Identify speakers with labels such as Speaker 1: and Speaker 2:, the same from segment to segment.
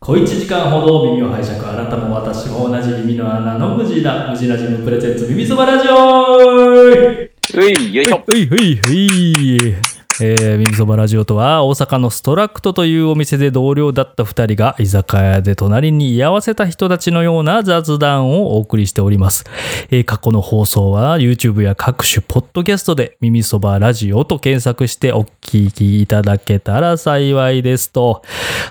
Speaker 1: 小一時間ほど耳を拝借あなたも私も同じ耳の穴の無事だ無事なジムプレゼンツ耳そばラジオ
Speaker 2: うい、よいしょ。
Speaker 1: ういういういえー、耳そばラジオとは大阪のストラクトというお店で同僚だった2人が居酒屋で隣に居合わせた人たちのような雑談をお送りしております、えー過去の放送は YouTube や各種ポッドキャストで耳そばラジオと検索してお聞きいただけたら幸いですと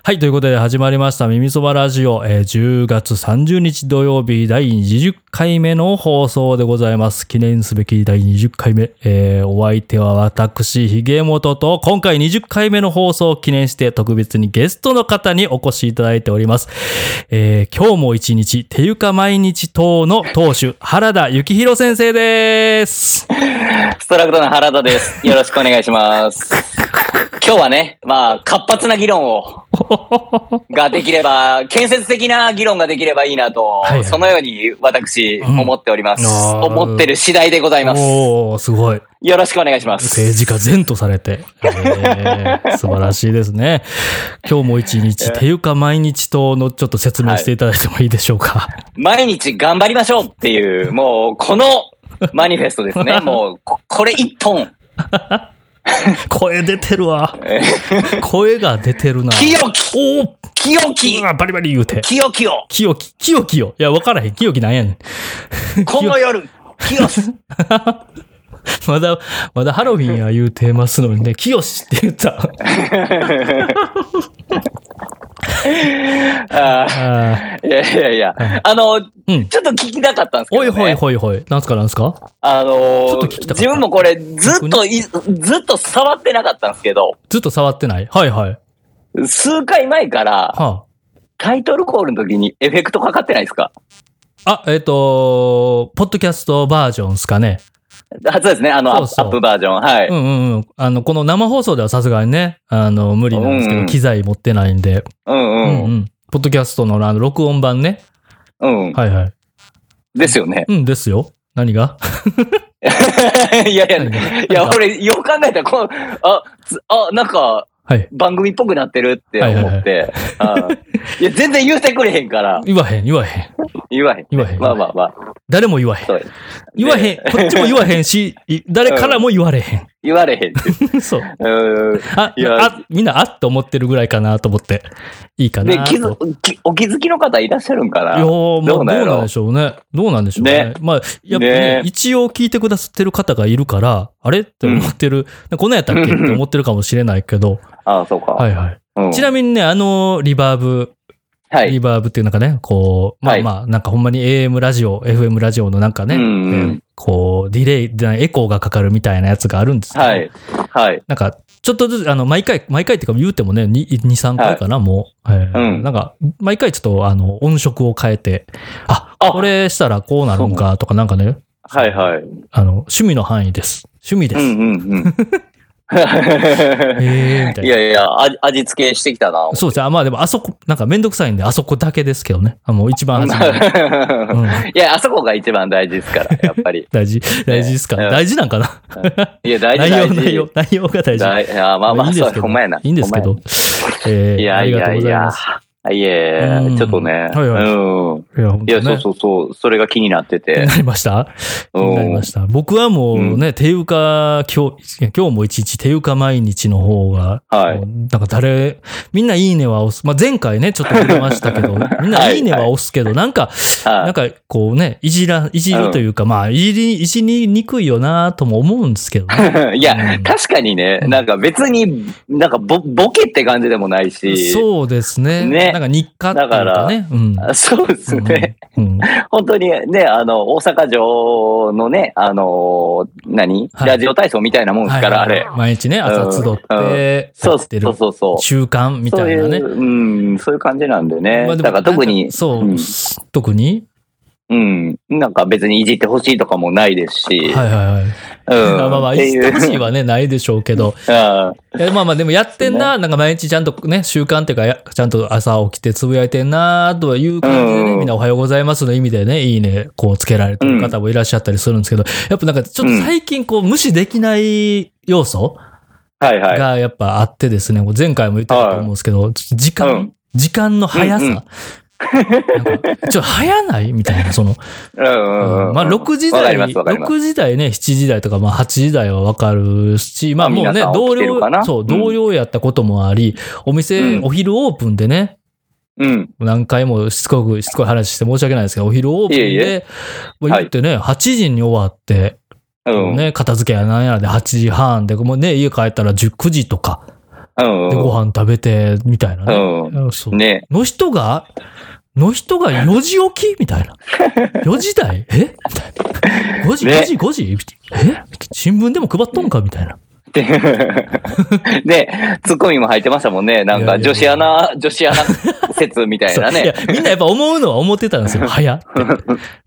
Speaker 1: はいということで始まりました耳そばラジオ、えー10月30日土曜日第20回目の放送でございます記念すべき第20回目、えーお相手は私ひげもとと今回20回目の放送を記念して特別にゲストの方にお越しいただいております、えー今日も一日ていうか毎日党の党首原田幸宏先生です
Speaker 2: ストラクトの原 田です。よろしくお願いします。今日はね、まあ、活発な議 論を、ができれば、建設的な議論ができればいいなと、
Speaker 1: いはい
Speaker 2: そのように私、
Speaker 1: うん
Speaker 2: 思っております、
Speaker 1: あー
Speaker 2: 思ってる次第でございます。
Speaker 1: おーすごい
Speaker 2: よろしくお願いします。
Speaker 1: 政治家善とされて、えー素晴らしいですね。今日も一日、ていうか毎日党のちょっと説明していただいてもいいでしょうか。
Speaker 2: 毎日頑張りましょうっていう、もう、このマニフェストですね。もう、ここれ一本。
Speaker 1: 声出てるわ。声が出てるな。
Speaker 2: 清き
Speaker 1: おー
Speaker 2: 清き
Speaker 1: うわバリバリ言うて。
Speaker 2: 清きを
Speaker 1: 清き、清きよ。いや、わからへん。清きなんやねん。
Speaker 2: この 夜清し
Speaker 1: まだ、まだハロウィンや言うてますのにね、清って言った。
Speaker 2: あ
Speaker 1: あー
Speaker 2: ーいやいやいや、あの、
Speaker 1: うん。
Speaker 2: ちょっと聞きたかったんですけど、
Speaker 1: お
Speaker 2: ね。
Speaker 1: いほいほいほい。なんすかなんすか
Speaker 2: あ
Speaker 1: ちょっ
Speaker 2: の
Speaker 1: と聞
Speaker 2: ー
Speaker 1: きたかった
Speaker 2: 自分もこれずっとい、ずっと触ってなかったんですけど、
Speaker 1: ずっと触ってないはいはい。
Speaker 2: 数回前から
Speaker 1: は
Speaker 2: タイトルコールの時にエフェクトかかってないですか
Speaker 1: あ。あ、えっ、と、ポッドキャストバージョンですかね。
Speaker 2: あそうですね、あの
Speaker 1: そうそう
Speaker 2: アップアップバージョン。はい。
Speaker 1: うんうんうん。あの、この生放送ではさすがにね、あの、無理なんですけど、
Speaker 2: うんうん
Speaker 1: 機材持ってないんで、
Speaker 2: うん
Speaker 1: う
Speaker 2: うん。
Speaker 1: ん。ポッドキャストのあの録音版ね。
Speaker 2: うん、
Speaker 1: はいはい。
Speaker 2: ですよね。
Speaker 1: うんですよ。何が
Speaker 2: いやいや、
Speaker 1: 何が
Speaker 2: いや、俺、よく考えたら、こう、あ、つあ、なんか、
Speaker 1: はい。
Speaker 2: 番組っぽくなってるって思って。うんいや、全然言うてくれへんから、
Speaker 1: 言わへん、言わへん。
Speaker 2: 言わへん。
Speaker 1: 言わへん。
Speaker 2: まあまあまあ、
Speaker 1: 誰も言わへん。
Speaker 2: そう。
Speaker 1: 言わへん。
Speaker 2: で
Speaker 1: こっちも言わへんし、い誰からも言われへん。
Speaker 2: 言われへんって。
Speaker 1: そう。
Speaker 2: うん。
Speaker 1: あ
Speaker 2: い、や
Speaker 1: あ、みんな、あって思ってるぐらいかなと思って。いいか
Speaker 2: で
Speaker 1: な、と。
Speaker 2: 気
Speaker 1: いや
Speaker 2: づきお気づきの方いらっしゃるんかな
Speaker 1: ーもうど
Speaker 2: ど
Speaker 1: う
Speaker 2: うなんやろ
Speaker 1: なんでしょうね。どうなんでしょうね。
Speaker 2: ね
Speaker 1: まあ、やっぱね
Speaker 2: ね
Speaker 1: 一応聞いてくださってる方がいるから、あれって思ってる、こんなんやったっけって思ってるかもしれないけど、
Speaker 2: ああ、そうか。
Speaker 1: はいはい。
Speaker 2: うん
Speaker 1: ちなみにね、あの、リバーブ、
Speaker 2: はい
Speaker 1: リ。バーブっていうなんかね、こう、ま
Speaker 2: は
Speaker 1: あ
Speaker 2: い
Speaker 1: まあ、なんかほんまに AM ラジオ、FM ラジオのなんかね、
Speaker 2: うんうん
Speaker 1: えーこう、ディレイ、じゃないエコーがかかるみたいなやつがあるんですけど、
Speaker 2: はい。はい。
Speaker 1: なんか、ちょっとずつ、あの、毎回、毎回っていうか言うてもね、2、3回かな、もう。えー
Speaker 2: うん
Speaker 1: なんか、毎回ちょっと、あの、音色を変えて、あ、
Speaker 2: あ
Speaker 1: これしたらこうなるんかとか、なんかね、
Speaker 2: はいはい。
Speaker 1: あの、趣味の範囲です。趣味で
Speaker 2: う
Speaker 1: す。
Speaker 2: んうん
Speaker 1: えーみ
Speaker 2: うん。
Speaker 1: たい
Speaker 2: い
Speaker 1: な。
Speaker 2: やいや、味味付けしてきたな。
Speaker 1: そうですね。あまあでも、あそこ、なんかめんどくさいんで、あそこだけですけどね。あもう一番初 めに。うん
Speaker 2: いや、あそこが一番大事ですから、やっぱり。
Speaker 1: 大事、大事ですか、
Speaker 2: うん
Speaker 1: 大事なんかな
Speaker 2: いや、大事
Speaker 1: 内容、
Speaker 2: 大事。
Speaker 1: 内容、内容が大事。
Speaker 2: 大いやまあま
Speaker 1: いい
Speaker 2: あ、
Speaker 1: んです
Speaker 2: そう
Speaker 1: けど
Speaker 2: ほんまやな。
Speaker 1: いいんですけど。え
Speaker 2: ほんまや。
Speaker 1: ー、
Speaker 2: いや
Speaker 1: あり
Speaker 2: い
Speaker 1: がと
Speaker 2: や
Speaker 1: うご
Speaker 2: い
Speaker 1: ざい
Speaker 2: や
Speaker 1: ます。。
Speaker 2: いや
Speaker 1: うん
Speaker 2: ちょっとね。
Speaker 1: はいはい
Speaker 2: うん。
Speaker 1: いや、本
Speaker 2: い
Speaker 1: 当
Speaker 2: や、
Speaker 1: ね
Speaker 2: そうそうそう。それが気になっ てて。
Speaker 1: なりました
Speaker 2: う
Speaker 1: なりま
Speaker 2: ん。
Speaker 1: した。僕はもうね、ていうか、今日、今日も一日、ていうか毎日の方が、
Speaker 2: はい
Speaker 1: もうなんか誰、みんないいねは押す。まあ、前回ね、ちょっと触れましたけ ど、みんないいねは押すけど、なんか、な
Speaker 2: は
Speaker 1: んかこうね、いじら、いじるというか、まあ、いじり、いじりにくいよなとも思うんですけどね。
Speaker 2: いいや、
Speaker 1: うん
Speaker 2: 確かにね、
Speaker 1: うん
Speaker 2: なんか別に、なんかボボケって感じでもないし。
Speaker 1: そうですね。
Speaker 2: ね
Speaker 1: なんか日課っていうかね。うん。
Speaker 2: あそうですね。
Speaker 1: うん。うん
Speaker 2: 本当にね、あの、大阪城のね、あの、何、
Speaker 1: はい
Speaker 2: ラジオ体操みたいなもんですから、
Speaker 1: はいはい
Speaker 2: あれ。
Speaker 1: 毎日ね、朝集って、
Speaker 2: そう
Speaker 1: やってる
Speaker 2: そうそうそう。
Speaker 1: 習慣み
Speaker 2: そ
Speaker 1: た
Speaker 2: う
Speaker 1: い
Speaker 2: い
Speaker 1: な
Speaker 2: う、
Speaker 1: ね。
Speaker 2: うん、そういう感じなんでね。
Speaker 1: まあでも
Speaker 2: だから特に、
Speaker 1: そう、
Speaker 2: うん
Speaker 1: 特に
Speaker 2: うん、なんか別にいじってほしいとかもないですし。
Speaker 1: はいはいはい。
Speaker 2: う ん。
Speaker 1: まあまあまあ、
Speaker 2: っ
Speaker 1: 言
Speaker 2: て
Speaker 1: っ
Speaker 2: いう
Speaker 1: てほ しいはね、ないでしょうけど。
Speaker 2: うん
Speaker 1: えまあまあ、でもやってんな、なんか毎日ちゃんとね、習慣っていうかや、ちゃんと朝起きてつぶやいてんな、という感じで
Speaker 2: う
Speaker 1: ね、
Speaker 2: ん
Speaker 1: みんなおはようございますの意味でね、いいね、こうつけられてる方もいらっしゃったりするんですけど、やっぱなんかちょっと最近こう無視できない要素
Speaker 2: はいはい。
Speaker 1: がやっぱあってですね、もう前回も言ってたと思うんですけど、時間時間の速さ。
Speaker 2: うんう
Speaker 1: なんかちょ、早ないみたいな、その。
Speaker 2: うんうんうん。
Speaker 1: まあ、6時
Speaker 2: わか
Speaker 1: 台、
Speaker 2: りますわかります。
Speaker 1: 6時台ね、7時台とか、まあ、8時台はわかるし、まあ、もうね
Speaker 2: 皆さ、ん起
Speaker 1: 同
Speaker 2: きてる
Speaker 1: 僚
Speaker 2: か、な
Speaker 1: そうう、
Speaker 2: ん
Speaker 1: 同僚やったこともあり、お店、
Speaker 2: うん
Speaker 1: お昼オープンでね、
Speaker 2: うん。
Speaker 1: 何回もしつこく、しつこい話して申し訳ないですけど、お昼オープン
Speaker 2: いえい
Speaker 1: で、まあ言ってね、8時に終わって、
Speaker 2: うん。
Speaker 1: ね、片付けやなんやらで8時半で、もうね、家帰ったら19時とか、
Speaker 2: うん。
Speaker 1: で、ご飯食べて、みたいなね。
Speaker 2: う
Speaker 1: そう。
Speaker 2: ん。ね
Speaker 1: の人が、の人が4時起きみた いな。4時台えみたいな。5時、
Speaker 2: ね
Speaker 1: 5時、5時え新聞でも配っとんかみたいな。
Speaker 2: で、で、ツッコミも入ってましたもんね。なん
Speaker 1: いや
Speaker 2: か、
Speaker 1: いや
Speaker 2: 女
Speaker 1: い
Speaker 2: 子
Speaker 1: や
Speaker 2: アナ、女子アナ 説みたい
Speaker 1: そう
Speaker 2: ない
Speaker 1: や
Speaker 2: ね。、
Speaker 1: みんなやっぱ思うのは思ってたん ですよ。早って。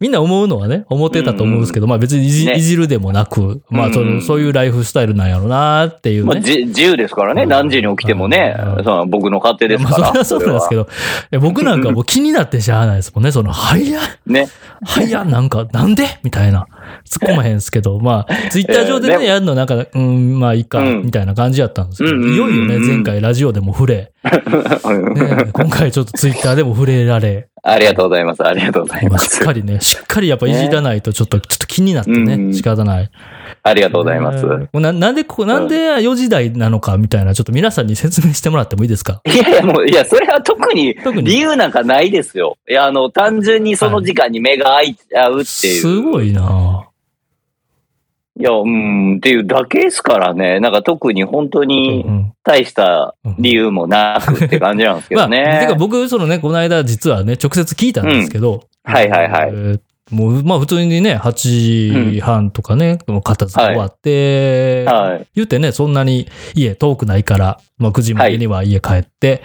Speaker 1: みんな思うのはね、思ってたと思うんですけど、まあ別にいじ,、
Speaker 2: ね
Speaker 1: いじるでもなく、まあそ
Speaker 2: うんう
Speaker 1: の
Speaker 2: ん
Speaker 1: そういうライフスタイルなんやろうなっていう
Speaker 2: まあ、
Speaker 1: ね。
Speaker 2: じ自由ですからね。何時に起きてもね
Speaker 1: うん。
Speaker 2: その僕の勝手です
Speaker 1: まあ
Speaker 2: か
Speaker 1: それはそうな
Speaker 2: ら。
Speaker 1: んですけど、いや僕なんかもう気になってしゃあないですもんね。その、早っ
Speaker 2: ね。
Speaker 1: はいや、なんか、なんでみたいな。突っ込まへんすけど、まあ、ツイッター上でね、
Speaker 2: えーでも
Speaker 1: やるのなんか、うん、まあいいか、
Speaker 2: うん
Speaker 1: みたいな感じやったんですけど、
Speaker 2: うんうんうんうん
Speaker 1: いよいよね、前回ラジオでも触れ、ね、今回ちょっとツイッターでも触れられ、
Speaker 2: ありがとうございます。ありがとうござい
Speaker 1: ま
Speaker 2: ま
Speaker 1: あしっ
Speaker 2: す。
Speaker 1: かり ね、しっかりやっぱいじらないと、ちょっと、ちょっと気になって
Speaker 2: うんう
Speaker 1: ね、
Speaker 2: ん
Speaker 1: 仕方ない。
Speaker 2: ありがとうございます。
Speaker 1: ねななんでここ、なんで4時台なのか、みたいな、ちょっと皆さんに説明してもらってもいいですか
Speaker 2: いやいや、もう、いや、それは特に
Speaker 1: 特に
Speaker 2: 理由なんかないですよ。いや、あの、単純にその時間に目が開いちゃうっていう。
Speaker 1: すごいな
Speaker 2: うんいや、うん、っていうだけですからね。なんか特に本当
Speaker 1: ぁ
Speaker 2: に
Speaker 1: うん
Speaker 2: 大した
Speaker 1: うん
Speaker 2: 理由もなくって感じなんですけ
Speaker 1: まあ、
Speaker 2: ど
Speaker 1: てか
Speaker 2: ね。
Speaker 1: 僕、そのね、この間実はね、直接聞いたんですけど、
Speaker 2: うんはいはいはい
Speaker 1: えーもう、まあ普通にね、8時半とかね、もう片付け終わって、
Speaker 2: はい。
Speaker 1: 言ってね、そんなに家遠くないから、まあ9時までには家帰って、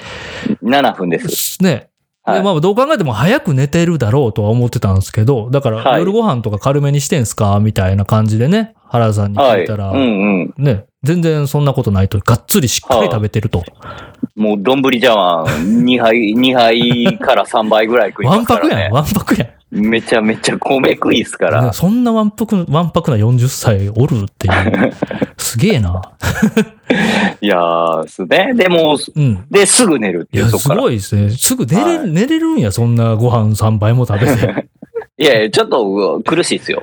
Speaker 2: 7分です。
Speaker 1: ね、
Speaker 2: は
Speaker 1: で
Speaker 2: い。
Speaker 1: まあどう考えても早く寝てるだろうとは思ってたんですけど、だから
Speaker 2: はい
Speaker 1: 夜ご飯とか軽めにしてんすかみたいな感じでね、原田さんに
Speaker 2: は
Speaker 1: 聞
Speaker 2: い。
Speaker 1: いたら、
Speaker 2: うんうん。
Speaker 1: ね、全然そんなことないと、がっつりしっかり食べてると。
Speaker 2: もう、丼茶碗2杯、 二杯から3杯ぐらい食い
Speaker 1: わ
Speaker 2: ま
Speaker 1: ん
Speaker 2: す
Speaker 1: ぱ
Speaker 2: か
Speaker 1: く
Speaker 2: ら
Speaker 1: やん、
Speaker 2: ね。
Speaker 1: わんぱくやん。
Speaker 2: めちゃめちゃ米食いっすから
Speaker 1: ね。そんなわんぱく、わんぱくな40歳おるって いう。すげえな。
Speaker 2: いやー、すね。でも、
Speaker 1: うん。
Speaker 2: で、すぐ寝るっ
Speaker 1: い
Speaker 2: ていう
Speaker 1: や、
Speaker 2: とこ
Speaker 1: す
Speaker 2: から。
Speaker 1: ごいですね。すぐ寝れ、
Speaker 2: は
Speaker 1: 寝れるんや、そんなご飯3杯も食べ て。
Speaker 2: いやいや、ちょっとうわ苦しいっすよ。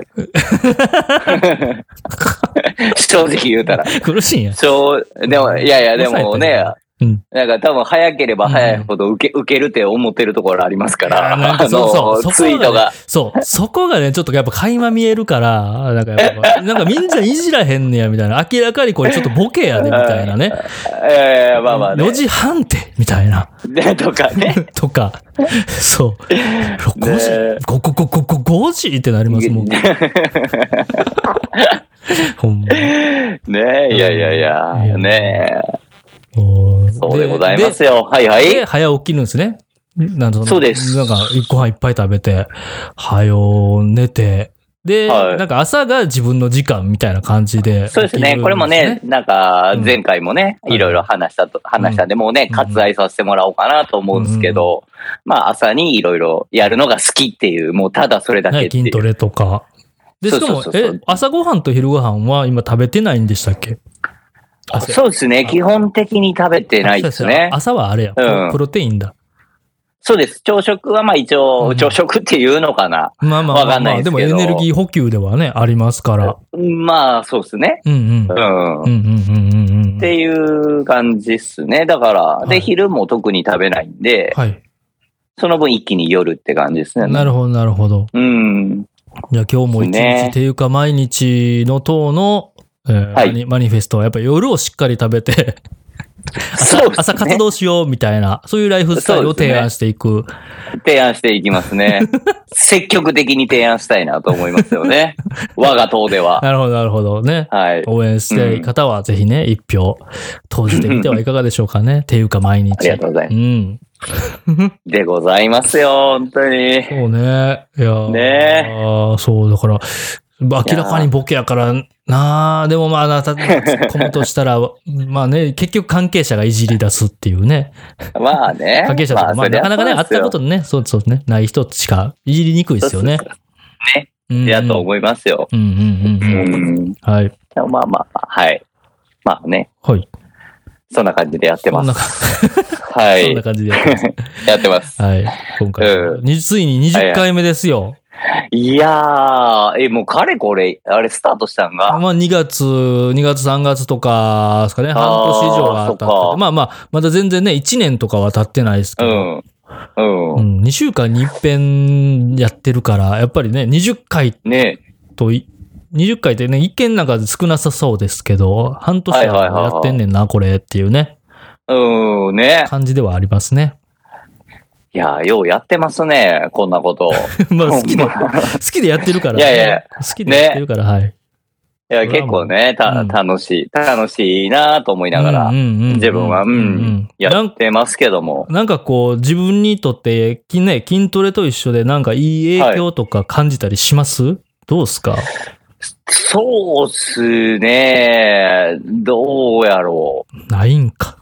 Speaker 2: 正直言うたら。
Speaker 1: 苦しいんや。
Speaker 2: そう、でも、いやいや、でもね、
Speaker 1: うん
Speaker 2: なんか多分早ければ早いほど受け、受けるって思ってるところありますから、
Speaker 1: いやなん
Speaker 2: あ
Speaker 1: かそうそうそ
Speaker 2: の、
Speaker 1: こが
Speaker 2: ツ
Speaker 1: ね
Speaker 2: イートが。
Speaker 1: そう。そこがね、ちょっとやっぱ垣間見えるから、なんかやっ ぱ、なんかみんないじらへんねや、みたいな。明らかにこれちょっとボケやで、みたいなね。
Speaker 2: え えまあまあね
Speaker 1: 4。時半って、みたいな。
Speaker 2: でとかね。
Speaker 1: とか。そう。5時、ここここ5時ってなります もん。ほんま。
Speaker 2: ねいやいやいや、ねそうでございます
Speaker 1: よ。
Speaker 2: よ。はいは
Speaker 1: でで
Speaker 2: い。
Speaker 1: 早起きるんですね。なんとなく
Speaker 2: そうです
Speaker 1: なんか、ご飯いっぱい食べて、早う寝て、で、
Speaker 2: はい
Speaker 1: なんか朝が自分の時間みたいな感じで。
Speaker 2: そうですね。これもね、、なんか
Speaker 1: うん、
Speaker 2: 前回もね、
Speaker 1: はい
Speaker 2: いろいろ話したと、話したんで、もうね、
Speaker 1: うん
Speaker 2: 割愛させてもらおうかなと思うんですけど、まあ、朝にいろいろやるのが好きっていう、もうただそれだけ
Speaker 1: ね、
Speaker 2: ってい
Speaker 1: 筋ト
Speaker 2: う。
Speaker 1: レとか。で、しかも
Speaker 2: そう、そうそうそう
Speaker 1: え、朝ご飯と昼ご飯は今食べてないんでしたっけ朝
Speaker 2: そうですね。基本的に食べてないですね。
Speaker 1: 朝はあれや、プロ
Speaker 2: うん
Speaker 1: プロテインだ。
Speaker 2: そうです。朝食はまあ一応、
Speaker 1: うん
Speaker 2: 朝食っていうのかな。
Speaker 1: まあまあまあ、
Speaker 2: わかんないです
Speaker 1: で
Speaker 2: けど
Speaker 1: もエネルギー補給ではね、ありますから。
Speaker 2: まあ、そうですね。
Speaker 1: うんうん。うんう
Speaker 2: うん。
Speaker 1: んうんうんうんうん。
Speaker 2: っていう感じっすね。だから、
Speaker 1: は
Speaker 2: で、
Speaker 1: い
Speaker 2: 昼も特に食べないんで、
Speaker 1: はい。
Speaker 2: その分一気に夜って感じですね。
Speaker 1: なるほど、なるほど。
Speaker 2: うん。
Speaker 1: じゃあ今日も一日、
Speaker 2: ね
Speaker 1: っていうか毎日の党の、えー
Speaker 2: はい
Speaker 1: マニマニフェストはやっぱ夜をしっかり食べ て朝、
Speaker 2: そうですね
Speaker 1: 朝活動しようみたいな、そういうライフスタイルを提案していく。
Speaker 2: 提案していきます ね。積極的に提案したいなと思いますよ ね。我が党では。
Speaker 1: なるほど、なるほどね。
Speaker 2: はい。
Speaker 1: 応援している方はぜひね、一票投じてみてはいかがでしょうか ね。っていうか毎日。
Speaker 2: ありがとうございま
Speaker 1: うん。
Speaker 2: す。でございますよ、本当に。
Speaker 1: そうね。いやー
Speaker 2: ね
Speaker 1: そう、だから、明らかにボケやからなあでもまあ、なた、突っ込むとした ら、まあね、結局関係者がいじり出すっていうね。
Speaker 2: まあね。
Speaker 1: 関係者とか、まあ、なかなかね、会ったことね、そうそうね、ない人しかいじりにくいですよね。
Speaker 2: ね
Speaker 1: うんうん。
Speaker 2: やと
Speaker 1: う。
Speaker 2: 思いますよ。
Speaker 1: うんうん
Speaker 2: う
Speaker 1: うんうん。
Speaker 2: ん。
Speaker 1: はい。
Speaker 2: まあまあまあ、はい。まあね。
Speaker 1: はい。
Speaker 2: そんな感じでやって
Speaker 1: こ
Speaker 2: ま
Speaker 1: ん
Speaker 2: す。
Speaker 1: な感
Speaker 2: は
Speaker 1: そん
Speaker 2: い
Speaker 1: な。感じでやってます。
Speaker 2: やってます。
Speaker 1: はい。今回、
Speaker 2: う
Speaker 1: についに20回目ですよ。
Speaker 2: いやー、え、もうかれこれ、あれスタートしたんが。
Speaker 1: まあ2月、2月3月とかですかね、半年以上は経ってて
Speaker 2: あーそっか
Speaker 1: まあまあ、まだ全然ね、1年とかは経ってないですけ
Speaker 2: う
Speaker 1: ど、
Speaker 2: ん。う。
Speaker 1: うんん、2週間に一遍やってるから、やっぱりね、20回
Speaker 2: ね
Speaker 1: とい、20回ってね、一見なんか少なさそうですけど、半年
Speaker 2: はいはいはい
Speaker 1: は
Speaker 2: はい
Speaker 1: やってんねんな、これっていうね、
Speaker 2: うん、ね
Speaker 1: 感じではありますね。
Speaker 2: いやー、ようやってますね。こんなこと。
Speaker 1: ま あ好きで、好きでやってるから、
Speaker 2: いやいや
Speaker 1: 好きでやってるから、はい。
Speaker 2: いや、結構ね、
Speaker 1: う
Speaker 2: た、
Speaker 1: ん
Speaker 2: 楽しい、楽しいなと思いなが
Speaker 1: う
Speaker 2: ら
Speaker 1: ん、うんうんうん
Speaker 2: 自分は、う
Speaker 1: うんうん
Speaker 2: ん、やってますけども。
Speaker 1: なんかこう、自分にとって、きね、筋トレと一緒で、なんかいい影響とか感じたりします、どうすか
Speaker 2: そうっすね。どうやろう。
Speaker 1: ないんか。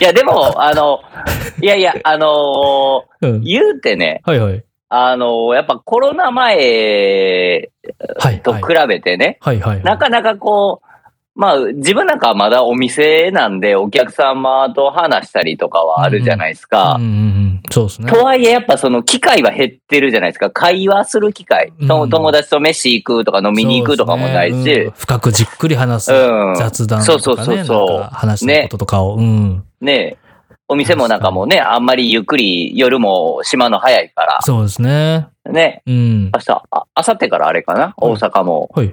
Speaker 2: いや、でも、あの、いやいや、あの
Speaker 1: うん
Speaker 2: ー、言うてね、
Speaker 1: はいはい。
Speaker 2: あのー、やっぱコロナ前
Speaker 1: はい、
Speaker 2: と
Speaker 1: は
Speaker 2: 比
Speaker 1: い。
Speaker 2: べてね、
Speaker 1: はいはい。
Speaker 2: なかなかこう、まあ、自分なんかはまだお店なんで、お客様と話したりとかはあるじゃないですか。
Speaker 1: うんうんうん。そうですね。
Speaker 2: とはいえ、やっぱその機会は減ってるじゃないですか。会話する機会。と
Speaker 1: うん
Speaker 2: 友達と飯行くとか飲みに行くとかもない
Speaker 1: そうですねう
Speaker 2: し
Speaker 1: ん、深くじっくり話す
Speaker 2: うん
Speaker 1: 雑談と
Speaker 2: そうそう
Speaker 1: か
Speaker 2: そ
Speaker 1: ね、
Speaker 2: うそう
Speaker 1: なんか話したこととかを。うん。
Speaker 2: ねお店もなんかもうね、あんまりゆっくり夜も閉まるの早いか
Speaker 1: そうですね。
Speaker 2: ら、ね、
Speaker 1: うん
Speaker 2: 明。日、あ明後日からあれかな、
Speaker 1: うん
Speaker 2: 大阪も、
Speaker 1: はい。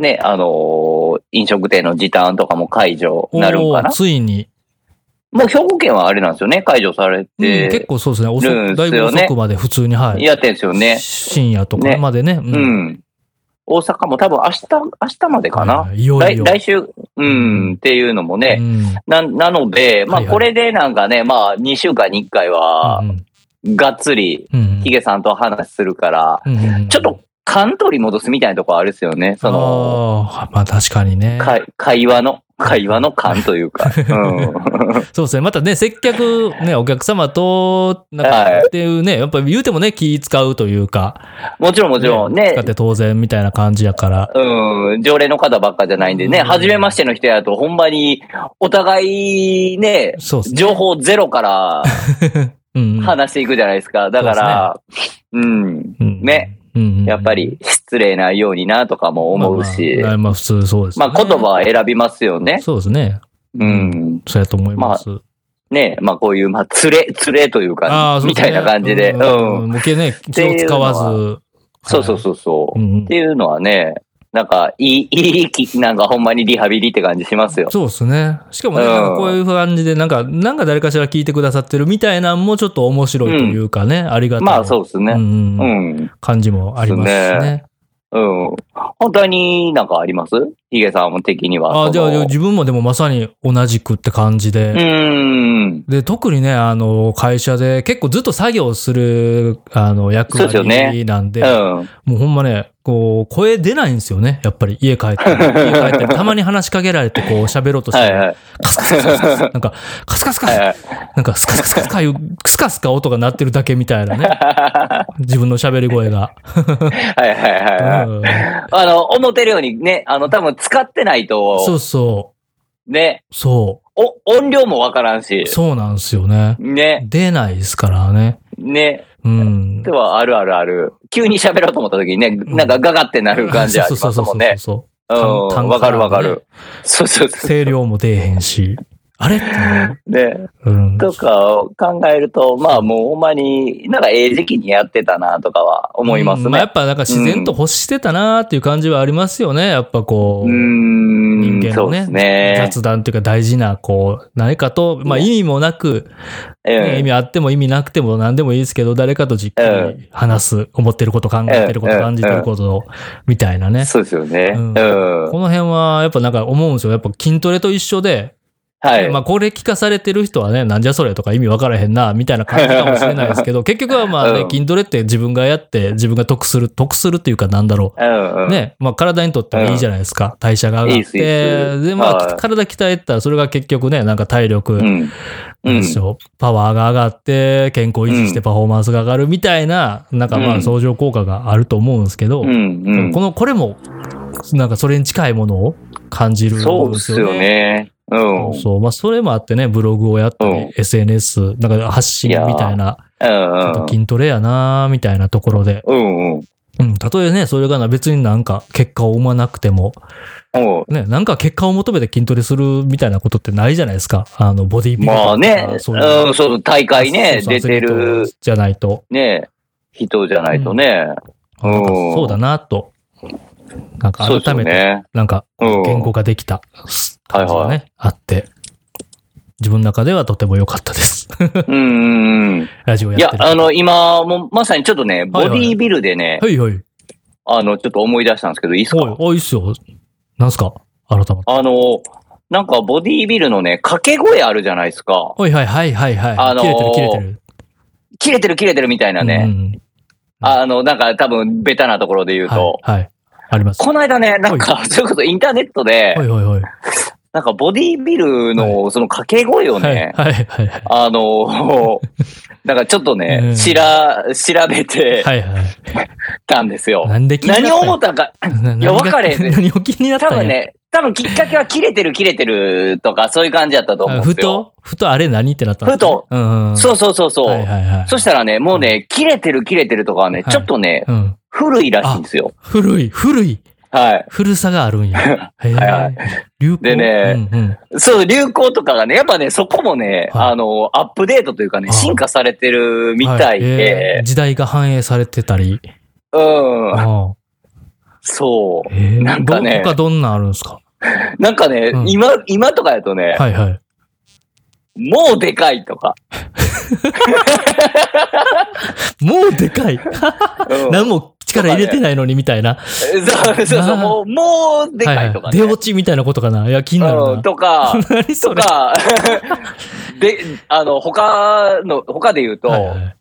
Speaker 2: ね、あのー飲食店の時短とかも解除なるんか
Speaker 1: ー
Speaker 2: な。
Speaker 1: ついに、
Speaker 2: もう兵庫県はあれなんですよね、解除され
Speaker 1: うん結
Speaker 2: て、
Speaker 1: 構そうですね。遅
Speaker 2: ルー
Speaker 1: く、
Speaker 2: ル
Speaker 1: だいぶ
Speaker 2: ですよね
Speaker 1: 遅くまで普通に、はい。
Speaker 2: やってんですよね。
Speaker 1: 深夜とかまでね。う
Speaker 2: う。ん。大阪も多分明日、明日までかな。
Speaker 1: はいいよい
Speaker 2: 来
Speaker 1: よ。
Speaker 2: 来週、うん、っていうのもね、
Speaker 1: うん
Speaker 2: な、なので、ま
Speaker 1: は
Speaker 2: あ、
Speaker 1: いはい
Speaker 2: これでなんかね、まあ、2週間に1回は
Speaker 1: う、ん
Speaker 2: がっつり、
Speaker 1: うん
Speaker 2: ヒゲさんと話するから、
Speaker 1: うんうんうん
Speaker 2: ちょっと、関取戻すみたいなとこあるですよね。その、
Speaker 1: あーまあ確かにね。
Speaker 2: 会、会話の、会話の感という か。うん。
Speaker 1: そうですね。またね、接客、 ね、お客様と、なんか、
Speaker 2: はい
Speaker 1: っていうね、やっぱ言うてもね、気使うというか、
Speaker 2: もちろん、もちろん、ね
Speaker 1: 使っ。て当然みたいな感じやから。
Speaker 2: うん、常連の方ばっかじゃないんでね、
Speaker 1: うん
Speaker 2: 初めましての人やと、ほんまに、お互いね、
Speaker 1: そうですね。
Speaker 2: 情報ゼロから
Speaker 1: うんうん
Speaker 2: 話していくじゃないです か。だから、うん、
Speaker 1: うん
Speaker 2: ね。
Speaker 1: うんうん
Speaker 2: やっぱり失礼なようになとかも思うし、
Speaker 1: まあまあ、まあ普通そうです
Speaker 2: ま
Speaker 1: ね。
Speaker 2: あ言葉は選びますよね。
Speaker 1: そうですね。
Speaker 2: うん。
Speaker 1: そうやと思います。
Speaker 2: ねまあこういう、まあ、つれ、つれという
Speaker 1: あ
Speaker 2: か
Speaker 1: ー、そう
Speaker 2: み
Speaker 1: で
Speaker 2: た
Speaker 1: すね
Speaker 2: いな感じで。うん。
Speaker 1: ん。向けね、気を使わず。
Speaker 2: そうそうそうそうう。っ
Speaker 1: んうん
Speaker 2: ていうのはね、なんか、いい、いいき、なんかほんまにリハビリって感じしますよ。
Speaker 1: そうですね。しかもね、
Speaker 2: うん
Speaker 1: なんかこういう感じで、なんか、なんか誰かしら聞いてくださってるみたいなんもちょっと面白いというかね、ありがたい。
Speaker 2: まあそうです
Speaker 1: う
Speaker 2: ね。
Speaker 1: ん
Speaker 2: う
Speaker 1: うん、
Speaker 2: ん。
Speaker 1: 感じもありますし
Speaker 2: そうです
Speaker 1: ね。
Speaker 2: うん。本当になんかありますヒゲさん的には。
Speaker 1: あじゃあ、
Speaker 2: その
Speaker 1: 自分もでもまさに同じくって感じ
Speaker 2: う
Speaker 1: で。
Speaker 2: ん。
Speaker 1: で、特にね、あの、会社で結構ずっと作業する、あの、役
Speaker 2: そうですよね
Speaker 1: 割なんで、
Speaker 2: うん。
Speaker 1: もうほんまね、こう、声出ないんですよね。やっぱり家帰って、家帰って、たまに話しかけられて、こう、喋ろうとし
Speaker 2: はい
Speaker 1: て、
Speaker 2: はい。
Speaker 1: カスカスカスカス、なんか、カスカスカ
Speaker 2: は
Speaker 1: ス
Speaker 2: い、はい。
Speaker 1: なんかスカスカスカスカいう、スカスカ音が鳴ってるだけみたいなね。自分の喋り声が。
Speaker 2: はいはいはいはい。
Speaker 1: うん
Speaker 2: あの、思ってるようにね、あの、多分使ってない
Speaker 1: そ
Speaker 2: と
Speaker 1: う、そ
Speaker 2: ね、
Speaker 1: う。そ
Speaker 2: お、音量もわからんし
Speaker 1: う。、そうなんですよね。
Speaker 2: ね、
Speaker 1: 出ないですからね。
Speaker 2: ね、
Speaker 1: うん
Speaker 2: で。はあるあるある。急に喋ろうと思った時にね、なんかガガってなる感じありますもんね。
Speaker 1: そうう
Speaker 2: う、
Speaker 1: そうん単単
Speaker 2: わかるわか
Speaker 1: からね
Speaker 2: る。そうそう
Speaker 1: そうそうそう。
Speaker 2: そ
Speaker 1: 声量も出えへんし。あれってね
Speaker 2: う。ね、
Speaker 1: うん。
Speaker 2: とかを考えると、まあもうほんまに、なんかええ時期にやってたなとかは思います
Speaker 1: うんあや
Speaker 2: ね。
Speaker 1: っぱなんか自然と欲してたなーっていう感じはありますよね。やっぱこ
Speaker 2: う
Speaker 1: う。人
Speaker 2: ん、
Speaker 1: 間
Speaker 2: そ
Speaker 1: の
Speaker 2: うで
Speaker 1: ね
Speaker 2: すね。
Speaker 1: 雑談というか大事な、こう、何かと、まあ意味もなく、ね意
Speaker 2: うん
Speaker 1: 味あっても意味なくても何でもいいですけど、誰かとじっく
Speaker 2: う
Speaker 1: り話す、思ってること、考えてること、
Speaker 2: うん
Speaker 1: 感じてること、みたいなね。
Speaker 2: そうですよね。
Speaker 1: う
Speaker 2: うんん。
Speaker 1: この辺は、やっぱなんか思うんですよ。やっぱ筋トレと一緒で、
Speaker 2: はい。
Speaker 1: まあこれ聞かされてる人はね、なんじゃそれとか意味わからへんな、みたいな感じかもしれないです けど、結局はまあね
Speaker 2: う、ん
Speaker 1: 筋トレって自分がやって、自分が得する、得するっていうかなんだろう。
Speaker 2: うんうん。
Speaker 1: ね、まあ体にとってもいいじゃないですか。代謝が上がっ
Speaker 2: いいです
Speaker 1: て。
Speaker 2: いいです
Speaker 1: で、まあ
Speaker 2: はい
Speaker 1: 体鍛えたら、それが結局ね、なんか体力、
Speaker 2: うん。
Speaker 1: なんでしょうパワーが上がって、健康維持してパフォーマンスが上がるみたいな、なんかま
Speaker 2: う
Speaker 1: あ
Speaker 2: ん
Speaker 1: 相乗効果があると思うんですけど、
Speaker 2: うん。うん。
Speaker 1: この、これも、なんかそれに近いものを感じるんですよね。
Speaker 2: そうですよね。うん。うん
Speaker 1: そう。まあ、それもあってね、ブログをやったり、
Speaker 2: う
Speaker 1: SNS、なんか発信みたいな、ちょっと筋トレやなーみたいなところで。
Speaker 2: うん。うん。
Speaker 1: うん。たとえね、それがな、別になんか結果を生まなくても、
Speaker 2: うん。
Speaker 1: ね、なんか結果を求めて筋トレするみたいなことってないじゃないですか。あの、ボディービル
Speaker 2: まあね、
Speaker 1: そういう
Speaker 2: うん、そう、大会ね、
Speaker 1: そう
Speaker 2: 出
Speaker 1: そう
Speaker 2: て
Speaker 1: アスリー
Speaker 2: る
Speaker 1: ト、じゃないと。
Speaker 2: ね、人じゃないとね。
Speaker 1: あなんかそうだなと。なんか
Speaker 2: そうです
Speaker 1: 改
Speaker 2: よ
Speaker 1: めて、
Speaker 2: ね。
Speaker 1: なんか
Speaker 2: うん。
Speaker 1: 言語ができた感じがね、
Speaker 2: はい
Speaker 1: あって、自分の中ではとても良かったです。
Speaker 2: うんうんうん。
Speaker 1: ラジオやっ
Speaker 2: い
Speaker 1: て
Speaker 2: や
Speaker 1: る、
Speaker 2: あの、今、もうまさにちょっとね、ボディービルでね、
Speaker 1: はいはい。
Speaker 2: あの、ちょっと思い出したんですけど、いいっすか
Speaker 1: おい、おいいっすよ。なんすか改まって。
Speaker 2: あの、なんかボディービルのね、掛け声あるじゃないですか。
Speaker 1: はいはいはいはいはい。
Speaker 2: あのー
Speaker 1: 切れてる切れてる。
Speaker 2: 切れてる切れてるみたいな
Speaker 1: うん
Speaker 2: ね。
Speaker 1: うん
Speaker 2: あの、なんか多分、ベタなところで言うと。
Speaker 1: はい、はい。あります。
Speaker 2: この間ね、なんか、 それこそインターネットで
Speaker 1: は、いはいはい。
Speaker 2: なんかボディービルのその掛け声を
Speaker 1: はい
Speaker 2: ね、
Speaker 1: はいはいはい。
Speaker 2: あの、なんかちょっと
Speaker 1: うん
Speaker 2: ね、しら、調べて
Speaker 1: はいはい。
Speaker 2: たんですよ。
Speaker 1: なんで気になったん
Speaker 2: 何
Speaker 1: や
Speaker 2: を思ったか、
Speaker 1: ない
Speaker 2: や分かれへんね
Speaker 1: 何を気になった
Speaker 2: 多
Speaker 1: んや
Speaker 2: 分ね、多分きっかけは切れてる切れてるとか、そういう感じだったと思う
Speaker 1: あ
Speaker 2: んで
Speaker 1: ふ
Speaker 2: すよ。
Speaker 1: と、ふとあれ何ってなったんですか
Speaker 2: ふと。
Speaker 1: うんうん。
Speaker 2: そうそうそうそう。
Speaker 1: はいはいはい。
Speaker 2: そしたらね、もうね、切れてる切れてるとかはね、
Speaker 1: はい
Speaker 2: ちょっとね、
Speaker 1: うん。
Speaker 2: 古いらしいんですよ。
Speaker 1: 古い、古い、
Speaker 2: はい。
Speaker 1: 古さがあるんや。へえ
Speaker 2: は
Speaker 1: 流行。
Speaker 2: でね
Speaker 1: うんうん。
Speaker 2: そう、流行とかがね、やっぱね、そこもね、
Speaker 1: はい
Speaker 2: あの、アップデートというかね、
Speaker 1: あ
Speaker 2: 進化されてるみたい
Speaker 1: はえー
Speaker 2: で、
Speaker 1: 時代が反映されてたり。
Speaker 2: うん、
Speaker 1: あ
Speaker 2: そ
Speaker 1: あへえ
Speaker 2: なんかね
Speaker 1: ど他どんなんあるんですか
Speaker 2: う。なんかね、
Speaker 1: うん
Speaker 2: 今、今とかやとね、
Speaker 1: はいはい。
Speaker 2: もうでかいとか。
Speaker 1: もうでか い。
Speaker 2: うん
Speaker 1: 何も力入れてないのにみたいな。
Speaker 2: そう そうそう、もう、もうでかいとか
Speaker 1: はは
Speaker 2: ね。
Speaker 1: 出落ちみたいなことかな。いや、気になる
Speaker 2: うん、
Speaker 1: な。
Speaker 2: とか、
Speaker 1: 何そ
Speaker 2: と
Speaker 1: れ。
Speaker 2: か、で、あの、他の、他で言うと、
Speaker 1: はいはい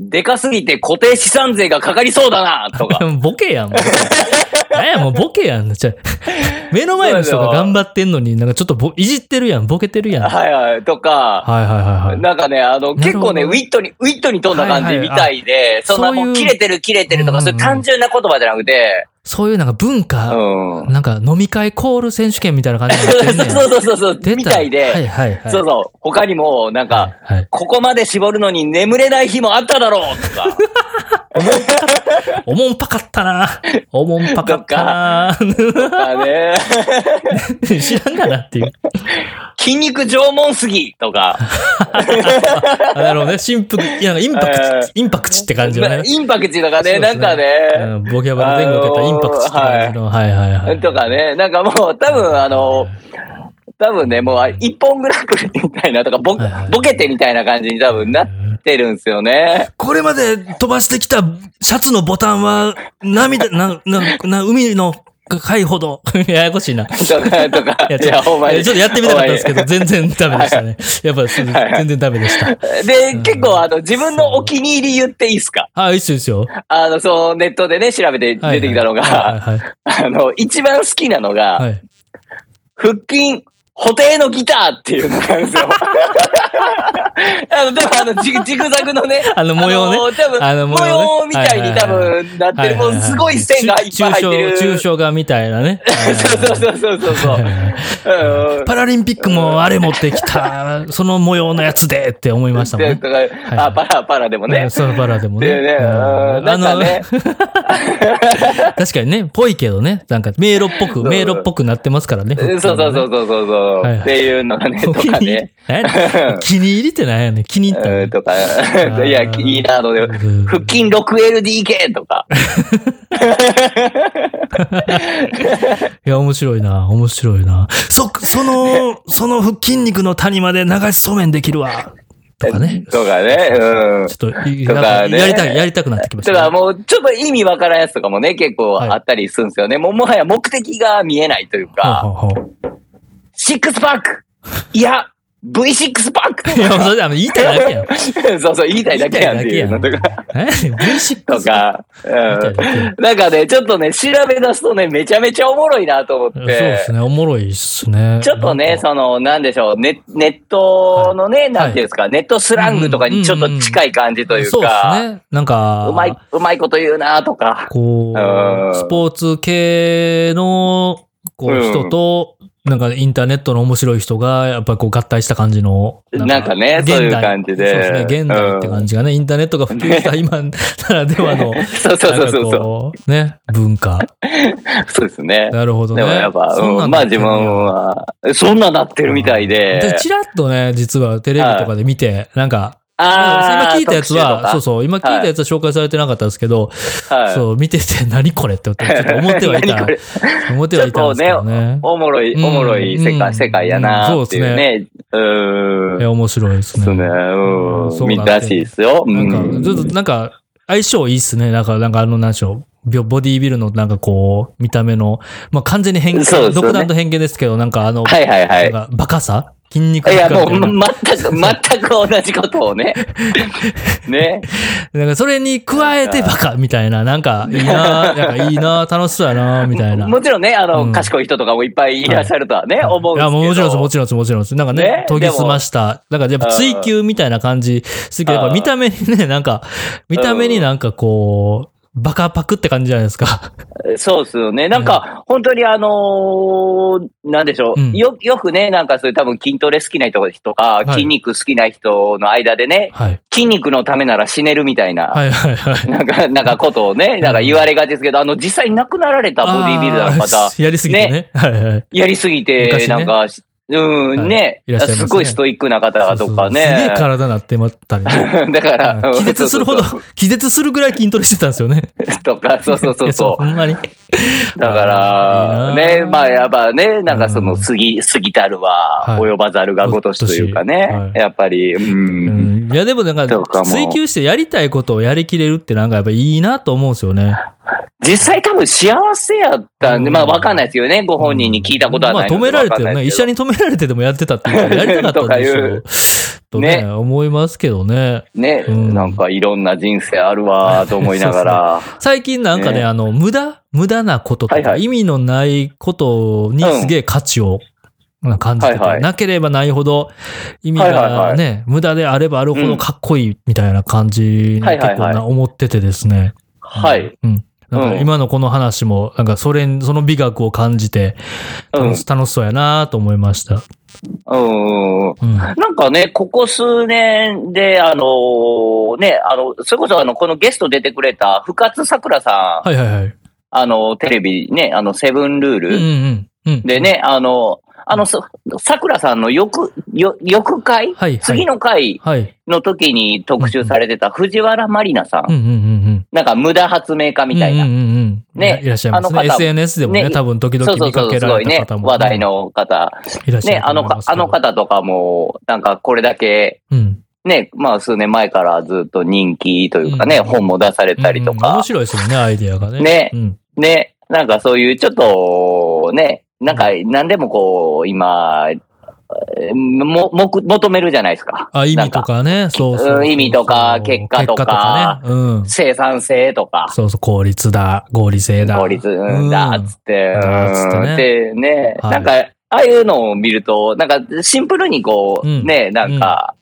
Speaker 2: でかすぎて固定資産税がかかりそうだな、とか。
Speaker 1: ボケやん。もうなんや、もうボケやん。じゃあ 目の前の人が頑張ってんのに、なんかちょっとぼいじってるやん。ボケて るやん。 はい
Speaker 2: はいはい、とか、
Speaker 1: はいはいはい。
Speaker 2: なんかね、あ
Speaker 1: なる
Speaker 2: の、結
Speaker 1: ほど
Speaker 2: 構ね、ウィットに、ウィットに飛んだ感
Speaker 1: はい
Speaker 2: じ
Speaker 1: はい
Speaker 2: みたいで、そんな
Speaker 1: そういう
Speaker 2: もう、切れてる切れてるとか、
Speaker 1: うん
Speaker 2: そういう単純な言葉じゃなくて、
Speaker 1: そういうなんか文
Speaker 2: う
Speaker 1: 化、
Speaker 2: ん。
Speaker 1: なんか飲み会コール選手権みたいな感じになってんねん。
Speaker 2: そうそうそうそう
Speaker 1: 出
Speaker 2: そう、みたい
Speaker 1: は
Speaker 2: で、
Speaker 1: いはいはい。
Speaker 2: そうそう、他にも、なん
Speaker 1: は
Speaker 2: か、
Speaker 1: いはい
Speaker 2: ここまで絞るのに眠れない日もあっただろうとか、
Speaker 1: おもんぱかったな。おもんぱかったな。
Speaker 2: と かね、
Speaker 1: 知らんがなっていう。
Speaker 2: 筋肉縄文すぎとか、
Speaker 1: あなるほどね。シンプル、いや、インパクチ、
Speaker 2: えー
Speaker 1: インパクチって感じよね。
Speaker 2: インパクチーとかね、
Speaker 1: そうで
Speaker 2: な
Speaker 1: すね
Speaker 2: んかね、
Speaker 1: うんボキャブラ前後出たインパクチって感じの。はいはいはい。
Speaker 2: とかね、なんかもう、多分あの、多分ね、もうあ、一本グランプリみたいなとか、ボ
Speaker 1: はいはい
Speaker 2: ボケてみたいな感じに多分なってるんですよ ね。
Speaker 1: これまで飛ばしてきたシャツのボタンは、涙、な、な、な、海の海ほど、 ややこしいな。い
Speaker 2: とか、とか。
Speaker 1: や、
Speaker 2: い
Speaker 1: ち
Speaker 2: や、
Speaker 1: ょ
Speaker 2: ほんまに。
Speaker 1: ちょっとやってみたかったんですけど、全然ダメでしたね。やっぱ、そう
Speaker 2: はい
Speaker 1: 全然ダメでした。
Speaker 2: で
Speaker 1: うん、
Speaker 2: 結構、あの、自分のお気に入り言っていいですか
Speaker 1: あ、いいっすよ、いいっすよ。
Speaker 2: あの、そう、ネットでね、調べて出てきたの
Speaker 1: はい
Speaker 2: が、
Speaker 1: はいはい
Speaker 2: あの、一番好きなの
Speaker 1: は
Speaker 2: が、
Speaker 1: い。
Speaker 2: 腹筋、補定のギターっていうのなんですよ。あの、でも、あの、ジグジグザグのね、
Speaker 1: あの模様ね
Speaker 2: あの多分
Speaker 1: あの模
Speaker 2: 模
Speaker 1: 様ね
Speaker 2: 様みたいに多分なってる、もうすごい線がいっぱい入ってる。
Speaker 1: 抽象画みたいな ね。
Speaker 2: そうそうそうそうそう。うん
Speaker 1: パラリンピックもあれ持ってきた、その模様のやつでって思いましたもん
Speaker 2: で
Speaker 1: ね
Speaker 2: と。かあ、パラパラでも
Speaker 1: う
Speaker 2: ね
Speaker 1: ん。そうパラでもね。
Speaker 2: でね、う
Speaker 1: うん
Speaker 2: んなんかね、
Speaker 1: あの 確かにね、ぽいけどね、なんか迷路っぽく、
Speaker 2: ん
Speaker 1: 迷路っぽくなってますからね。
Speaker 2: そうそうそうそうそうそ、
Speaker 1: はいう
Speaker 2: っていうのがね、と
Speaker 1: お気
Speaker 2: か
Speaker 1: に入り
Speaker 2: ね、
Speaker 1: 何やねん お気に入りって何やねん気に入った
Speaker 2: うんとか、いや、いいなので、
Speaker 1: うん
Speaker 2: 腹筋 6LDK とか、
Speaker 1: いや、面白いな、面白いな。そ、そ の、その筋肉の谷まで流しそうめんできるわ。とかね。
Speaker 2: とかね、うん。
Speaker 1: ちょっと、い
Speaker 2: とかね
Speaker 1: やりたい、やりたくなってきまし
Speaker 2: だ
Speaker 1: た
Speaker 2: から
Speaker 1: ね。
Speaker 2: もう、ちょっと意味わからんやつとかもね、結構
Speaker 1: はい
Speaker 2: あったりするんですよね。もう、もはや目的が見えないという
Speaker 1: はあ
Speaker 2: か、
Speaker 1: はあはあ
Speaker 2: シックスパックいや、V6 パック
Speaker 1: いや、それであの言いたいだけやん。
Speaker 2: そうそう、言いたいだけやんっていうのとか、
Speaker 1: え ?V6 言いたいだけやん。
Speaker 2: とか、うんなんかね、ちょっとね、調べ出すとね、めちゃめちゃおもろいなと思っ
Speaker 1: そうで
Speaker 2: て
Speaker 1: す。ね、おもろいっすね。
Speaker 2: ちょっとね、その、なんでしょう、ネネットのね、なんていうんですか、ネットスラングとかにちょっと近い感じという
Speaker 1: そうです
Speaker 2: か、
Speaker 1: ね。なんか、
Speaker 2: うまい、うまいこと言うなとか。
Speaker 1: こ
Speaker 2: う
Speaker 1: う、
Speaker 2: ん
Speaker 1: スポーツ系のこ
Speaker 2: う
Speaker 1: うん人と、なんかインターネットの面白い人が、やっぱりこう合体した感じの。
Speaker 2: なんかねそういう感じで
Speaker 1: そうですね、現代って感じがね、インターネットが普及 した今ならではの、
Speaker 2: そうそうそうそう
Speaker 1: なんか
Speaker 2: そ
Speaker 1: こうね、文化。
Speaker 2: う。そうですね。
Speaker 1: なるほどね。
Speaker 2: でもやっぱ、
Speaker 1: そん
Speaker 2: う
Speaker 1: なん
Speaker 2: ん、
Speaker 1: な
Speaker 2: まあ
Speaker 1: って
Speaker 2: 自
Speaker 1: んだ
Speaker 2: 分は、そんななってるみたいで
Speaker 1: で、。ちらっとね、実はテレビとかで見て、なんか、今
Speaker 2: ああ、
Speaker 1: 聞いたやつは、そう
Speaker 2: 特集と
Speaker 1: そう、今聞いたやつは紹介されてなかったんですけど、
Speaker 2: かはい
Speaker 1: そう、見てて、何これってちょっと思ってはい
Speaker 2: 何
Speaker 1: た
Speaker 2: こ。れ
Speaker 1: 思ってはいたんですけどね。
Speaker 2: おもろい、
Speaker 1: うん
Speaker 2: おもろい世界、
Speaker 1: うん
Speaker 2: 世界やなーっていうね。う
Speaker 1: い
Speaker 2: ーん。
Speaker 1: や、面白いです
Speaker 2: そう
Speaker 1: ね。
Speaker 2: ね。
Speaker 1: うん
Speaker 2: う
Speaker 1: そ
Speaker 2: ん。
Speaker 1: う
Speaker 2: 見
Speaker 1: なん
Speaker 2: た
Speaker 1: だ
Speaker 2: らしいですよ。う
Speaker 1: なんか、
Speaker 2: ん
Speaker 1: ちょっとなんか、相性いいっすね。なんか、なんかあの、なんでしょう。ボボディービルのなんかこう、見た目の、まあ完全に偏見、
Speaker 2: そうですよね
Speaker 1: 独断と偏見ですけど、なんかあの、
Speaker 2: はいはいは
Speaker 1: なん
Speaker 2: い。
Speaker 1: かバカさ筋肉
Speaker 2: いや、もう、
Speaker 1: 感
Speaker 2: ま全く、全く同じこと をね。ね。
Speaker 1: なんかそれに加えてバカみたいな、なんかいいな、なんかいいな、楽しそうやな、みたいな。
Speaker 2: もちろんね、あの、
Speaker 1: うん
Speaker 2: 賢い人とかもいっぱいいらっしゃるとはね、思うん
Speaker 1: い
Speaker 2: です
Speaker 1: や、
Speaker 2: けど。
Speaker 1: もうもちろんです、もちろんです、もちろんです。なんかね
Speaker 2: ね、
Speaker 1: 研ぎ澄ました。なんかやっぱ追求みたいな感じするけど、
Speaker 2: うん
Speaker 1: やっぱ見た目にね、なんか、見た目になんかこう、バカパクって感じじゃないですか。
Speaker 2: そうっすよね。なんか、本当にあのーなんでしょう、
Speaker 1: うん
Speaker 2: よ、よくね、なんかそういう多分筋トレ好きな人とか、
Speaker 1: い
Speaker 2: 筋肉好きな人の間でね、
Speaker 1: はい。
Speaker 2: 筋肉のためなら死ねるみたいな、
Speaker 1: はいはいはい。
Speaker 2: なんか、なんかことをね、なんか言われがちですけど、あの、実際亡くなられたボディービルダーの
Speaker 1: あ
Speaker 2: 方、
Speaker 1: ーやりすぎてね。はいはい。
Speaker 2: やりすぎ
Speaker 1: 昔ね
Speaker 2: て、なんか、う
Speaker 1: はい
Speaker 2: ん、ね、
Speaker 1: いらっしゃいますね
Speaker 2: すごいストイックな方とか
Speaker 1: そうそうすげ
Speaker 2: ね
Speaker 1: え。体なってまったりね。
Speaker 2: だか
Speaker 1: うん
Speaker 2: ら、、
Speaker 1: 気絶するほど 気絶するぐらい筋トレしてたんですよね。
Speaker 2: とか、そうそうそ
Speaker 1: いうや
Speaker 2: そ
Speaker 1: ほ。
Speaker 2: う
Speaker 1: んまに。
Speaker 2: だ
Speaker 1: あ
Speaker 2: か
Speaker 1: ー
Speaker 2: ら、
Speaker 1: いい
Speaker 2: ね、
Speaker 1: なー
Speaker 2: まあ、やっぱね、なんかそうの、
Speaker 1: ん
Speaker 2: 過ぎ、過ぎたるは、
Speaker 1: はい
Speaker 2: 及ばざるがごとしというか
Speaker 1: ごと
Speaker 2: ね
Speaker 1: し、はい
Speaker 2: やっぱり、うん。
Speaker 1: うんいやでもなんか
Speaker 2: とかも
Speaker 1: 追求してやりたいことをやりきれるってなんかやっぱいいなと思うんですよね。
Speaker 2: 実際多分幸せやったんで、
Speaker 1: うん
Speaker 2: まあ、わかんないですよね。ご本人に聞いたことはない
Speaker 1: まあ、止められて
Speaker 2: る
Speaker 1: るね。医者
Speaker 2: に。
Speaker 1: に止められてでもやってたっていうかやりたか ったんでしょう。とね
Speaker 2: ね
Speaker 1: 思いますけどね。
Speaker 2: ね、
Speaker 1: うん
Speaker 2: なんかいろんな人生あるわ、と思いながら。
Speaker 1: 最近なんかね、
Speaker 2: ね
Speaker 1: あの、無駄、無駄なこととか、
Speaker 2: はいはい
Speaker 1: 意味のないことに
Speaker 2: うん
Speaker 1: すげえ価値を、なんか感じてて、
Speaker 2: はいはい
Speaker 1: なければないほど、意味
Speaker 2: はいはい
Speaker 1: が
Speaker 2: はい
Speaker 1: ね、無駄であればあるほどかっこいいみたいな感じに
Speaker 2: はい
Speaker 1: 結
Speaker 2: はいはい
Speaker 1: 構な思っててですね。
Speaker 2: はい。。
Speaker 1: うん。なん
Speaker 2: う
Speaker 1: か
Speaker 2: ん
Speaker 1: 今のこの話も、なんかそれ、その美学を感じて、
Speaker 2: うん
Speaker 1: 楽し楽しそうやなと思いました。
Speaker 2: うん。
Speaker 1: うん。
Speaker 2: なんかね、ここ数年で、あのね、あの、それこそあの、このゲスト出てくれた、深津さくらさん、
Speaker 1: はいはいはい。
Speaker 2: あの、テレビね、あの、セブンルール、
Speaker 1: うんうんうんうん。
Speaker 2: でね、あの、あの、そさくらさんの翌、よ翌
Speaker 1: は
Speaker 2: 回、
Speaker 1: いはい
Speaker 2: 次の回
Speaker 1: はい。
Speaker 2: の時に特集されてた藤原まりなさ
Speaker 1: う
Speaker 2: ん、
Speaker 1: んうんうんうん。
Speaker 2: なんか無駄発明家みたいな、
Speaker 1: うんうんうんうん。
Speaker 2: ね
Speaker 1: いらっしゃいますね。
Speaker 2: あの方
Speaker 1: SNS でもね、
Speaker 2: ね
Speaker 1: 多分時々
Speaker 2: そうそう
Speaker 1: 見
Speaker 2: そ
Speaker 1: か
Speaker 2: う、
Speaker 1: け
Speaker 2: す
Speaker 1: ら
Speaker 2: ご
Speaker 1: れ
Speaker 2: い
Speaker 1: た
Speaker 2: ね
Speaker 1: 方、も、
Speaker 2: 話題の方、
Speaker 1: いらっしゃ
Speaker 2: ね
Speaker 1: る、と
Speaker 2: あの
Speaker 1: 思い
Speaker 2: か
Speaker 1: ますけ
Speaker 2: あ
Speaker 1: ど
Speaker 2: の。方とかも、なんかこれだけ、
Speaker 1: うん。
Speaker 2: ね、まあ数年前からずっと人気というかね、
Speaker 1: うん
Speaker 2: 本も出されたりと
Speaker 1: うん面
Speaker 2: か、
Speaker 1: 白いですよね、アイディアがね。
Speaker 2: ね
Speaker 1: うん。
Speaker 2: ね、なんかそういうちょっと、ね、なんか何でもこう、今、えーも、もく、求めるじゃないですか。
Speaker 1: あ、意味と
Speaker 2: なん
Speaker 1: かね。そうそうそう
Speaker 2: うん意味とか結果とか
Speaker 1: 結果とね。うん。
Speaker 2: 生産性とか、
Speaker 1: そうそう、効率だ、合理性だ。
Speaker 2: 効率だ
Speaker 1: うん
Speaker 2: っつって、
Speaker 1: だっつってね
Speaker 2: うんでね、
Speaker 1: はい
Speaker 2: なんか、ああいうのを見ると、なんかシンプルにこう、
Speaker 1: うん
Speaker 2: ね、なんか、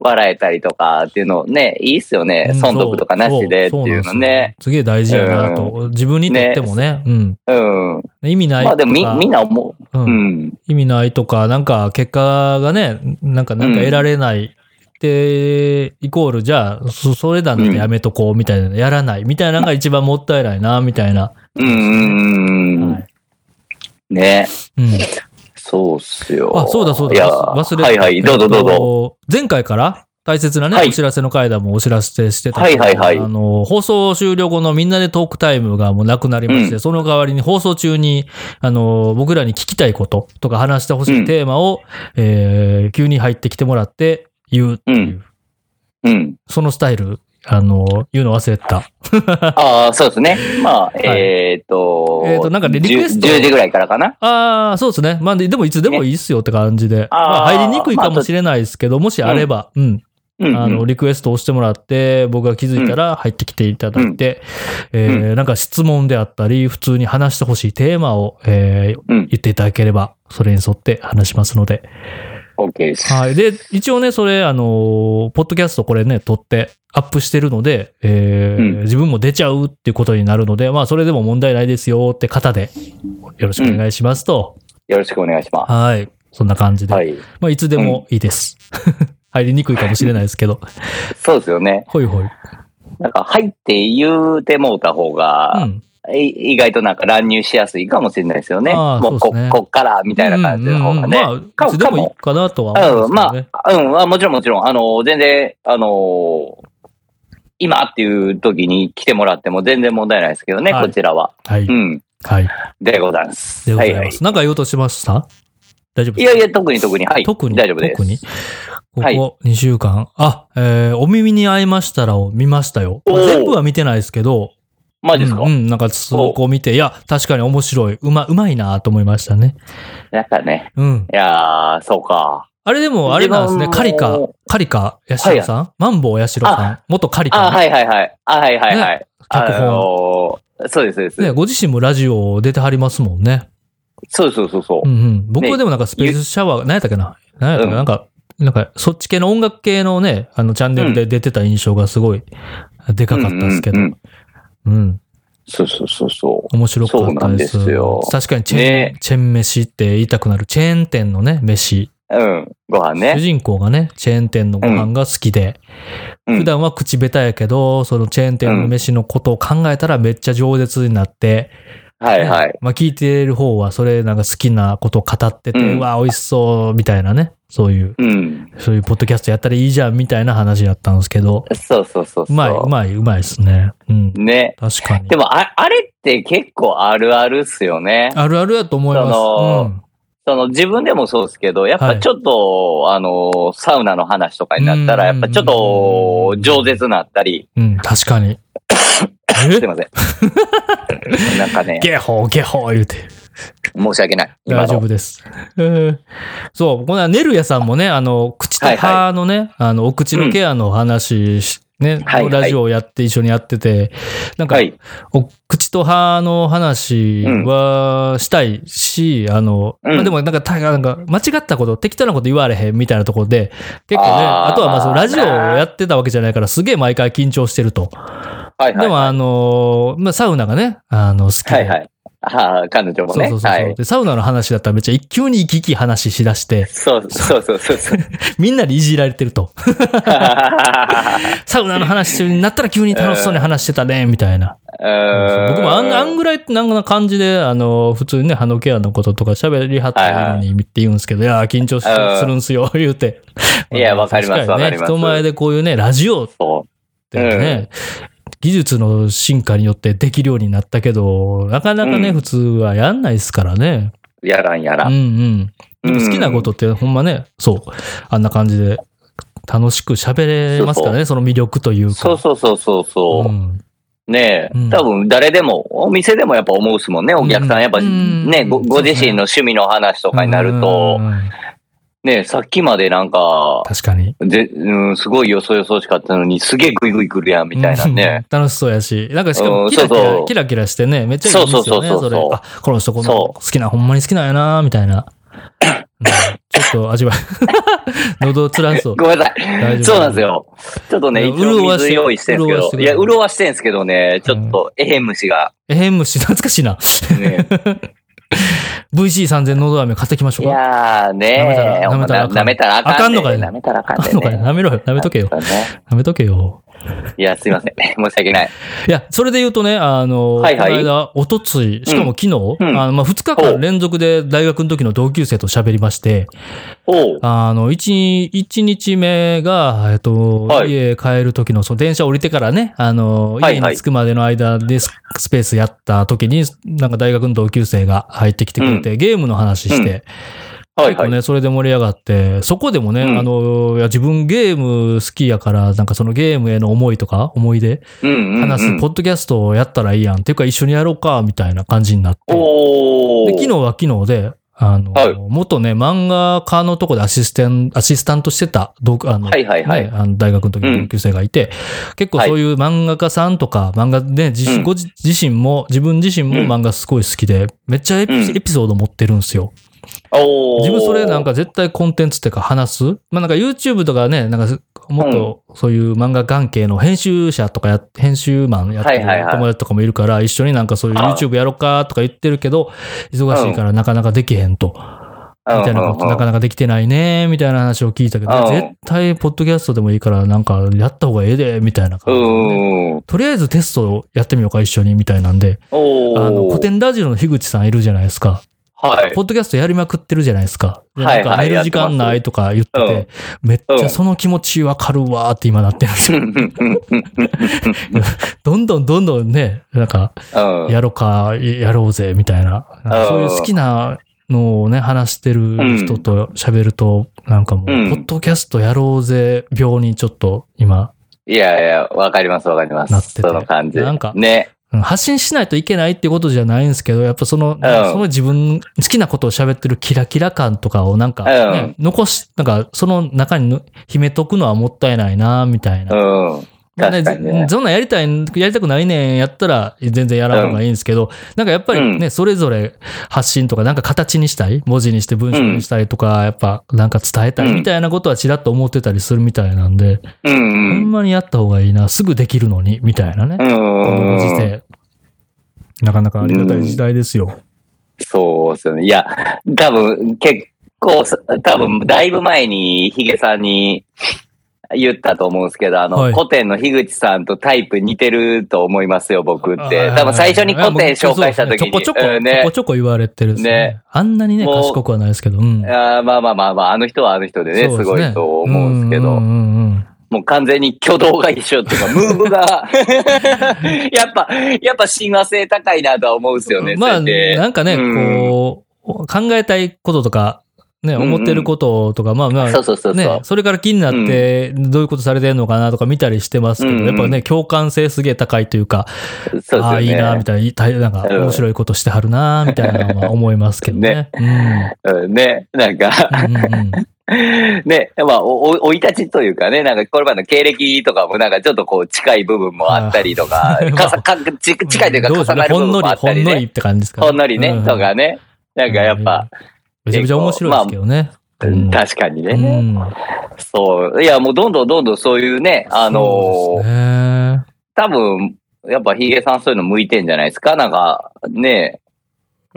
Speaker 2: 笑えたりとかっていうのね、いいっすよね。
Speaker 1: うん
Speaker 2: 損得とかなしでっていうの。
Speaker 1: そそなんです
Speaker 2: ね。
Speaker 1: よすげえ大事やなと。自分にとってもね。うん。
Speaker 2: うん。
Speaker 1: 意味ないと
Speaker 2: ま
Speaker 1: か。
Speaker 2: あでもみ、みんな思
Speaker 1: う
Speaker 2: う。
Speaker 1: ん
Speaker 2: う。ん。
Speaker 1: 意味ないとか、なんか結果がね、なんかなんか得られない。で、イコール、じゃあ、そそれだなんてやめとこう、みたいな、やらない、みたいなのが一番もったいないな、みたいな。
Speaker 2: うんうんうん
Speaker 1: は
Speaker 2: うん。ね。
Speaker 1: うん。
Speaker 2: そうっすよ。
Speaker 1: あ、そうだそう
Speaker 2: いや
Speaker 1: だ、忘れて
Speaker 2: はいはい、どうぞどうぞ。
Speaker 1: ぞ。前回から大切なね、
Speaker 2: はい
Speaker 1: お知らせの回談もお知らせしてた
Speaker 2: はいはいはい
Speaker 1: あの、放送終了後のみんなでトークタイムがもうなくなりまして、
Speaker 2: う
Speaker 1: その代わりに放送中に、あの、僕らに聞きたいこととか話してほしいテーマを、えー急に入ってきてもらって言うっていう。
Speaker 2: うんうん。
Speaker 1: そのスタイル、あの、言うの忘れてた。
Speaker 2: ああ、そうですね。 まあ、えっと、
Speaker 1: えーとなんかねリクエスト
Speaker 2: 10時ぐらいからかな。
Speaker 1: ああ、そうですね。まあ、ででもいつでもいいっすよって感じで。
Speaker 2: あー
Speaker 1: まあ、入りにくいかもしれないですけど、もしあれば、うん、
Speaker 2: うんうん。
Speaker 1: あの、リクエスト押してもらって、僕が気づいたら入ってきていただいて、えーなんか質問であったり、普通に話してほしいテーマを、えー
Speaker 2: うん
Speaker 1: 言っていただければ、それに沿って話しますので。
Speaker 2: OK です。
Speaker 1: はい。で、一応ね、それ、あのーポッドキャストこれね、撮って、アップしてるので、えー
Speaker 2: うん
Speaker 1: 自分も出ちゃうっていうことになるので、まあ、それでも問題ないですよって方で、よろしくお願いしますと、
Speaker 2: よろしくお願いしま
Speaker 1: はい。そんな感じ
Speaker 2: す。
Speaker 1: で。
Speaker 2: はい。
Speaker 1: まあ、いつでもいいです。 入りにくいかもしれないですけど。
Speaker 2: そうですよね。
Speaker 1: ほいほい。
Speaker 2: なんか、入って言うてもうた方
Speaker 1: う
Speaker 2: が、
Speaker 1: ん。
Speaker 2: い意外となんか乱入しやすいかもしれないですよね。
Speaker 1: あー
Speaker 2: もう
Speaker 1: そ
Speaker 2: こ
Speaker 1: うですね
Speaker 2: こっから、みたいな感じの方がね。
Speaker 1: うんうんうんまあ、いつでもいいかなとは思
Speaker 2: う、
Speaker 1: うんんです
Speaker 2: ま
Speaker 1: けどね。
Speaker 2: あ、うん、あもちろんもちろん、あの、全然、あの今っていう時に来てもらっても全然問題ないですけどね、
Speaker 1: はい
Speaker 2: こちらは。
Speaker 1: はい。
Speaker 2: うん、
Speaker 1: はい。
Speaker 2: でございます。
Speaker 1: でござい
Speaker 2: は
Speaker 1: ま
Speaker 2: いは
Speaker 1: す。なんか言おうとしました大丈夫
Speaker 2: い。い
Speaker 1: です
Speaker 2: や
Speaker 1: か
Speaker 2: いや、特に特に、はい。
Speaker 1: 特に、
Speaker 2: 大丈夫です。
Speaker 1: 特に。こ
Speaker 2: はい
Speaker 1: こ2週間。あ、えーお耳に合いましたらを見ましたよ。まあ
Speaker 2: おー
Speaker 1: 全部は見てないですけど、
Speaker 2: マジですか、
Speaker 1: うん、うんなんかそこを見て、いや、確かに面白い。うま、うまいなと思いましたね。
Speaker 2: なんかね、
Speaker 1: うん。
Speaker 2: いやー、そうか。
Speaker 1: あれでも、あれなんですね。
Speaker 2: 自
Speaker 1: カ
Speaker 2: 分
Speaker 1: リカ
Speaker 2: も、
Speaker 1: カリカ、ヤシロさん、マンボウヤシロさん、元カリカ、
Speaker 2: あ、はいはいはい。あ、はいはいはい。あ
Speaker 1: 脚本、
Speaker 2: のーそうです、そうです。
Speaker 1: ね。ご自身もラジオ出てはりますもんね。
Speaker 2: そうそうそうそう
Speaker 1: う。んうん。僕は
Speaker 2: ね
Speaker 1: でもなんかスペースシャワー、何やったっけな何やったっけな、
Speaker 2: うん
Speaker 1: なんか、なんか、そっち系の音楽系のね、あの、チャンネルで出てた印象がすごい、でかかったですけど。
Speaker 2: う
Speaker 1: うん
Speaker 2: うんんうんそうそうそうそう。
Speaker 1: 面白か
Speaker 2: そう
Speaker 1: った
Speaker 2: なん
Speaker 1: で。
Speaker 2: ですすよ
Speaker 1: 確かにチェーン、
Speaker 2: ね
Speaker 1: チェーン飯って言いたくなる、チェーン店のね、飯。
Speaker 2: うん、ご
Speaker 1: 主
Speaker 2: 飯ね。
Speaker 1: 人公がね、チェーン店のご飯が好きで、
Speaker 2: うん
Speaker 1: 普段は口下手やけど、そのチェーン店の飯のことを考えたらめっちゃ饒舌になって、
Speaker 2: はいはい。
Speaker 1: まあ聞いてる方はそれなんか好きなことを語ってて、う
Speaker 2: うん
Speaker 1: わ、美味しそう、みたいなね、そういう、
Speaker 2: うん。
Speaker 1: そういうポッドキャストやったらいいじゃん、みたいな話やったんですけど、
Speaker 2: そうそうそうそう
Speaker 1: うまい、うまい、うまいですね。うん。
Speaker 2: ね。
Speaker 1: 確かに
Speaker 2: で。もあ、あれって結構あるあるっすよね。
Speaker 1: あるあるやと思い
Speaker 2: その
Speaker 1: ま
Speaker 2: その自分でもそうですけど、やっ
Speaker 1: は
Speaker 2: ぱ
Speaker 1: い
Speaker 2: ちょっと、あの、サウナの話とかになったら、
Speaker 1: う
Speaker 2: や
Speaker 1: ん
Speaker 2: っぱちょっと、饒舌なったり、
Speaker 1: す。うん。うん、確か に。
Speaker 2: す
Speaker 1: え
Speaker 2: いませ ん。なんかね、
Speaker 1: ゲホーゲホー言うて。
Speaker 2: 申し訳ない。今
Speaker 1: 大丈
Speaker 2: の。
Speaker 1: 夫です。えーそう、この間ネルヤさんもね、あの、口と
Speaker 2: はいはい
Speaker 1: 歯のね、あの、お口のケアの話し、ね、
Speaker 2: はいはい
Speaker 1: ラジオをやって、一緒にやってて、なんか、
Speaker 2: はい。
Speaker 1: お口と歯の話はしたいし、あの、
Speaker 2: うん
Speaker 1: まあ、でもなんか、たなんか、間違ったこと、適当なこと言われへんみたいなところで、結構ね、
Speaker 2: あ
Speaker 1: あ
Speaker 2: ー
Speaker 1: とはまあ、そのラジオをやってたわけじゃないから、すげえ毎回緊張してると。
Speaker 2: はいはい。
Speaker 1: でも、あの、まあ、サウナがね、あの、好きで、
Speaker 2: はいはい。はあ、彼女も
Speaker 1: そう
Speaker 2: ね。
Speaker 1: そうそうそう、
Speaker 2: はい。
Speaker 1: で、サウナの話だったらめっちゃ一急に生き生き話しだ して、
Speaker 2: そうそうそうそうそう。
Speaker 1: みんなでいじられてる と。サウナの話になったら急に楽しそうに話してたね、みたいな。僕もあんあん
Speaker 2: ぐ
Speaker 1: ぐらいなんかな感じで、あの、普通にね、歯のケアのこととか喋りはったらいいのにって言うんですけど、いやー、緊張し
Speaker 2: うん
Speaker 1: するんすよ、言うて。
Speaker 2: いやわかります
Speaker 1: 確にね
Speaker 2: わかります
Speaker 1: 人前でこういうね、ラジオっ
Speaker 2: そ
Speaker 1: てね、技術の進化によってできるようになったけど、なかなかね、
Speaker 2: うん
Speaker 1: 普通はやんないですからね。
Speaker 2: う。やらんやら
Speaker 1: うん
Speaker 2: ん。
Speaker 1: うん。でも好きなことってほんまね、そう、あんな感じで楽しく喋れますからね、その魅力という
Speaker 2: うん。
Speaker 1: か。
Speaker 2: そうそうそうそうそう。
Speaker 1: うん
Speaker 2: ねえ、
Speaker 1: うん
Speaker 2: 多分誰でも、お店でもやっぱ思うっすもんね、お客さん。やっぱ
Speaker 1: うん
Speaker 2: ね、ごご自身の趣味の話とかになると
Speaker 1: う、ん
Speaker 2: ねえ、さっきまでなんか、
Speaker 1: 確かに。
Speaker 2: ぜうん、すごいよそよそしかったのに、すげえグイグイ来るやん、みたいなね。
Speaker 1: うん。楽しそうやし、なんかしか
Speaker 2: う
Speaker 1: も
Speaker 2: ん
Speaker 1: キラキラ
Speaker 2: そうそう
Speaker 1: キラキラしてね、めっちゃいいですよね、
Speaker 2: そうそうそうそう
Speaker 1: れ。あ、この人この
Speaker 2: そ
Speaker 1: 好きな、ほんまに好きなんやなみた いな。うんちょっと味わい。 喉つらそう。
Speaker 2: ごめんなさ
Speaker 1: 大丈夫
Speaker 2: い。そうなんですよ。ちょっと
Speaker 1: い
Speaker 2: ね、
Speaker 1: や
Speaker 2: 一応
Speaker 1: 潤わして
Speaker 2: 水用意してんすけ
Speaker 1: 潤わし
Speaker 2: ど
Speaker 1: て、く
Speaker 2: い
Speaker 1: れ
Speaker 2: や、潤わしてんすけどね、ちょっと、えへん虫が、
Speaker 1: えん虫、懐かしいな。
Speaker 2: ね。
Speaker 1: VC3000 喉飴買ってきましょ
Speaker 2: いう
Speaker 1: か。
Speaker 2: やーね
Speaker 1: 舐めたら
Speaker 2: ほんまな舐めたらあかん。
Speaker 1: あかんのかい
Speaker 2: 舐めたらあかん
Speaker 1: あ
Speaker 2: で
Speaker 1: んのかね
Speaker 2: ね。
Speaker 1: 舐めろよ。舐めとけよ
Speaker 2: ち。ょっね
Speaker 1: 舐めとけよ。
Speaker 2: いや、すいません。 申し訳ない。
Speaker 1: いや、それで言うとね、あの、
Speaker 2: はいはい
Speaker 1: この間、おとつい、しかも昨日、
Speaker 2: うん
Speaker 1: あのまあ、2日間連続で大学の時の同級生と喋りまして、
Speaker 2: おう。
Speaker 1: あの、1、一日目が、えっと、
Speaker 2: はい
Speaker 1: 家帰る時の、その電車降りてからね、あの、
Speaker 2: はい
Speaker 1: 家
Speaker 2: はい
Speaker 1: に着くまでの間でススペースやった時に、なんか大学の同級生が入ってきてくれて、ゲームの話して、
Speaker 2: はい
Speaker 1: 結
Speaker 2: は
Speaker 1: 構
Speaker 2: い。
Speaker 1: ね、それで盛り上がって、そこでもね、
Speaker 2: うん
Speaker 1: あの、いや、自分ゲーム好きやから、なんかそのゲームへの思いとか、思い出
Speaker 2: うんうんうん。
Speaker 1: 話すポッドキャストをやったらいいやん。っていうか一緒にやろうか、みたいな感じになって。
Speaker 2: お
Speaker 1: で
Speaker 2: ー
Speaker 1: 昨日は昨日で、あの、
Speaker 2: はい
Speaker 1: 元ね、漫画家のとこでアシスタント、アシスタントしてた、同あの、
Speaker 2: はいはいはい
Speaker 1: ねあの大学の時の同級生がいて、結構そういう漫画家さんとか、漫画で、自身
Speaker 2: うん
Speaker 1: ご自自身も、自分自身も
Speaker 2: うん
Speaker 1: 漫画すごい好きで、めっちゃエピ,、
Speaker 2: うん
Speaker 1: エピソード持ってるんですよ。
Speaker 2: おー
Speaker 1: 自分それなんか絶対コンテンツっていうか話すまあなんか YouTube とかね、なんかもっとそういう漫画関係の編集者とかや、編集マンやってる
Speaker 2: はいはいはい
Speaker 1: 友達とかもいるから、一緒になんかそういう
Speaker 2: あ
Speaker 1: YouTube やろうかとか言ってるけど、忙しいからなかなかできへんと。みたいなことなかなかできてないね、みたいな話を聞いたけ
Speaker 2: う
Speaker 1: ど、
Speaker 2: ん
Speaker 1: 絶対ポッドキャストでもいいからなんかやった方がええで、みたいな
Speaker 2: う
Speaker 1: 感じでね
Speaker 2: んうん。
Speaker 1: とりあえずテストをやってみようか、一緒に、みたいなんで。
Speaker 2: おー
Speaker 1: あの、古典ラジオの樋口さんいるじゃないですか。
Speaker 2: はい。
Speaker 1: ポッドキャストやりまくってるじゃないですか。で
Speaker 2: はい
Speaker 1: なんか
Speaker 2: はい
Speaker 1: 寝る時間ないとか言って、
Speaker 2: やって
Speaker 1: めっちゃその気持ちわかるわーって今なってるんですよ。どんどんどんどんね、なんか、
Speaker 2: うん
Speaker 1: やろか、やろうぜ、みたいな。なんかそういう好きなのをね、話してる人と喋ると、なんかもう、
Speaker 2: うん
Speaker 1: ポッドキャストやろうぜ、病にちょっと今、
Speaker 2: いやいや、わかりますわかりま
Speaker 1: なって
Speaker 2: す。
Speaker 1: て
Speaker 2: その感じ。
Speaker 1: なんか
Speaker 2: ね。
Speaker 1: うん発信しないといけないってことじゃないんですけど、やっぱその、その自分、好きなことを喋ってるキラキラ感とかをなんか、ね残し、なんかその中にの秘めとくのはもったいないな、みたいな
Speaker 2: う。ん。確かにね
Speaker 1: ねそんなんやりたいん、やりたくないねんやったら全然やらん方がいいんですけど、なんかやっぱりね、それぞれ発信とかなんか形にしたい、文字にして文章にしたりとか、やっぱなんか伝えたいみたいなことはちらっと思ってたりするみたいなんで、
Speaker 2: う
Speaker 1: ほん
Speaker 2: ん
Speaker 1: まにやった方がいいな、すぐできるのに、みたいなね
Speaker 2: う。ん。
Speaker 1: このご時
Speaker 2: うん。
Speaker 1: 世。なかなかありがたい時代ですよ。
Speaker 2: そうですよね。いや、多分結構、多分だいぶ前にヒゲさんに言ったと思うんですけど、あの、
Speaker 1: はい
Speaker 2: 古典の樋口さんとタイプ似てると思いますよ、僕っ
Speaker 1: あはい
Speaker 2: て。
Speaker 1: はい
Speaker 2: 多分最初に古典紹介した時
Speaker 1: ちょ
Speaker 2: に。
Speaker 1: こちょこ、
Speaker 2: うん
Speaker 1: ちょ
Speaker 2: ね
Speaker 1: こ。ちょこ言われてるですね。
Speaker 2: ね
Speaker 1: あんなにね、
Speaker 2: もう
Speaker 1: 賢くはないですけど。うん。
Speaker 2: あーまあまあまあまあ、あの人はあの人でね、
Speaker 1: そうです
Speaker 2: ごいと思うんですけど。
Speaker 1: うんうんうんうん
Speaker 2: もう完全に挙動が一緒っていうか、ムー ブが、やっぱ、やっぱ親和性高いなとは思うんですよね。
Speaker 1: まあ、
Speaker 2: そうやって
Speaker 1: なんかね、
Speaker 2: うん
Speaker 1: こう、考えたいこととか、ね、
Speaker 2: うんうん
Speaker 1: 思ってることとか、まあまあ、
Speaker 2: そうそうそうそう。
Speaker 1: ね、それから気になって、どういうことされてるのかなとか見たりしてますけど、
Speaker 2: うんうん
Speaker 1: やっぱね、共感性すげえ高いというか、
Speaker 2: そうですよね。
Speaker 1: ああ、いいな、みたいなたい、なんか
Speaker 2: うん
Speaker 1: 面白いことしてはるな、みたいなのは思いますけどね。
Speaker 2: うんね、なんか、
Speaker 1: うん。うんうんうん
Speaker 2: ね、まあ、お、お、生い立ちというかね、なんか、これまでの経歴とかも、なんか、ちょっとこう、近い部分もあったり とか、
Speaker 1: い
Speaker 2: かさ、 か、ち、近いというか、
Speaker 1: どうです
Speaker 2: 重
Speaker 1: ね
Speaker 2: なる
Speaker 1: ほん
Speaker 2: 部
Speaker 1: の
Speaker 2: 分もあ
Speaker 1: り、
Speaker 2: った
Speaker 1: ほ
Speaker 2: り
Speaker 1: んのり
Speaker 2: ね。
Speaker 1: って感じですか
Speaker 2: ほんのりね、とかね。なんか、やっぱ、
Speaker 1: めちゃめちゃ面白いですけどね。うん
Speaker 2: 確かに
Speaker 1: う
Speaker 2: ね。
Speaker 1: ん
Speaker 2: そう。いや、もう、どんどんどんどんそういうね、あの
Speaker 1: そうですね
Speaker 2: 多分、やっぱヒゲさんそういうの向いてんじゃないですかなんか、ね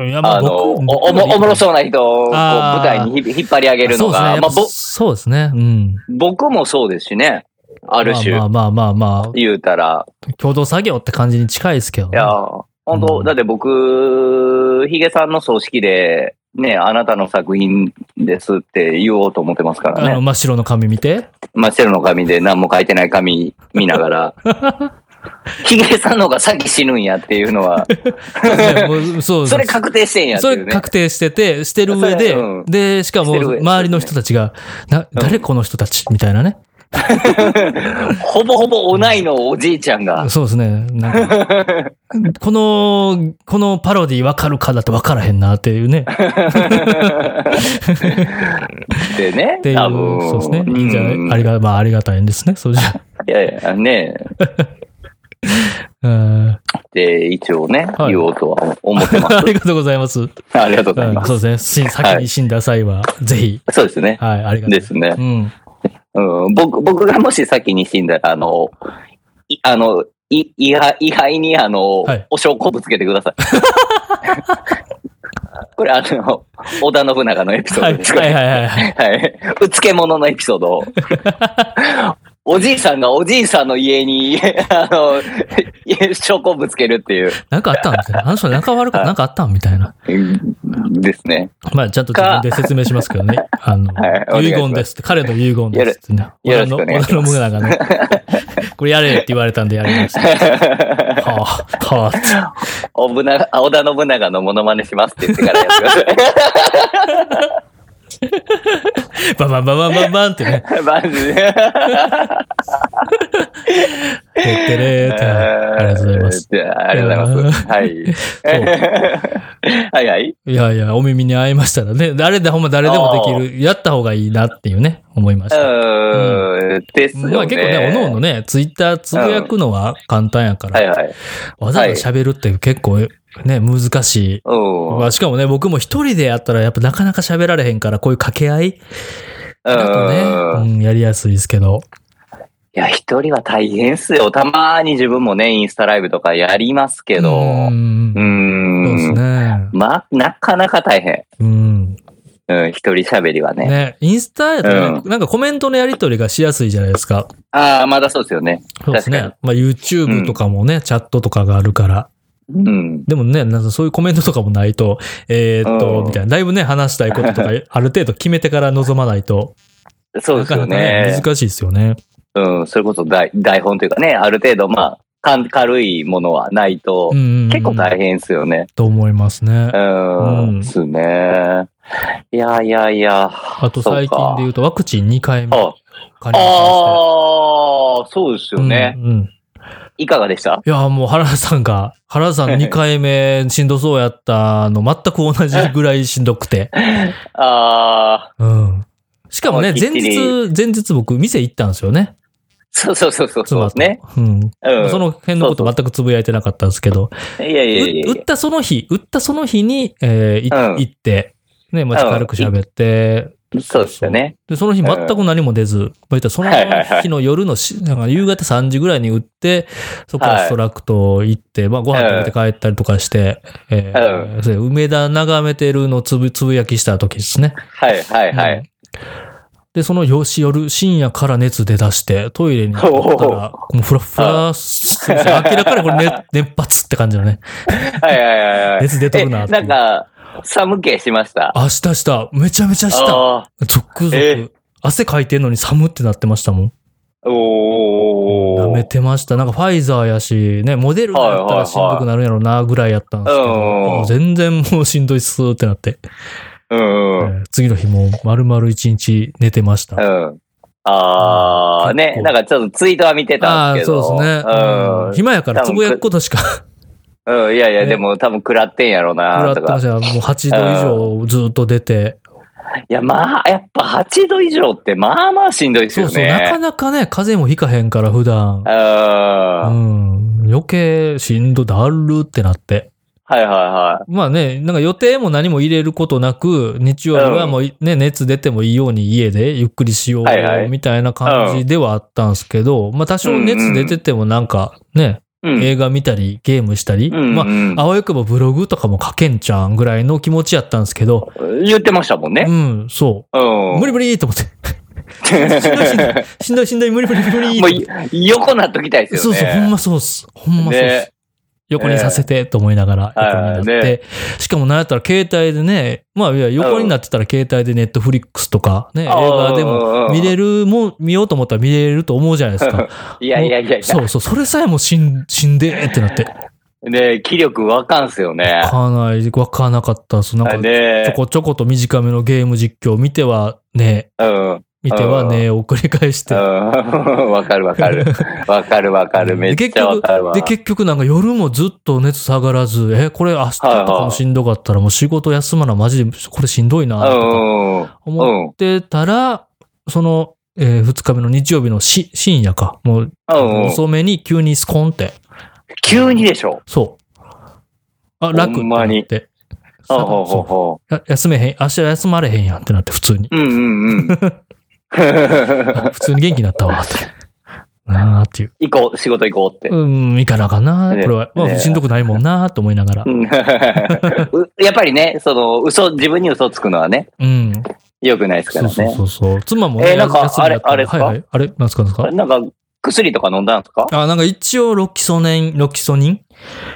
Speaker 1: いやま
Speaker 2: あの、お
Speaker 1: 僕
Speaker 2: おもおもろそうな人をこう
Speaker 1: あー
Speaker 2: 舞台にひ引っ張り上げるのが、ま
Speaker 1: そう
Speaker 2: あ、ぼ
Speaker 1: ですねそうですね。うん。
Speaker 2: 僕もそうですしね。ある種、
Speaker 1: まあまあまあま
Speaker 2: 言うたら。
Speaker 1: あ、共同作業って感じに近いですけど
Speaker 2: い
Speaker 1: ね。
Speaker 2: や、本当、
Speaker 1: うん
Speaker 2: だって僕、ヒゲさんの葬式で、ね、あなたの作品ですって言おうと思ってますか
Speaker 1: あ
Speaker 2: ら
Speaker 1: の、
Speaker 2: ね。
Speaker 1: 真っ白の紙見て。
Speaker 2: 真っ白の紙で何も書いてない紙見な がら。ヒゲさんの方が先死ぬんやっていうのは、
Speaker 1: ねもうそう
Speaker 2: それ確定してんやって
Speaker 1: そ
Speaker 2: いう
Speaker 1: れ
Speaker 2: ね。
Speaker 1: 確定してて、してる上で
Speaker 2: それうん、
Speaker 1: で、しかも
Speaker 2: してる上
Speaker 1: 周りの人たちが、な、誰この人たちみたいなね。
Speaker 2: ほぼほぼ同いのおじいちゃ んが。
Speaker 1: そうですね。なんか この、このパロディわかるかだってわからへんなっていう ね。
Speaker 2: でね、
Speaker 1: っていう、
Speaker 2: 多分。
Speaker 1: そうですね。いいんじゃない、
Speaker 2: うん
Speaker 1: ありが、まあありがたいんですね。そうじ ゃ。
Speaker 2: いやいや、ね
Speaker 1: うん
Speaker 2: で、一応ね、
Speaker 1: はい
Speaker 2: 言おうとは思ってま
Speaker 1: ありがとうございます。うん
Speaker 2: す。ありがとうございま
Speaker 1: そう
Speaker 2: す。
Speaker 1: ですねし。先に死んだ際は、ぜひ、
Speaker 2: そうですね。
Speaker 1: はい、ありがとうござい
Speaker 2: で
Speaker 1: ます。
Speaker 2: すね
Speaker 1: う。ん。
Speaker 2: うん、僕、僕がもし先に死んだら、あの、いあの、い、いは、位牌に、あの、
Speaker 1: はい
Speaker 2: お証拠ぶつけてください。 これ、あの、織田信長のエピソ
Speaker 1: は
Speaker 2: ー
Speaker 1: い、
Speaker 2: ドですか
Speaker 1: は
Speaker 2: ら
Speaker 1: い、はいはい。
Speaker 2: はい。うつけ者のエピソードを。 おじいさんがおじいさんの家に、あの、証拠ぶつけるっていう、
Speaker 1: なんかあったんみたいな。あの人仲悪くなんかあったんみたいな。
Speaker 2: ですね。
Speaker 1: まあ、ちゃんと自分で説明しますけどね。あの、
Speaker 2: はいお願いし
Speaker 1: 遺
Speaker 2: ます
Speaker 1: 言ですって。彼の遺言ですってね。
Speaker 2: よろしくお願いします
Speaker 1: 俺の俺の 胸がね。これやれって言われたんでやりました。はあ、はあって。
Speaker 2: おぶな織田信長のモノマネしますって言ってからやってくだ
Speaker 1: バンバンバンバンバンバンってね。
Speaker 2: さい。マジで。
Speaker 1: てってれーって。ありがとうございます。
Speaker 2: じゃあ。ありがとうございます。はい。はいはい。
Speaker 1: いやいや、お耳に合いましたらね。誰で、ほんま誰でもできる。やった方がいいなっていうね、思いました。
Speaker 2: うーん。ですよね。
Speaker 1: まあ結構ね、おのおのね、ツイッターつぶやくのは簡単やか
Speaker 2: はい
Speaker 1: ら、
Speaker 2: はい。
Speaker 1: わざわざ喋るって結構ね、難しい。
Speaker 2: うん。
Speaker 1: まあ、しかもね、僕も一人でやったら、やっぱなかなか喋られへんから、こういう掛け合いだとね、
Speaker 2: うん
Speaker 1: うん、やりやすいですけど。
Speaker 2: いや、一人は大変っすよ。たまに自分もね、インスタライブとかやりますけど。
Speaker 1: う
Speaker 2: うんーん。
Speaker 1: そうですね。
Speaker 2: まあ、なかなか大変。
Speaker 1: うん。
Speaker 2: うん、一人喋りはね。
Speaker 1: ね、インスタやとね、
Speaker 2: う
Speaker 1: なんかコメントのやり取りがしやすいじゃないですか。
Speaker 2: ああ、まだそうですよね。
Speaker 1: そうですね
Speaker 2: 確。
Speaker 1: まあ YouTube とかもね、チャットとかがあるから。
Speaker 2: うん。
Speaker 1: でもね、なんかそういうコメントとかもないと、えーっと、
Speaker 2: うん
Speaker 1: みたいな。だいぶね、話したいこと とか、ある程度決めてから臨まないと、
Speaker 2: そう
Speaker 1: な
Speaker 2: です
Speaker 1: か
Speaker 2: よ
Speaker 1: なか
Speaker 2: ね
Speaker 1: ね、。難しいですよね。
Speaker 2: うん、それこそ台台本というかね、ある程度、まあ、かん軽いものはないと、結
Speaker 1: 結
Speaker 2: 構大変っすよね。
Speaker 1: と思いますね
Speaker 2: う。
Speaker 1: うん
Speaker 2: ん、ですね。いやいやいや。
Speaker 1: あと最近で言
Speaker 2: う
Speaker 1: うと、ワクチン2回目
Speaker 2: か。
Speaker 1: 加
Speaker 2: あ
Speaker 1: 入しま
Speaker 2: あー、そうです
Speaker 1: して。
Speaker 2: よね。
Speaker 1: うんうん
Speaker 2: いかがでした
Speaker 1: いや、もう原田さんが、原田さん2回目しんどそうやったの、全く同じぐらいしんどく て。
Speaker 2: ああ、
Speaker 1: うん。しかもね、
Speaker 2: もうき
Speaker 1: 前
Speaker 2: っちり
Speaker 1: 日、前日僕、店行ったんですよね。
Speaker 2: そうそうそうそうそう
Speaker 1: 妻
Speaker 2: で
Speaker 1: と。
Speaker 2: すね。
Speaker 1: うん。
Speaker 2: うん。
Speaker 1: その辺のこと
Speaker 2: そ
Speaker 1: 全くつぶやいてなかったんですけど、
Speaker 2: いやいやいや
Speaker 1: う
Speaker 2: い
Speaker 1: 打ったその日、打ったその日に、えーい
Speaker 2: うん
Speaker 1: 行って、ね、まあ、
Speaker 2: うん
Speaker 1: 軽く喋って、
Speaker 2: や。そうですよね。
Speaker 1: で、その日全く何も出ず、まあ言ったらその
Speaker 2: はいはいはい
Speaker 1: 日の夜のし、なんか夕方3時ぐらいに打って、そこか
Speaker 2: は
Speaker 1: ら
Speaker 2: い
Speaker 1: ストラクト行って、まあご飯食べて帰ったりとかして、えーそれで梅田眺めてるのつぶつぶやきした時ですね。
Speaker 2: はいはいは
Speaker 1: うん
Speaker 2: い。
Speaker 1: で、そのよし夜、深夜から熱出だして、トイレに行ったら、もうふらふらするし、明らかにこれ、ね、熱発って感じだね。
Speaker 2: はいはいはいはい。
Speaker 1: 熱出とるなってい
Speaker 2: え
Speaker 1: う。
Speaker 2: んか、寒気しました。
Speaker 1: あ、したした。めちゃめちゃした。
Speaker 2: あ
Speaker 1: ゾクゾク。
Speaker 2: えー
Speaker 1: 汗かいてんのに寒ってなってましたもん。
Speaker 2: ー。お
Speaker 1: や
Speaker 2: ー。
Speaker 1: めてました。なんかファイザーやし、ね、モデルナやったらしんどくなるんやろうな、ぐらいやったんですけど、
Speaker 2: はいはいはいうん
Speaker 1: もう全然もうしんどいっすーってなって、
Speaker 2: うんう
Speaker 1: えー
Speaker 2: ん。
Speaker 1: 次の日も丸々一日寝てました。
Speaker 2: うん。あ
Speaker 1: う
Speaker 2: あ、
Speaker 1: ん
Speaker 2: ね、
Speaker 1: 結構
Speaker 2: なんかちょっとツイートは見てた
Speaker 1: あ
Speaker 2: ん
Speaker 1: あ
Speaker 2: で
Speaker 1: ー、
Speaker 2: すけど。
Speaker 1: そうですね。うん暇やからつぶやくことしか
Speaker 2: うん。うん、いやいや、
Speaker 1: ね
Speaker 2: でも多分食らってんやろう
Speaker 1: 食ら
Speaker 2: な、
Speaker 1: って
Speaker 2: と
Speaker 1: ま
Speaker 2: か
Speaker 1: し。た。もう8度以上ずっと出て、
Speaker 2: いや、まあ、やっぱ8度以上って、まあまあしんどいです
Speaker 1: そ
Speaker 2: よ
Speaker 1: う
Speaker 2: ね。
Speaker 1: そう、なかなかね、風邪もひかへんから、普段。う
Speaker 2: う
Speaker 1: ん、
Speaker 2: ん。
Speaker 1: 余計しんどだるってなって。
Speaker 2: はいはいは
Speaker 1: まあね、なんか予定も何も入れることなく、日曜日はもういね、熱出てもいいように家でゆっくりしよ
Speaker 2: はいは
Speaker 1: う
Speaker 2: い
Speaker 1: みたいな感じではあったんですけど、まあ多少熱出ててもなんかね、
Speaker 2: い。うん。
Speaker 1: 映画見たりゲームしたり、
Speaker 2: うん
Speaker 1: ま
Speaker 2: うん
Speaker 1: あ、あわよくばブログとかも書けんちゃうんぐらいの気持ちやったんですけど、
Speaker 2: 言ってましたもん
Speaker 1: う
Speaker 2: ね。
Speaker 1: ん、そ
Speaker 2: うん。
Speaker 1: う。 無理無理と思って。しんどいしんどいしんどい無理無理無理
Speaker 2: も
Speaker 1: 無
Speaker 2: う
Speaker 1: 理
Speaker 2: い、横なっときたいです
Speaker 1: そう
Speaker 2: よね。
Speaker 1: そう、ほんまそうっす。ほんまそうっす
Speaker 2: ね。
Speaker 1: 横にさせてと思いながら横にな
Speaker 2: ええ
Speaker 1: って、
Speaker 2: はいはい
Speaker 1: しかもなんやったら携帯でね、まあいや横になってたら携帯でネットフリックスとかね、映画でも
Speaker 2: も
Speaker 1: 見れ
Speaker 2: る。
Speaker 1: るもん、見ようと思ったら見れると思うじゃないですか。
Speaker 2: いやいやいや い
Speaker 1: そうそう、それさえも死ん死んでってな って、
Speaker 2: や。ね気力わかんすよね。
Speaker 1: かなりわからなかったです。なんか
Speaker 2: ね
Speaker 1: ちょこちょこと短めのゲーム実況見てはね、
Speaker 2: うん。うん。
Speaker 1: 見てはねを繰り返して。
Speaker 2: わかる わかる。わかるわかる。めっちゃわかるわ。
Speaker 1: で、結局なんか夜もずっと熱下がらず、え、これ明日とかもしんどかったらもう仕事休まな、マジでこれしんどいな、
Speaker 2: う
Speaker 1: とか
Speaker 2: ん。うん。
Speaker 1: 思ってたら、その、え2日目の日曜日のし深夜か、もう
Speaker 2: うんうん。
Speaker 1: 遅めに急にスコンって、
Speaker 2: 急にでしょ。
Speaker 1: そう。あ、楽って
Speaker 2: ほんま
Speaker 1: な
Speaker 2: に
Speaker 1: って。
Speaker 2: うん
Speaker 1: さ
Speaker 2: ほうほう
Speaker 1: そ
Speaker 2: ほ
Speaker 1: うや休めへん、明日休まれへんやんってなって普通に。
Speaker 2: う。うんうんうん。
Speaker 1: あ普通に元気になったわ、って。 なあっていう。
Speaker 2: 行こう、仕事行こうって。
Speaker 1: うん、いかなあかんな、これは。まあ、
Speaker 2: ね
Speaker 1: しんどくないもんな、と思いながら。
Speaker 2: うんうやっぱりね、その、嘘、自分に嘘つくのはね、
Speaker 1: うん。
Speaker 2: 良くないです
Speaker 1: そ
Speaker 2: から
Speaker 1: うそう
Speaker 2: ね。
Speaker 1: そうそう。妻もね、
Speaker 2: えーなんか
Speaker 1: 休みやった
Speaker 2: あれあれですか
Speaker 1: はいはい。あれなんですかなんですか
Speaker 2: なんか、薬とか飲んだんですか
Speaker 1: あ、なんか一応、ロキソネン、ロキソニン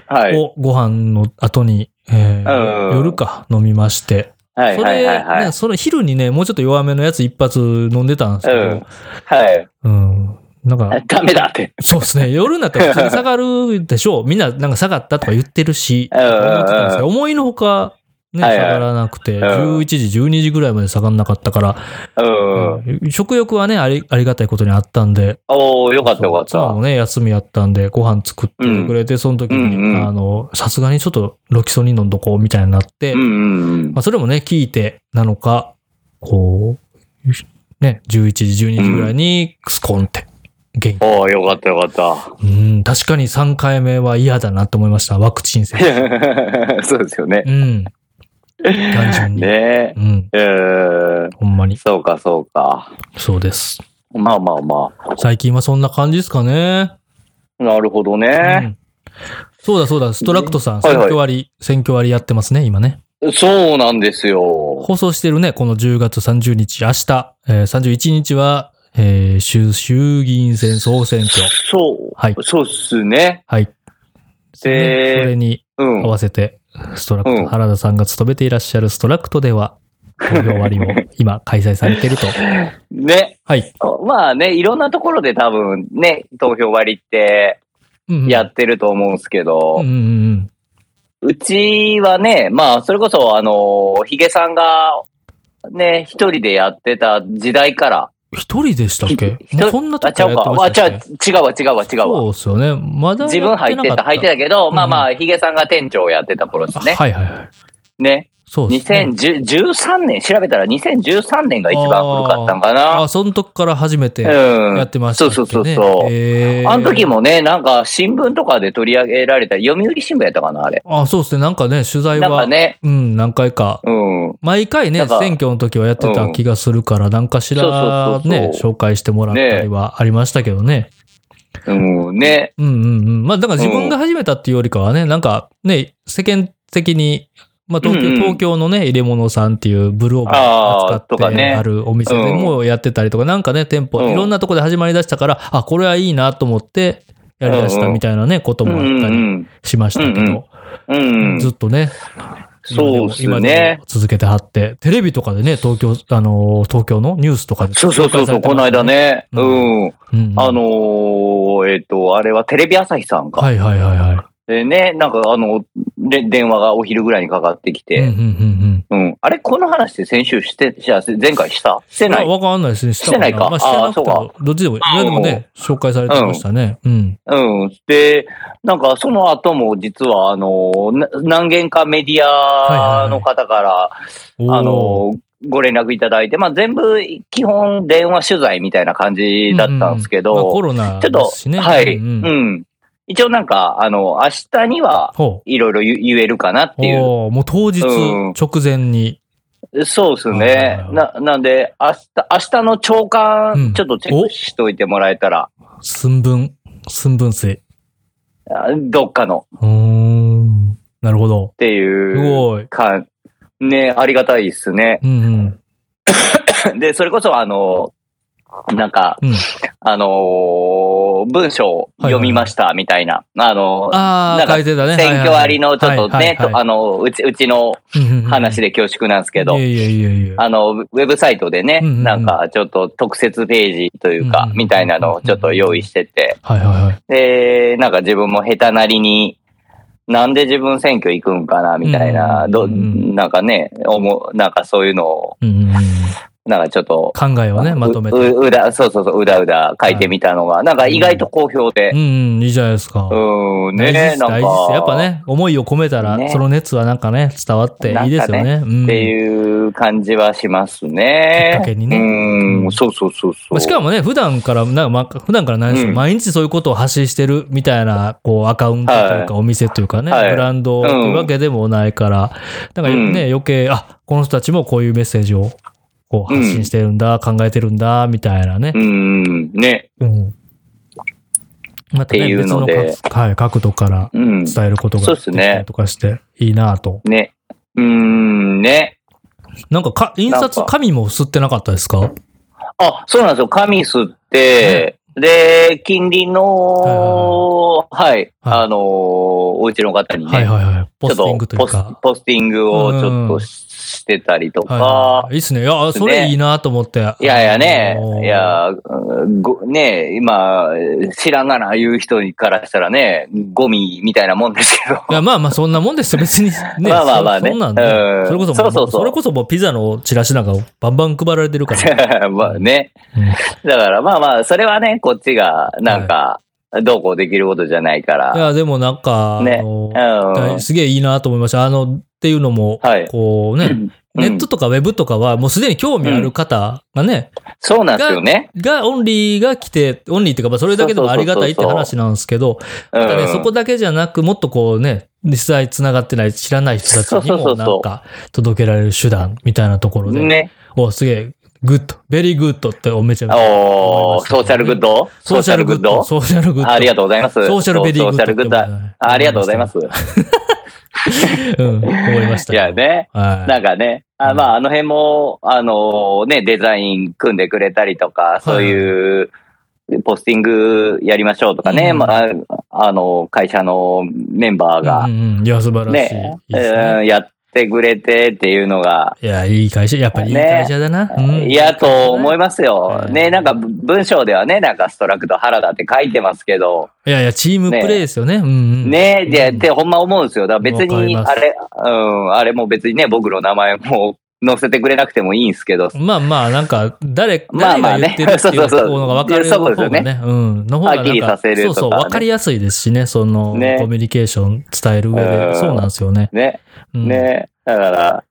Speaker 2: はい。
Speaker 1: をご飯の後に、えー
Speaker 2: うん
Speaker 1: 夜か飲みまして。
Speaker 2: はい
Speaker 1: そ
Speaker 2: はい
Speaker 1: れ、
Speaker 2: はいは
Speaker 1: ね
Speaker 2: い。
Speaker 1: それ昼にね、もうちょっと弱めのやつ一発飲んでたんですけど、
Speaker 2: はい。
Speaker 1: うん。なん か、
Speaker 2: ダメだって。
Speaker 1: そうですね。夜になったら普通に下がるでしょう。 みんななんか下がったとか言ってるし、
Speaker 2: うんうんうん
Speaker 1: 思ってたんですけど思いのほか、ね、
Speaker 2: は
Speaker 1: 下
Speaker 2: いはい
Speaker 1: がらなくて、
Speaker 2: ん
Speaker 1: 11時、12時ぐらいまで下がんなかったから、
Speaker 2: うん。
Speaker 1: うん食欲はね、あり、ありがたいことにあったんで、
Speaker 2: おー、よかったよかっ
Speaker 1: 妻
Speaker 2: た
Speaker 1: も。ね、休みやったんで、ご飯作ってくれて、その時に、
Speaker 2: うんうん
Speaker 1: あの、さすがにちょっとロキソニン飲んどこうみたいになって、
Speaker 2: うんうん
Speaker 1: まあ、それもね、聞いてなのか、こう、ね、11時、12時ぐらいに、スコンって、元気。
Speaker 2: おー、よかったよかった。
Speaker 1: うん、確かに3回目は嫌だなと思いました。ワクチン接種。
Speaker 2: そうですよね。
Speaker 1: うん。単純に。
Speaker 2: ね
Speaker 1: うん。
Speaker 2: え。えー、
Speaker 1: ほんまに。
Speaker 2: そうかそうか。
Speaker 1: そうです。
Speaker 2: まあまあま
Speaker 1: 最近はそんな感じですかね。
Speaker 2: あ。なるほど
Speaker 1: う
Speaker 2: ね。
Speaker 1: ん、そうだそうだ、ストラクトさん、
Speaker 2: はい
Speaker 1: 選
Speaker 2: はい
Speaker 1: 挙割、選挙割やってますね、今ね。
Speaker 2: そうなんですよ。
Speaker 1: 放送してるね、この10月30日、明日、えー、31日は、えー衆、衆議院選総選挙。
Speaker 2: そう。
Speaker 1: はい
Speaker 2: そうっすね。
Speaker 1: はい。そ
Speaker 2: で
Speaker 1: れに
Speaker 2: うん
Speaker 1: 合。わせて、ストラクト、
Speaker 2: うん
Speaker 1: 原田さんが務めていらっしゃるストラクトでは、投票割 も今開催されてると。
Speaker 2: ね。
Speaker 1: はい。
Speaker 2: まあね、いろんなところで多分ね、投票割って
Speaker 1: うんうん
Speaker 2: やってると思うんすけど、
Speaker 1: うんうんうん。
Speaker 2: うちはね、まあ、それこそ、あの、ヒゲさんが、ね、一人でやってた時代から、
Speaker 1: 一人でしたっけ
Speaker 2: ひ
Speaker 1: もうそんな
Speaker 2: あ、
Speaker 1: 時
Speaker 2: ちゃ
Speaker 1: からや
Speaker 2: うか、
Speaker 1: って
Speaker 2: あ、
Speaker 1: まし
Speaker 2: ちゃ
Speaker 1: た
Speaker 2: う
Speaker 1: っけ、
Speaker 2: 違うわ、違うわ、違うわ。
Speaker 1: そうですよね。まだ
Speaker 2: 自分入ってた、入って
Speaker 1: た。
Speaker 2: たけど、
Speaker 1: うん
Speaker 2: まあまあ、ヒゲさんが店長やってた頃で
Speaker 1: あ
Speaker 2: すね。
Speaker 1: はいはいはい。
Speaker 2: ね。
Speaker 1: そうですね。
Speaker 2: 2013年、調べたら2013年が一番古かったんかな。
Speaker 1: あ、その時から初めて
Speaker 2: うん。
Speaker 1: やってましたっけ、ね
Speaker 2: そうそうそうそう
Speaker 1: えー
Speaker 2: あの時もね、なんか新聞とかで取り上げられた、読売新聞やったかな、あれ。
Speaker 1: あ、そうですね。なんかね、取材
Speaker 2: なん
Speaker 1: は、
Speaker 2: かね、
Speaker 1: うん、何回か。
Speaker 2: うん。
Speaker 1: 毎回ね、
Speaker 2: なんか
Speaker 1: 選挙の時はやってた気がするから、なんかしら
Speaker 2: そうそう
Speaker 1: ね
Speaker 2: そう、そう
Speaker 1: 紹介してもらったりはありましたけどね。
Speaker 2: うん、ね。
Speaker 1: うんうんうん。まあ、だから自分が始めたっていうよりかはね、なんかね、世間的に、まあ、東京、
Speaker 2: うんうん
Speaker 1: 東京のね、入れ物さんっていうブルーオーバ
Speaker 2: あー
Speaker 1: ー扱
Speaker 2: と
Speaker 1: っ
Speaker 2: か
Speaker 1: て
Speaker 2: ね
Speaker 1: あるお店でもやってたりとか、なんかね、店舗、
Speaker 2: うん
Speaker 1: いろんなとこで始まりだしたから、あ、これはいいなと思って、やりだしたみたいなね、こと
Speaker 2: う
Speaker 1: も
Speaker 2: ん、う
Speaker 1: あったり
Speaker 2: ん。
Speaker 1: しましたけど、
Speaker 2: うん。
Speaker 1: ずっとね、
Speaker 2: そうっす
Speaker 1: 今で
Speaker 2: ね
Speaker 1: も。続けてはって、テレビとかでね、東京、あのー、東京のニュースとかで、
Speaker 2: そうそうそうそう、この間。ね。
Speaker 1: う
Speaker 2: うんん。
Speaker 1: うんうん
Speaker 2: あのー、えっ、と、あれはテレビ朝日さんか。
Speaker 1: はいはいはいは
Speaker 2: でね、なんかあの、で電話がお昼ぐらいにかかってき
Speaker 1: い。うんう
Speaker 2: て、
Speaker 1: んうん
Speaker 2: うん。あれ、この話って先週して、じゃあ前回したして
Speaker 1: うん。
Speaker 2: な
Speaker 1: あ
Speaker 2: い
Speaker 1: わかんないですね。し
Speaker 2: してないか
Speaker 1: まあ、してなくて
Speaker 2: あーそ
Speaker 1: も、どっちでもいい。いやでもね、紹介されてましたね。うん。
Speaker 2: うん。で、なんかその後も実は、あの、な何件かメディアの方から、
Speaker 1: おー
Speaker 2: あ、の、ご連絡いただいて、まあ全部基本電話取材みたいな感じだったんですけど、
Speaker 1: まあコロナ
Speaker 2: ちょっ
Speaker 1: で
Speaker 2: と
Speaker 1: すし、ね。
Speaker 2: はい、う、
Speaker 1: うんんうん
Speaker 2: 一応なんか、あの、明日には
Speaker 1: ほう。
Speaker 2: いろいろ言言えるかなっていう。
Speaker 1: おーもう当日
Speaker 2: うん
Speaker 1: 直前に。
Speaker 2: そうです
Speaker 1: はいはい
Speaker 2: ね
Speaker 1: は。い
Speaker 2: な、なんで、明日、明日の朝
Speaker 1: うん
Speaker 2: 刊、ちょっとチェックしといてもらえたら、
Speaker 1: 寸分、寸分水。
Speaker 2: あどっかの
Speaker 1: うーん。なるほど
Speaker 2: っ。て
Speaker 1: す
Speaker 2: いう
Speaker 1: ごい。
Speaker 2: 感、ね、ありがたいで すね。
Speaker 1: うんうん。
Speaker 2: で、それこそあの、なんか、
Speaker 1: うん
Speaker 2: あのー文章を読みましたみたいな、あのー
Speaker 1: あ
Speaker 2: な
Speaker 1: あ、
Speaker 2: んか
Speaker 1: 書いてたね。
Speaker 2: 選挙割のちょっとね、とあ
Speaker 1: の、
Speaker 2: の、うち、うちの話
Speaker 1: で
Speaker 2: で恐縮なんですけど
Speaker 1: い、やいやいやいや。
Speaker 2: あの、ウェブサイトでね、
Speaker 1: うんうんうん
Speaker 2: なんかちょっと特設ページという
Speaker 1: うん
Speaker 2: か
Speaker 1: う、ん
Speaker 2: みたいなのをちょっと用意してて、
Speaker 1: はいはいはい。
Speaker 2: で、なんか自分も下手なりに、なんで自分選挙行くんかな、みたいな、
Speaker 1: うんう
Speaker 2: ど、
Speaker 1: んうん
Speaker 2: なんかね、思う、なんかそういうのを、
Speaker 1: うんうんうん
Speaker 2: なんかちょっと、
Speaker 1: 考えをね、まとめて。
Speaker 2: うううだ、そうそうそう、うだうだ書いてみたのが、なんか意外と好評で
Speaker 1: うん、、うん、いいじゃないですか。
Speaker 2: うん、
Speaker 1: 大事で
Speaker 2: ね、
Speaker 1: す、
Speaker 2: なんか、
Speaker 1: 大事です。やっぱね、思いを込めたら、
Speaker 2: ね
Speaker 1: その熱はなんかね、伝わっていいですよね。うん
Speaker 2: っていう感じはします
Speaker 1: き
Speaker 2: ね
Speaker 1: っ。かけにね
Speaker 2: うん、そうそうそうそ
Speaker 1: まあ
Speaker 2: う。
Speaker 1: しかもね、普段から、なんか、まあ、普段からないですけど、
Speaker 2: うん
Speaker 1: 毎日そういうことを発信してるみたいな、こう、アカウントというか、お店というかね、
Speaker 2: はい
Speaker 1: ブランドというわけでもないから、なんかね、余計、あ、この人たちもこういうメッセージを、こう、
Speaker 2: うん
Speaker 1: 発信してるんだ、考えてるんだ、みたいなね
Speaker 2: う。ん、ね、
Speaker 1: うん。また
Speaker 2: って
Speaker 1: ね、
Speaker 2: いう
Speaker 1: 別の
Speaker 2: ので
Speaker 1: 角はい、角度から
Speaker 2: うん、
Speaker 1: 伝えることが
Speaker 2: そう
Speaker 1: で
Speaker 2: っ
Speaker 1: きた
Speaker 2: すね
Speaker 1: りとかして、いいなと。
Speaker 2: ね、うん、ね。
Speaker 1: なんかか、印
Speaker 2: なん
Speaker 1: 刷
Speaker 2: か、
Speaker 1: 紙も吸ってなかったですか
Speaker 2: あ、そうなんですよ。神吸って、で、近隣の、はい、あのー、お家の方にね、
Speaker 1: はいはいはい。ポ
Speaker 2: ちょ
Speaker 1: ス
Speaker 2: っ
Speaker 1: ティング
Speaker 2: と
Speaker 1: という
Speaker 2: ポス
Speaker 1: か。
Speaker 2: ポスティングをちょっとしてたりと
Speaker 1: はいはい
Speaker 2: か
Speaker 1: は、い、いいっすね。いや、それいいなと思って。
Speaker 2: いやいやね
Speaker 1: あの、ー
Speaker 2: い、や、ごね今、知らんがな言う人からしたらね、ゴミみたいなもんですけど。
Speaker 1: いや、まあまあ、そんなもんですよ。別にね。
Speaker 2: まあまあまあね
Speaker 1: そそんなんね
Speaker 2: うん
Speaker 1: それこそも、
Speaker 2: そうそうそう
Speaker 1: れこそもうピザのチラシなんかバンバン配られてるから。
Speaker 2: まあね。
Speaker 1: うん
Speaker 2: だからまあまあ、それはね、こっちがなんか、どうこうできることじゃないか
Speaker 1: い
Speaker 2: ら。
Speaker 1: や、でもなんか、
Speaker 2: ね
Speaker 1: あの
Speaker 2: うん
Speaker 1: だいすげえいいなと思いました。あの、っていうのも、
Speaker 2: はい
Speaker 1: こうね、ネットとかウェブとかは、もうすでに興味ある方がね、
Speaker 2: そうなんですよね。
Speaker 1: がオンリーが来て、オンリーっていうか、まあそれだけでもありがたいって話なんですけど、
Speaker 2: うん
Speaker 1: ただね、そこだけじゃなく、もっとこうね、実際繋がってない、知らない人たちに
Speaker 2: そうそう
Speaker 1: も
Speaker 2: そうそう
Speaker 1: なんか届けられる手段みたいなところで、
Speaker 2: ね。
Speaker 1: おすげえ、グッド、ベリーグッドっておめちゃめちゃ思い
Speaker 2: お
Speaker 1: ま
Speaker 2: ー、
Speaker 1: したね
Speaker 2: ソーシャルグッド
Speaker 1: ソーシャルグッド、ソーシャルグッド。
Speaker 2: ありがとうございます。
Speaker 1: ソーシャルベリーグッド
Speaker 2: ソーシャルグッドあありがとうございます。
Speaker 1: うん、思いました。
Speaker 2: いやね。
Speaker 1: はい。
Speaker 2: なんかね、
Speaker 1: う
Speaker 2: あ
Speaker 1: ん
Speaker 2: まあ、あの辺も、あのね、デザイン組んでくれたりとか、そういう、ポスティングやりましょうとかね、
Speaker 1: うん
Speaker 2: まあ、あの、会社のメンバーが
Speaker 1: う、んうんうん、いや、素晴らしい。
Speaker 2: ね
Speaker 1: いいですね
Speaker 2: うんやってくれてっていうのが、
Speaker 1: いや、いい会社、やっぱりいい
Speaker 2: ね
Speaker 1: 会社だな。うん
Speaker 2: いやと思いますよ
Speaker 1: は。い
Speaker 2: ね、なんか文章ではね、なんかストラクト原田って書いてますけど、
Speaker 1: いやいや、チームプレーですよね。うんうん。
Speaker 2: ね、で、
Speaker 1: うん
Speaker 2: ってほんま思うんですよ。だから別
Speaker 1: わかり
Speaker 2: に、
Speaker 1: ます
Speaker 2: あれ、うん、あれも別にね、僕の名前も載せてくれなくてもいいんですけど、
Speaker 1: まあまあ、なんか、誰、
Speaker 2: まあ
Speaker 1: 誰
Speaker 2: ま
Speaker 1: が
Speaker 2: あ
Speaker 1: 言っ
Speaker 2: ね
Speaker 1: てるっていう
Speaker 2: そうそうそう
Speaker 1: のが分かる
Speaker 2: そう
Speaker 1: 方
Speaker 2: です
Speaker 1: が
Speaker 2: よね
Speaker 1: ね、うん、の方が
Speaker 2: はっきり
Speaker 1: なん
Speaker 2: させるとか
Speaker 1: そう
Speaker 2: ね
Speaker 1: そう、分かりやすいですしね、その、
Speaker 2: ね
Speaker 1: コミュニケーション伝える上
Speaker 2: う
Speaker 1: で、
Speaker 2: ん
Speaker 1: そうなんですよね。
Speaker 2: ね、
Speaker 1: うん、
Speaker 2: ね、だから、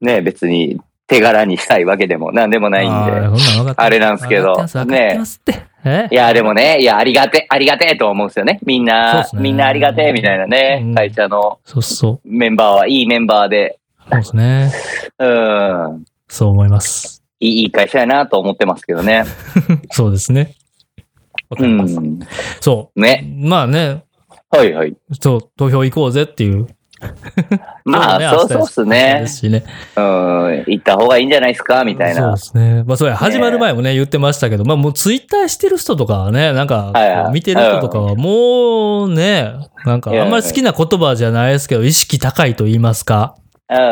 Speaker 2: ね、別に手柄にしたいわけでもなんでもないんで、
Speaker 1: あーそんなん分かって
Speaker 2: あれなんですけ
Speaker 1: 分
Speaker 2: ど
Speaker 1: かってます、分かってますって。え
Speaker 2: いや、でもね、いや、ありがて、ありがてえと思うんですよね。みん
Speaker 1: そうっ
Speaker 2: な、
Speaker 1: すね
Speaker 2: みんなありがてえみたいなね、
Speaker 1: うん
Speaker 2: 会社の
Speaker 1: そうそう、
Speaker 2: メンバーはいいメンバーで、
Speaker 1: そうですね。
Speaker 2: うん、
Speaker 1: そう思います。
Speaker 2: いいいい会社やなと思ってますけ どね。
Speaker 1: そうですね。わか
Speaker 2: う
Speaker 1: ります。
Speaker 2: ん。
Speaker 1: そ
Speaker 2: ね。
Speaker 1: う。まあね、
Speaker 2: はいはい。
Speaker 1: そう、投票行こうぜっていう。
Speaker 2: まあ、そうそうっすね
Speaker 1: で。すしね。
Speaker 2: うん。行った方がいいんじゃないですかみたい
Speaker 1: そう
Speaker 2: な
Speaker 1: で。すね。まあ、そうや、始まる前もね、言ってましたけど、まあ、もうツイッターしてる人とかはね、なんか
Speaker 2: はいはい、
Speaker 1: こう見てる人とかは、もうね、なんか、
Speaker 2: いや
Speaker 1: あんまり好きな言葉じゃないですけど、意識高いと言いますか。
Speaker 2: う
Speaker 1: う
Speaker 2: ん
Speaker 1: ん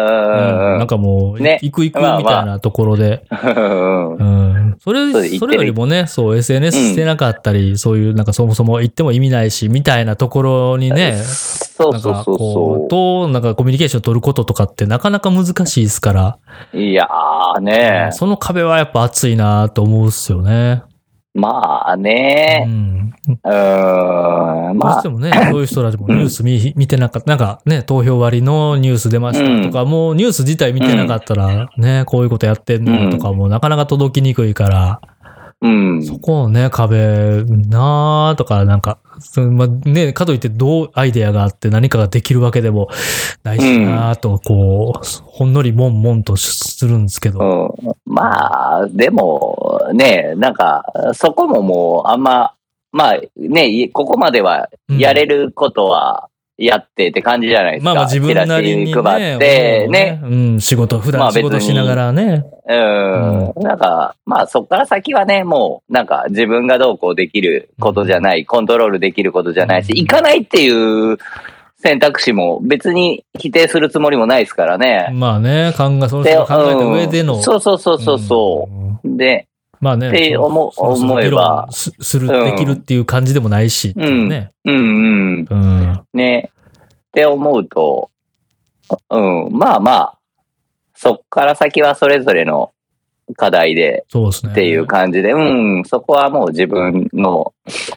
Speaker 1: なんかもう、
Speaker 2: ね
Speaker 1: 行く行く
Speaker 2: まあ
Speaker 1: みたいなところで。
Speaker 2: うんうん。
Speaker 1: うん。それ、
Speaker 2: そう言ってる
Speaker 1: それよりもね、そう、SNS してなかったり、そういう、なんかそもそも行っても意味ないし、みたいなところにね、
Speaker 2: そう
Speaker 1: なん
Speaker 2: そう
Speaker 1: か
Speaker 2: そう
Speaker 1: こう、
Speaker 2: そ
Speaker 1: と、なんかコミュニケーション取ることとかってなかなか難しいですから、
Speaker 2: う。いやーね。
Speaker 1: その壁はやっぱ熱いなと思うっすよね。
Speaker 2: まあ
Speaker 1: う
Speaker 2: ね。
Speaker 1: ん。
Speaker 2: うん。
Speaker 1: どう
Speaker 2: ま
Speaker 1: し
Speaker 2: あ
Speaker 1: て、もね、そういう人たちもニュース見見てなかった、なんかね、投票割のニュース出ましたとか、もうニュース自体見てなかったら、ね、こういうことやってんのとかもなかなか届きにくいから、
Speaker 2: うん。
Speaker 1: そこをね、壁、なーとか、なんか、そのまあね、かといってどうアイデアがあって何かができるわけでもないしなーと、こう、ほんのりもんもんとするんですけど、
Speaker 2: うん、まあ、でも、ね、なんか、そこももう、あんま、まあね、いここまではやれることはやってって感じじゃないです
Speaker 1: まあま
Speaker 2: か。
Speaker 1: あ自分なりに、ね、
Speaker 2: チラシ配って、ね。
Speaker 1: 思ううん、仕事、普
Speaker 2: ま
Speaker 1: 段
Speaker 2: あ
Speaker 1: 仕事しながらね、
Speaker 2: うん。なんか、まあそこから先はね、もう、なんか自分がどうこうできることじゃない、コントロールできることじゃないし、
Speaker 1: うん
Speaker 2: 行かないっていう選択肢も別に否定するつもりもないですからね。
Speaker 1: まあね、考え、その人が考えた上での。。
Speaker 2: うんそうそうそうそうそう
Speaker 1: ん
Speaker 2: う。で、
Speaker 1: まあね。
Speaker 2: って思う
Speaker 1: そうそう
Speaker 2: 思えば
Speaker 1: 議論すする、
Speaker 2: う
Speaker 1: で
Speaker 2: ん
Speaker 1: きるっていう感じでもないし、ね。
Speaker 2: うんうん。
Speaker 1: うん。
Speaker 2: ね。って思うと、うん、まあまあ、そっから先はそれぞれの課題で
Speaker 1: そうですね。
Speaker 2: っていう感じで、うん、そこはもう自分の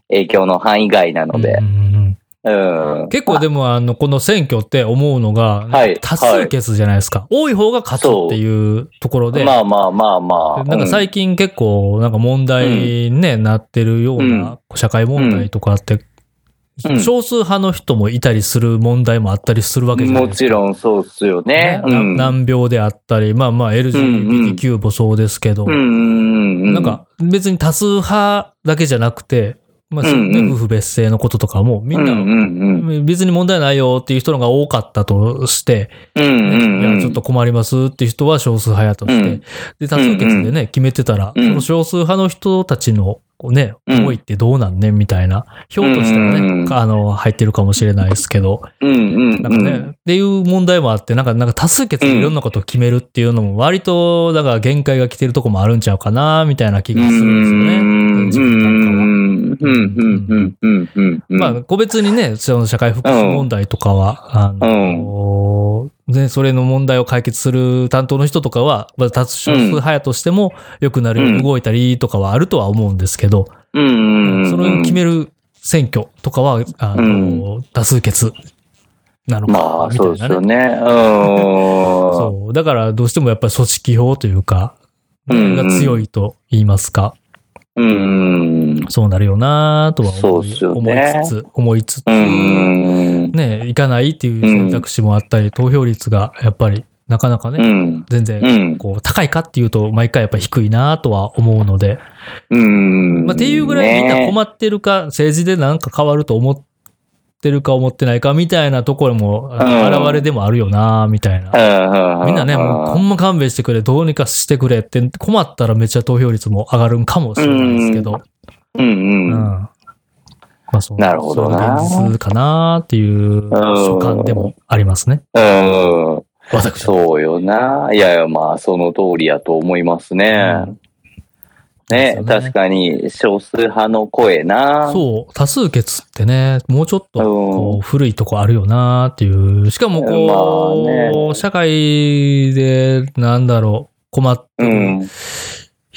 Speaker 2: 影響の範囲外なので
Speaker 1: う、んうんうん
Speaker 2: うん。
Speaker 1: 結構でも、あの、この選挙って思うのが、
Speaker 2: はい
Speaker 1: 多数決じゃないですか。多い方が勝つっていうところで、
Speaker 2: まあまあまあまあ。
Speaker 1: なんか最近結構、なんか問題ね、なってるような、社会問題とかって、
Speaker 2: うん
Speaker 1: 少数派の人もいたりする問題もあったりするわ
Speaker 2: う
Speaker 1: けじ
Speaker 2: ん
Speaker 1: ゃない
Speaker 2: も
Speaker 1: ですか。
Speaker 2: ちろんそうっすよね。う
Speaker 1: な難
Speaker 2: ん。
Speaker 1: 病であったり、まあまあ
Speaker 2: うんうん
Speaker 1: LGBTQ もそうですけど、
Speaker 2: うんうんうん。
Speaker 1: なんか別に多数派だけじゃなくて、まあ、
Speaker 2: うんうん
Speaker 1: ね夫婦別姓のこととかもみ
Speaker 2: うんんう
Speaker 1: な、
Speaker 2: んうん。
Speaker 1: 別に問題ないよっていう人のが多かったとして、
Speaker 2: うんうん
Speaker 1: ね
Speaker 2: う
Speaker 1: い
Speaker 2: ん。
Speaker 1: やちょっと困りますっていう人は少数派やとして、
Speaker 2: うん
Speaker 1: で、多数決でね、決めてたら、
Speaker 2: うん
Speaker 1: その少数派の人たちのこうね、
Speaker 2: うん
Speaker 1: 思いってどうなんねみたいな、票としてはね、
Speaker 2: うんうん
Speaker 1: あの、入ってるかもしれないですけど、
Speaker 2: うんうん
Speaker 1: なんか
Speaker 2: う
Speaker 1: ね、
Speaker 2: ん。
Speaker 1: っていう問題もあって、なんか、なんか多数決でいろんなことを決めるっていうのも、割と、だから限界が来てるとこもあるんちゃうかな、みたいな気
Speaker 2: う
Speaker 1: がするんですよね。
Speaker 2: ん
Speaker 1: 自分なんかは
Speaker 2: うんうんうんうんうんうん。
Speaker 1: まあ、個別にね、その社会福祉問題とかは、あの、ね、それの問題を解決する担当の人とかは、まあ、多数派やとしても、良くなるよう
Speaker 2: う
Speaker 1: に
Speaker 2: ん
Speaker 1: 動いたりとかはあるとは思うんですけど、
Speaker 2: うんうんうんうん。
Speaker 1: それを決める選挙とかは、あの、多数決なのか、
Speaker 2: まあ、
Speaker 1: みた
Speaker 2: そう
Speaker 1: い
Speaker 2: で
Speaker 1: な
Speaker 2: す
Speaker 1: ね。
Speaker 2: よね。うーん。
Speaker 1: そう。だから、どうしてもやっぱり組織票というか、
Speaker 2: うん
Speaker 1: が強いと言いますか、
Speaker 2: うーん。
Speaker 1: そうなるよなとは思い,、
Speaker 2: そうっすよ
Speaker 1: 思
Speaker 2: ね
Speaker 1: いつつ、思いつつ、
Speaker 2: うーん。
Speaker 1: ね、行かないっていう選択肢もあったり、投票率がやっぱりなかなかね、
Speaker 2: うん。
Speaker 1: 全
Speaker 2: う
Speaker 1: 然、
Speaker 2: ん。
Speaker 1: こう、高いかっていうと、毎回やっぱり低いなとは思うので、
Speaker 2: うん。
Speaker 1: まあ、っていうぐらいみんな
Speaker 2: ね
Speaker 1: 困ってるか、政治でなんか変わると思ってるか思ってないかみたいなところも、あ
Speaker 2: うん
Speaker 1: 現れでもあるよなみたいな。
Speaker 2: うん
Speaker 1: みんなね、もうほんま勘弁してくれ、どうにかしてくれって、困ったらめっちゃ投票率も上がるんかもしれないですけど。う。
Speaker 2: うんうんん。
Speaker 1: まあそう
Speaker 2: なるほどな
Speaker 1: そういう現実かなっていう所感でもありますね。
Speaker 2: うん。
Speaker 1: 私は。
Speaker 2: そうよな。いやいや、まあ、その通りやと思いますね。
Speaker 1: です
Speaker 2: ね
Speaker 1: よね
Speaker 2: 確かに、少数派の声な。
Speaker 1: そう、多数決ってね、もうちょっとこう古いとこあるよなっていう。しかもこう、
Speaker 2: まあね
Speaker 1: 社会でなんだろう、困っ
Speaker 2: う
Speaker 1: てる
Speaker 2: ん。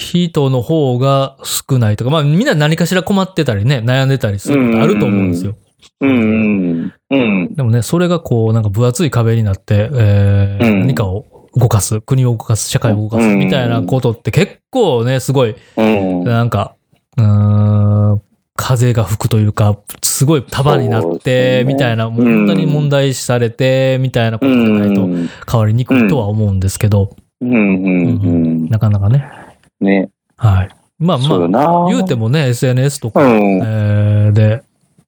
Speaker 1: 人の方が少ないとか、まあみんな何かしら困ってたりね、悩んでたりすることあると思うんですよ。
Speaker 2: うん。うん。
Speaker 1: でもね、それがこう、なんか分厚い壁になって、えー
Speaker 2: うん
Speaker 1: 何かを動かす、国を動かす、社会を動かす
Speaker 2: うん
Speaker 1: みたいなことって結構ね、すごい、
Speaker 2: うん。
Speaker 1: なんか、うーん、風が吹くというか、すごい束にな
Speaker 2: そ
Speaker 1: っ
Speaker 2: うで
Speaker 1: て、
Speaker 2: すね
Speaker 1: みたいな、もう
Speaker 2: うん
Speaker 1: 本当に問題視されて、みたいなこ
Speaker 2: う
Speaker 1: とじゃないと
Speaker 2: ん。
Speaker 1: 変わりにくいとは思うんですけど、
Speaker 2: うん。うん。
Speaker 1: なかなかね。
Speaker 2: ね。
Speaker 1: はい。まあ
Speaker 2: そうよ
Speaker 1: ま
Speaker 2: な。
Speaker 1: あ、言うてもね、SNS と
Speaker 2: う
Speaker 1: か、
Speaker 2: ん。
Speaker 1: え
Speaker 2: うん。
Speaker 1: ーで、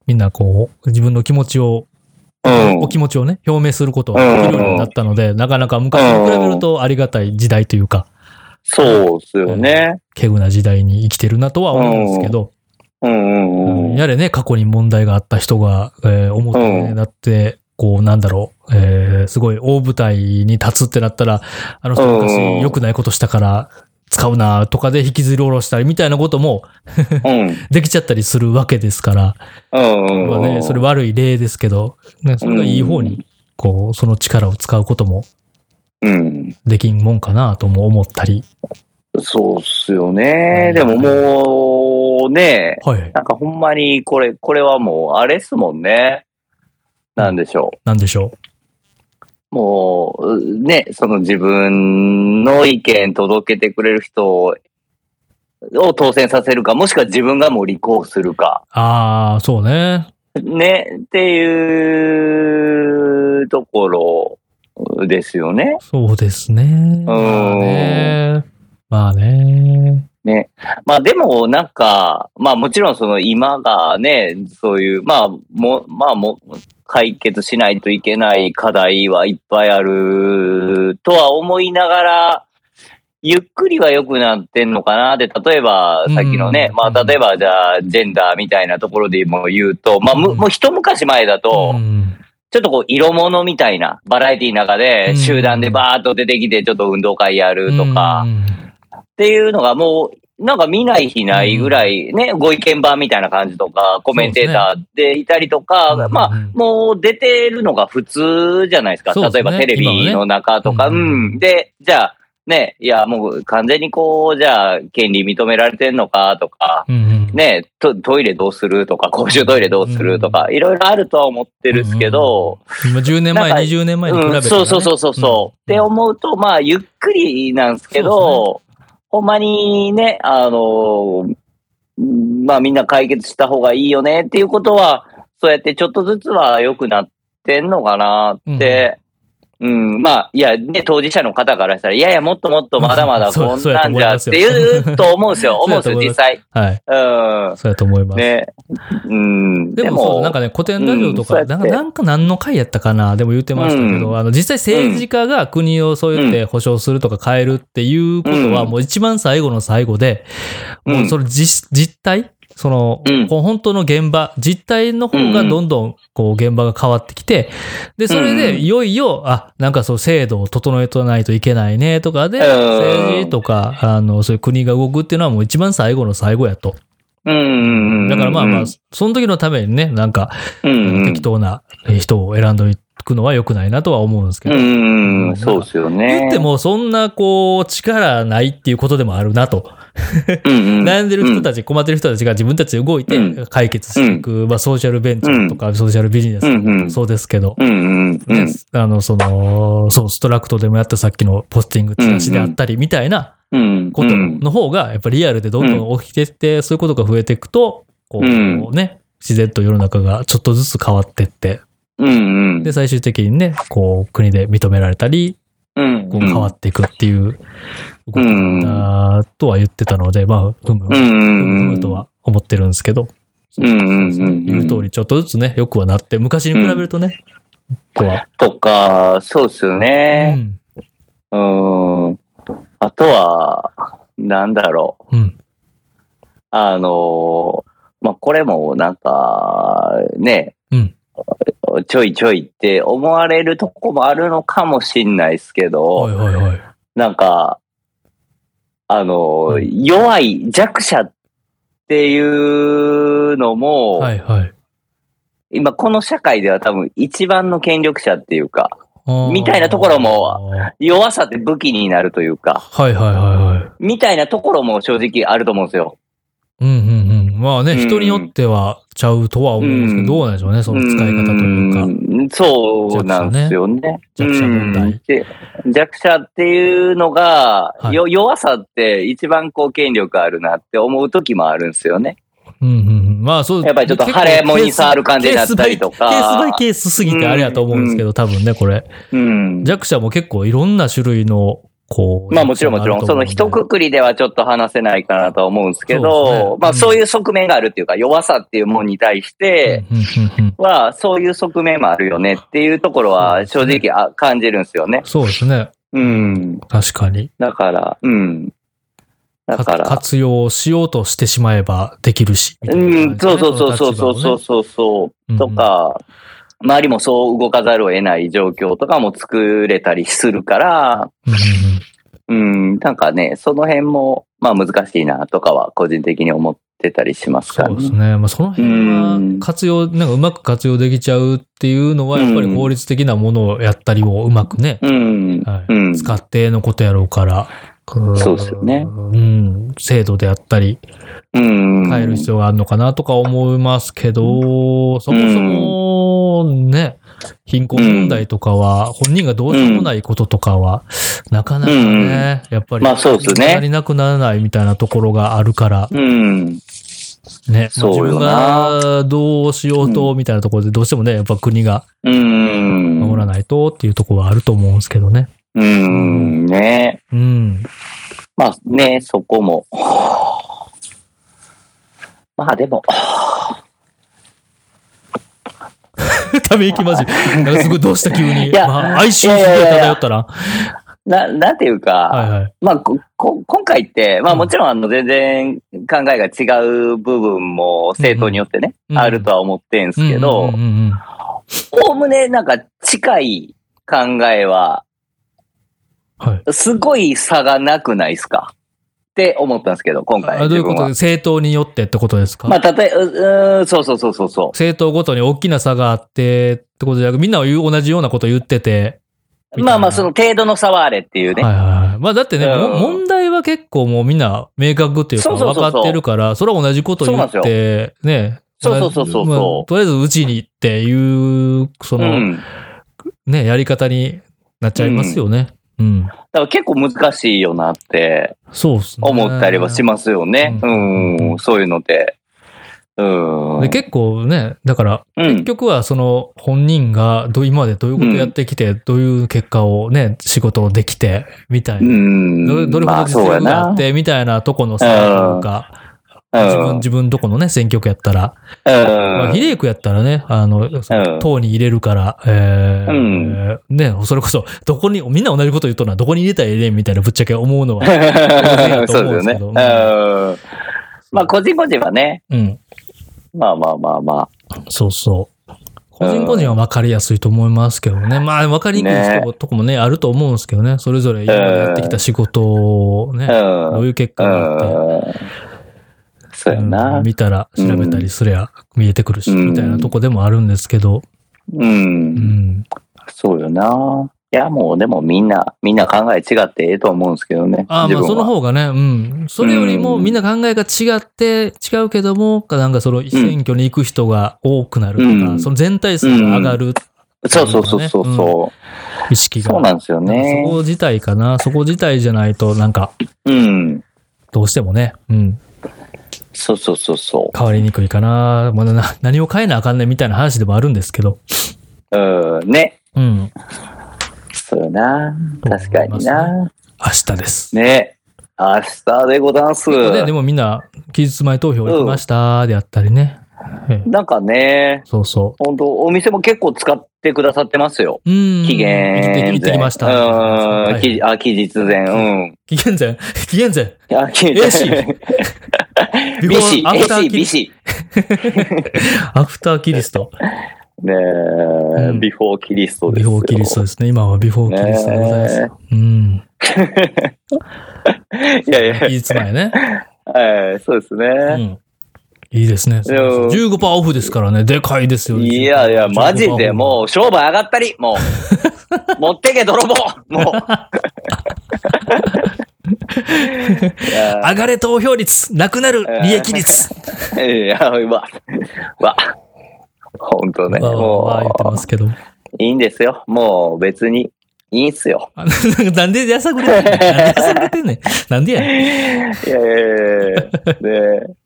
Speaker 1: みんなこう、自分の気持ちをお気持ちをね、表明することができるようになったので、なかなか昔に比べるとありがたい時代というか、
Speaker 2: そうっすよね。
Speaker 1: 稀有な時代に生きてるなとは思うんですけど、
Speaker 2: うん。うん。
Speaker 1: やれね、過去に問題があった人が、えー表になって、こう、なんだろう、えーすごい大舞台に立つってなったら、あの人
Speaker 2: うん
Speaker 1: 昔良くないことしたから、使うなとかで引きずり下ろしたりみたいなことも
Speaker 2: うん。
Speaker 1: できちゃったりするわけですから、
Speaker 2: うん。
Speaker 1: まあね、それ悪い例ですけど、ね、それがいい方に、こう、その力を使うことも
Speaker 2: うん。
Speaker 1: できんもんかなとも思ったり。
Speaker 2: そうっすよね。でももう、ね、
Speaker 1: はい。
Speaker 2: なんかほんまに、これ、これはもう、あれっすもんね。なんでしょ
Speaker 1: なんでしょ
Speaker 2: う。もう、うね、その自分の意見届けてくれる人を当選させるか、もしくは自分がもう立候補するか
Speaker 1: う。。ああ、そうね。
Speaker 2: ね、っていうところですよね。
Speaker 1: そうですね。まあね。まあね。
Speaker 2: まあでも、なんか、まあもちろんその今がね、そういう、まあ、も、まあも、解決しないといけない課題はいっぱいあるとは思いながら、ゆっくりは良くなってんのかなって、例えば、さっきのね、
Speaker 1: うん
Speaker 2: まあ例えばじゃあ、ジェンダーみたいなところでも言うと、まあ、む
Speaker 1: うん
Speaker 2: もう一昔前だと
Speaker 1: う、ん。
Speaker 2: ちょっとこう、色物みたいな、バラエティの中
Speaker 1: う
Speaker 2: で、
Speaker 1: ん
Speaker 2: 集団でバーっと出てきて、ちょっと運動会やるとか、
Speaker 1: うん
Speaker 2: っていうのがもう、なんか見ない日ないぐらいね、ご意見番みたいな感じとか、コメンテーターでいたりとか、
Speaker 1: うん
Speaker 2: まあ、もう出てるのが普通じゃないですか。
Speaker 1: そうです
Speaker 2: 例え
Speaker 1: ね
Speaker 2: ばテレビの中と
Speaker 1: 今
Speaker 2: か、
Speaker 1: はね
Speaker 2: う
Speaker 1: うん
Speaker 2: ん。で、じゃあ、ね、いや、もう完全にこう、じゃあ、権利認められてんのかとか、
Speaker 1: うんうん。
Speaker 2: ねト、トイレどうするとか、公衆トイレどうするとか、いろいろあるとは思ってるんですけど、
Speaker 1: 今10年前、
Speaker 2: なんか
Speaker 1: 20年前に比べて、ね
Speaker 2: うん、そうそうそうそうそう、って思うとまあゆっくりなんですけどほんまにねあのまあみんな解決した方がいいよねっていうことはそうやってちょっとずつは良くなってんのかなって、うんまあいやね当事者の方からしたらいやいやもっともっとまだまだ
Speaker 1: そう
Speaker 2: こんなん
Speaker 1: そう
Speaker 2: じ
Speaker 1: や
Speaker 2: ゃっ
Speaker 1: と
Speaker 2: て
Speaker 1: 思いますよ
Speaker 2: いうと思うんですよ
Speaker 1: そう
Speaker 2: 思う
Speaker 1: や
Speaker 2: ん
Speaker 1: と思いま
Speaker 2: ですよ実
Speaker 1: す
Speaker 2: 際。
Speaker 1: はい。
Speaker 2: うん
Speaker 1: そうやと思います。
Speaker 2: ねうん、
Speaker 1: でもそうなんかね、古典ラジオとか、
Speaker 2: うんそうや
Speaker 1: な
Speaker 2: っ
Speaker 1: ん
Speaker 2: て
Speaker 1: か、なんか何の回やったかな、でも言ってましたけど、
Speaker 2: うん
Speaker 1: あの、実際政治家が国をそうやって保障するとか変えるっていうことは、
Speaker 2: うん
Speaker 1: もう一番最後の最後で、
Speaker 2: うん
Speaker 1: もうそれ実、実態その、
Speaker 2: うん
Speaker 1: こう本当の現場、実態の方がどんどん、こう、現場が変わってきて、で、それ
Speaker 2: うん
Speaker 1: で、いよいよ、あ、なんかそう、制度を整えとかないといけないね、とかで、
Speaker 2: うん
Speaker 1: 政治とか、あの、そういう国が動くっていうのはもう一番最後の最後やと。
Speaker 2: うんうんうんうん
Speaker 1: だからまあまあ、その時のためにね、なんか、
Speaker 2: うんうん
Speaker 1: 適当な人を選んどいくのは良くないなとは思うんですけ
Speaker 2: う
Speaker 1: ど。
Speaker 2: ん、うんそうですよね。
Speaker 1: 言って、も、そんな、こう、力ないっていうことでもあるなと。
Speaker 2: 悩
Speaker 1: 悩んでる人た
Speaker 2: ち。
Speaker 1: ち、困ってる人たちが自分たちで動いて
Speaker 2: う
Speaker 1: 解決していく、まあ、ソーシャルベンチャーとか、ソーシャルビジネスとか
Speaker 2: うんう
Speaker 1: も
Speaker 2: ん
Speaker 1: そうですけど、
Speaker 2: うんうんう
Speaker 1: ね
Speaker 2: ん。
Speaker 1: あの、その、そう、ストラクトでもやったさっきのポスティング、チラシであったりみたいな
Speaker 2: うん。
Speaker 1: ことの方が、やっぱりリアルでどんどん起きてって、そういうことが増えていくと、こ
Speaker 2: うん
Speaker 1: うね、自然と世の中がちょっとずつ変わってって、
Speaker 2: うんうん。
Speaker 1: で、最終的にね、こう、国で認められたり、
Speaker 2: うん、
Speaker 1: こう変わっていくっていう動き
Speaker 2: うん
Speaker 1: だとは言ってたので、まあ、ふむふむ、
Speaker 2: うんう
Speaker 1: ふむふ
Speaker 2: んう
Speaker 1: む
Speaker 2: ん。
Speaker 1: とは思ってるんですけど、
Speaker 2: うんうんうんうん
Speaker 1: 言う通り、ちょっとずつね、よくはなって、昔に比べるとね、とは。
Speaker 2: とか、そうですよ
Speaker 1: う
Speaker 2: ね。
Speaker 1: ん
Speaker 2: うん。あとは、なんだろう。
Speaker 1: うん。
Speaker 2: あの、まあ、これもなんか、ね、
Speaker 1: うん
Speaker 2: ちょいちょいって思われるとこもあるのかもしんないですけど、
Speaker 1: はいはいはい。
Speaker 2: なんか、あの、
Speaker 1: うん
Speaker 2: 弱い、弱者っていうのも、
Speaker 1: はいはい。
Speaker 2: 今この社会では多分一番の権力者っていうか、
Speaker 1: あー
Speaker 2: みたいなところも。弱さって武器になるというか、
Speaker 1: はいはいはいはい。
Speaker 2: みたいなところも正直あると思うんですよ。
Speaker 1: うんうんうん。まあね、
Speaker 2: うん
Speaker 1: 人によってはちゃうとは思うんですけ
Speaker 2: うん
Speaker 1: ど、どうなんでしょうね、その使い方というか。
Speaker 2: うか。そうなんですよね。
Speaker 1: 弱者問題
Speaker 2: うんで弱者っていうのが、
Speaker 1: はい
Speaker 2: よ弱さって一番こう権力あるなって思う時もあるんですよね。
Speaker 1: うんうんうん。まあそう
Speaker 2: やっぱりちょっと腫れもに触る感じになったりとか
Speaker 1: ケースバイケースすぎてあれやと思うんですけど、多分ね、これ。
Speaker 2: うん。
Speaker 1: 弱者も結構いろんな種類の、こう。
Speaker 2: まあもちろんもちろん、その一
Speaker 1: 区
Speaker 2: 括りではちょっと話せないかなとは思うんですけ
Speaker 1: そうですね
Speaker 2: ど、ま
Speaker 1: う
Speaker 2: あ
Speaker 1: ん
Speaker 2: そういう側面があるっていうか、弱さっていうものに対して
Speaker 1: うんうんうん
Speaker 2: は、そういう側面もあるよねっていうところは正直あ感じるんですよね。
Speaker 1: そうですね。
Speaker 2: うん。
Speaker 1: 確かに。
Speaker 2: だから、うん。だ
Speaker 1: か
Speaker 2: から、
Speaker 1: 活用しようとしてしまえばできるし。みたい
Speaker 2: う
Speaker 1: な感
Speaker 2: ん、
Speaker 1: じね
Speaker 2: そうそうそうそうそうそうそ
Speaker 1: う
Speaker 2: う
Speaker 1: んうん
Speaker 2: とか、周りもそう動かざるを得ない状況とかも作れたりするから、
Speaker 1: うんうんうん
Speaker 2: うん、なんかね、その辺も、まあ難しいなとかは個人的に思ってたりしますか
Speaker 1: そ
Speaker 2: ら
Speaker 1: うです
Speaker 2: ね。
Speaker 1: ね。まあ、その辺
Speaker 2: う
Speaker 1: は
Speaker 2: ん
Speaker 1: 活用、なんかうまく活用できちゃうっていうのは、やっぱり効率的なものをやったりをうまくね、
Speaker 2: うん。
Speaker 1: は
Speaker 2: う
Speaker 1: い
Speaker 2: ん。
Speaker 1: 使ってのことやろうから、ん
Speaker 2: そうですよね
Speaker 1: うん、制度であったり、
Speaker 2: うん。
Speaker 1: 変える必要があるのかなとか思いますけど、そもそもね、貧困問題とかは、本人がどうしようもないこととかは、なかなかね、やっぱり、
Speaker 2: まあそうですね
Speaker 1: なりなくならないみたいなところがあるから、
Speaker 2: うん。
Speaker 1: ね、もう
Speaker 2: そう
Speaker 1: 自分
Speaker 2: よな
Speaker 1: がどうしようと、みたいなところで、どうしてもね、やっぱ国が
Speaker 2: うん。
Speaker 1: 守らないとっていうところはあると思うんですけどね。
Speaker 2: うん。ね。
Speaker 1: うん。
Speaker 2: まあね、そこも。まあでも、
Speaker 1: ため息まじ。なんかすごい、どうした急に。
Speaker 2: いや
Speaker 1: まあ、哀愁すごい漂ったな。
Speaker 2: な、なんていうか、
Speaker 1: はいはい。
Speaker 2: まあ、ここ今回って、まあ
Speaker 1: うん
Speaker 2: もちろんあの全然考えが違う部分も政党によってね、
Speaker 1: うん
Speaker 2: あるとは思ってんすけ
Speaker 1: う
Speaker 2: ど
Speaker 1: んう、んうんうん
Speaker 2: おおむねなんか近い考えは、
Speaker 1: はい。
Speaker 2: すごい差がなくないですかって思ったんですけど、今回
Speaker 1: あどうい
Speaker 2: 自
Speaker 1: うこ
Speaker 2: 分
Speaker 1: と
Speaker 2: は。
Speaker 1: 政党によってってことですか、
Speaker 2: まあ、たとえ、ううーん、そうそうそうそうそ
Speaker 1: 政党ごとに大きな差があってってことじゃなく、みんなは言う同じようなこと言ってて。
Speaker 2: う。まあまあ、そ
Speaker 1: の
Speaker 2: の程度の差はあれっていうね。
Speaker 1: はいはいはい。まあだってね、
Speaker 2: うん
Speaker 1: も問題は結構もうみんな明確っていうか
Speaker 2: そうそう
Speaker 1: 分
Speaker 2: そうそう
Speaker 1: かってるから、それは同じこと言っ
Speaker 2: そうなん
Speaker 1: て、ね。
Speaker 2: そうそうそうそう
Speaker 1: まあとりあえずうちにっていう、そうの、
Speaker 2: ん。だ
Speaker 1: ね、やり方になっちゃいますよね。うん。
Speaker 2: から結構難しいよなって
Speaker 1: そうっすね。
Speaker 2: 思ったりはしますよね。
Speaker 1: う
Speaker 2: うんん、そういうので。うん。
Speaker 1: で結構ね、だから、
Speaker 2: うん
Speaker 1: 結、局はその本人がどう今までどういうことやってきて、どういう結果をね、仕事をできて、みたいな。
Speaker 2: うん
Speaker 1: どれどれほ
Speaker 2: ま
Speaker 1: ど
Speaker 2: あ
Speaker 1: 実
Speaker 2: そうや
Speaker 1: 力があ
Speaker 2: な
Speaker 1: っ。て、みたいなとこのさ、というか、自分、自分どこのね、選挙区やったら、まあ、
Speaker 2: う
Speaker 1: 比
Speaker 2: ん。
Speaker 1: 例区やったらね、あの、その
Speaker 2: うん
Speaker 1: 党に入れるから、えー
Speaker 2: うん
Speaker 1: ね、それこそ、どこに、みんな同じこと言うとるのは、どこに入れたらええねんみたいなぶっちゃけ思うの は、だと
Speaker 2: そう
Speaker 1: 思うんで
Speaker 2: です
Speaker 1: け
Speaker 2: すよね。
Speaker 1: ど
Speaker 2: うん。まあ、個人個人はね、
Speaker 1: うん、
Speaker 2: まあまあまあま
Speaker 1: そうそう。個人個人は分かりやすいと思いますけどね。まあ、分かりにくい人もとこもね、あると思うんですけどね。それぞれ今までやってきた仕事をね、
Speaker 2: あ。
Speaker 1: ど
Speaker 2: う。
Speaker 1: うんいう結果があって、
Speaker 2: そうや
Speaker 1: う
Speaker 2: な。
Speaker 1: ん見たら調べたりすりゃ見えてくるし、
Speaker 2: うん
Speaker 1: みたいなとこでもあるんですけど、
Speaker 2: う。
Speaker 1: うんん。
Speaker 2: そうよな。いや、もうでもみんな、みんな考え違ってええと思うんですけどね。
Speaker 1: ああ、
Speaker 2: 自
Speaker 1: まあ
Speaker 2: 分は
Speaker 1: その方がね、うん。それよりも
Speaker 2: うん
Speaker 1: みんな考えが違って、違うけども、なんかその選挙に行く人が多くなるとか、
Speaker 2: うん
Speaker 1: その全体数が上がる
Speaker 2: そうそうそうそうそ
Speaker 1: 意識
Speaker 2: う。
Speaker 1: が。
Speaker 2: そうなんですよ
Speaker 1: そこ
Speaker 2: ね。
Speaker 1: 自体かな。そこ自体じゃないと、なんか、
Speaker 2: うん。
Speaker 1: どうしてもね、うん、
Speaker 2: そうそうそうそ
Speaker 1: 変わりにくいかな。まあ、な何を変えなあかんねんみたいな話でもあるんですけど。
Speaker 2: う。うん。ね。
Speaker 1: うん。
Speaker 2: そうよな。確かにな。
Speaker 1: 明日です。
Speaker 2: ね。明日でござんす。
Speaker 1: ね、でもみんな、期日前投票行きましたであったりね。ええ
Speaker 2: なんかね、
Speaker 1: そうそ
Speaker 2: 本当お店も結構使ってくださってますよ。
Speaker 1: う。うん。
Speaker 2: 期限
Speaker 1: 行って
Speaker 2: 前。
Speaker 1: 行ってきました。
Speaker 2: うん。
Speaker 1: はい
Speaker 2: きあ、期日前。うん。
Speaker 1: 期限前。 期限 前。
Speaker 2: あ、期
Speaker 1: AC
Speaker 2: ビシ、
Speaker 1: アフター
Speaker 2: AC、
Speaker 1: キ
Speaker 2: ビ
Speaker 1: リス
Speaker 2: シ。
Speaker 1: ト。アフターキリスト。
Speaker 2: ねえ、
Speaker 1: うん
Speaker 2: ビフォーキリストです
Speaker 1: ビ
Speaker 2: よ。
Speaker 1: フォーキリストですね。今はビフォーキリストでございます。
Speaker 2: ね
Speaker 1: うん。
Speaker 2: いやいや、
Speaker 1: 期日前ね。
Speaker 2: えーそうです
Speaker 1: う
Speaker 2: ね。
Speaker 1: ん。いいですね。
Speaker 2: でも
Speaker 1: 15%オフですからね。でかいですよ。
Speaker 2: いやいや、マジで
Speaker 1: う。
Speaker 2: もう商売上がったり、 もう。持ってけ、泥棒もう。いや
Speaker 1: 上がれ投票率、なくなる利益率。
Speaker 2: いや、うわ、うわ、本当ね、
Speaker 1: わあわあ言ってま
Speaker 2: も
Speaker 1: すけど。
Speaker 2: う、いいんですよ。もう別に、いいんすよ。
Speaker 1: あなんでやさぐれてんねん。なんでやさぐれてんねん。なんでや
Speaker 2: い
Speaker 1: ねん。
Speaker 2: やいやいやいやね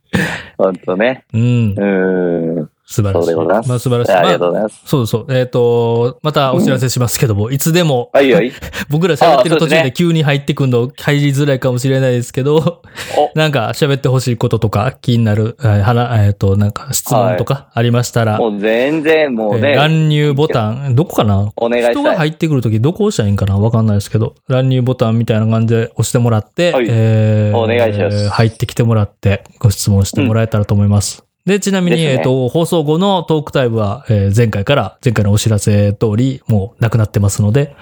Speaker 2: 本当ね。
Speaker 1: うん
Speaker 2: う。ーん。
Speaker 1: 素晴らし
Speaker 2: そうで
Speaker 1: い。
Speaker 2: ございます
Speaker 1: あ素晴らしい。
Speaker 2: ありがと
Speaker 1: まあ
Speaker 2: うございます。
Speaker 1: そうそう。えっ、と、またお知らせしますけども、いつでも、
Speaker 2: は いはい。
Speaker 1: 僕ら喋ってる途中
Speaker 2: あそうです
Speaker 1: で
Speaker 2: ね
Speaker 1: 急に入ってくるの入りづらいかもしれないですけど、
Speaker 2: お、
Speaker 1: なんか喋ってほしいこととか、気になる、えーはなえっ、と、なんか質問とかありましたら、
Speaker 2: もう全然もう
Speaker 1: えー
Speaker 2: ね、
Speaker 1: 乱入ボタン、どこかな
Speaker 2: お願い
Speaker 1: 人
Speaker 2: した
Speaker 1: が
Speaker 2: い。
Speaker 1: 入ってくるときどこ押したらいいんかなわかんないですけど、乱入ボタンみたいな感じで押してもらって、
Speaker 2: はい
Speaker 1: えー
Speaker 2: お願いします
Speaker 1: 入ってきてもらって、ご質問してもらえたらと思います。で、ちなみに、
Speaker 2: ですね
Speaker 1: えっ、と、放送後のトークタイムは、えー前回から、前回のお知らせ通り、もうなくなってますので、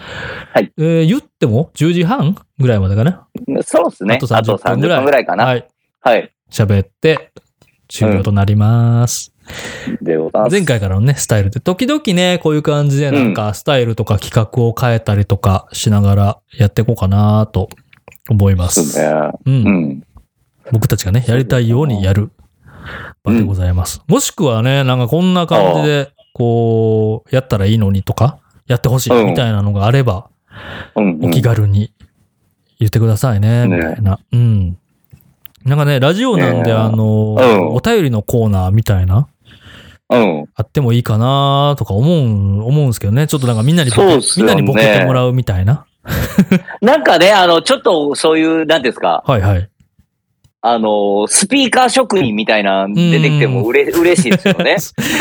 Speaker 2: はい
Speaker 1: えー言っても10時半ぐらいまでかな。
Speaker 2: そうですね。あ
Speaker 1: あと
Speaker 2: と
Speaker 1: 30
Speaker 2: 30分ぐらいかな。
Speaker 1: はい。
Speaker 2: はい。
Speaker 1: 喋って、終了となります。
Speaker 2: でございます。
Speaker 1: 前回からのね、スタイルで、時々ね、こういう感じで、なんか、スタイルとか企画を変えたりとかしながらやっていこうかなと思いま。
Speaker 2: ですすね。
Speaker 1: う。
Speaker 2: うんん。
Speaker 1: 僕たちがね、やりたいようにやる場でございます。もしくはね、なんかこんな感じで、こう、やったらいいのにとか、やってほしいみたいなのがあれば、
Speaker 2: うん。
Speaker 1: お気軽に言ってくださいね、
Speaker 2: ね
Speaker 1: みたいな。うん。なんかね、ラジオなんで、
Speaker 2: ね
Speaker 1: あの、
Speaker 2: うん
Speaker 1: お便りのコーナーみたいな、
Speaker 2: うん。
Speaker 1: あってもいいかなとか思うん、思うんですけどね。ちょっとなんかみんなにボ
Speaker 2: そ
Speaker 1: ケ、
Speaker 2: うっす
Speaker 1: みん
Speaker 2: よ
Speaker 1: な
Speaker 2: ね
Speaker 1: にボケてもらうみたいな。
Speaker 2: なんかね、あの、ちょっとそういう、なんていうんですか、
Speaker 1: はいはい。
Speaker 2: あの、スピーカー職人みたいな出てきてもうれ嬉しいですよ ね。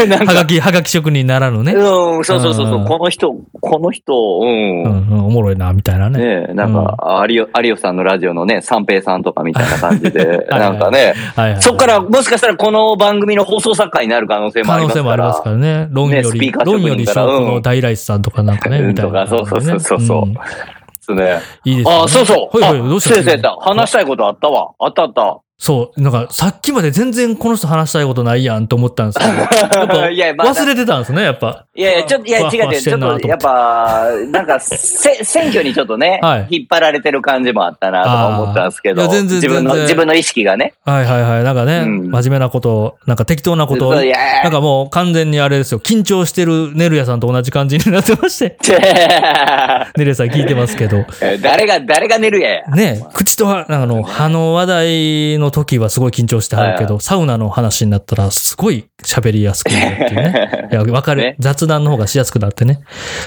Speaker 2: なん
Speaker 1: は
Speaker 2: か
Speaker 1: がき、はがき職人ならぬね。
Speaker 2: うん、そうそうそうそうう、
Speaker 1: ん
Speaker 2: この人、この人、
Speaker 1: うん、う
Speaker 2: うん。
Speaker 1: ん、おもろいな、みたいなね。
Speaker 2: ねえ、なんか、有吉有吉さんのラジオのね、三平さんとかみたいな感 じで、なんかね、
Speaker 1: はいはい。
Speaker 2: そっから、もしかしたらこの番組の放送作家になる可能性もあ
Speaker 1: 可能
Speaker 2: ります
Speaker 1: 性
Speaker 2: から。
Speaker 1: もありますからね。論よ
Speaker 2: ねスピ
Speaker 1: り、
Speaker 2: ーカー
Speaker 1: 論より証拠
Speaker 2: う
Speaker 1: の
Speaker 2: ん
Speaker 1: 大来さんとかなんかね、
Speaker 2: うん
Speaker 1: みたいな、
Speaker 2: とかそうそうそうそう
Speaker 1: うん
Speaker 2: そうですね。
Speaker 1: いいですね。
Speaker 2: あ、そうそう。
Speaker 1: はいはい、どうした
Speaker 2: あ先生だ。話したいことあったわ。あったあった。
Speaker 1: そう、なんかさっきまで全然この人話したいことないやんと思ったんですけど、やっぱ
Speaker 2: いや、まあ
Speaker 1: 忘れてたんですね、やっぱ。
Speaker 2: いやいや、ちょっと、いや、
Speaker 1: ふわふ
Speaker 2: 違う
Speaker 1: わ
Speaker 2: 違う。
Speaker 1: して
Speaker 2: ちょ
Speaker 1: ん
Speaker 2: っ
Speaker 1: な
Speaker 2: と、やっぱ、なんか、せ、 選挙にちょっとね、
Speaker 1: はい
Speaker 2: 引っ張られてる感じもあったな、とか思ったんですけ
Speaker 1: あ
Speaker 2: ど、
Speaker 1: ーいや全然
Speaker 2: 自分の、
Speaker 1: 全然
Speaker 2: 自分の意識がね。
Speaker 1: はいはいはい。なんかね、
Speaker 2: うん
Speaker 1: 真面目なこと、なんか適当なことを
Speaker 2: そういや
Speaker 1: なんかもう完全にあれですよ、緊張してるネルヤさんと同じ感じになってまして、
Speaker 2: ー
Speaker 1: ネルヤさん聞いてますけど、
Speaker 2: 誰が、誰が寝るやや。
Speaker 1: ね、口とは、あの、歯の話題の時はすごい緊張してはるけ
Speaker 2: はい
Speaker 1: ど、サウナの話になったらすごい喋りやすくなるっていう ね。いや、わかる
Speaker 2: ね。
Speaker 1: 雑談の方がしやすくなってね。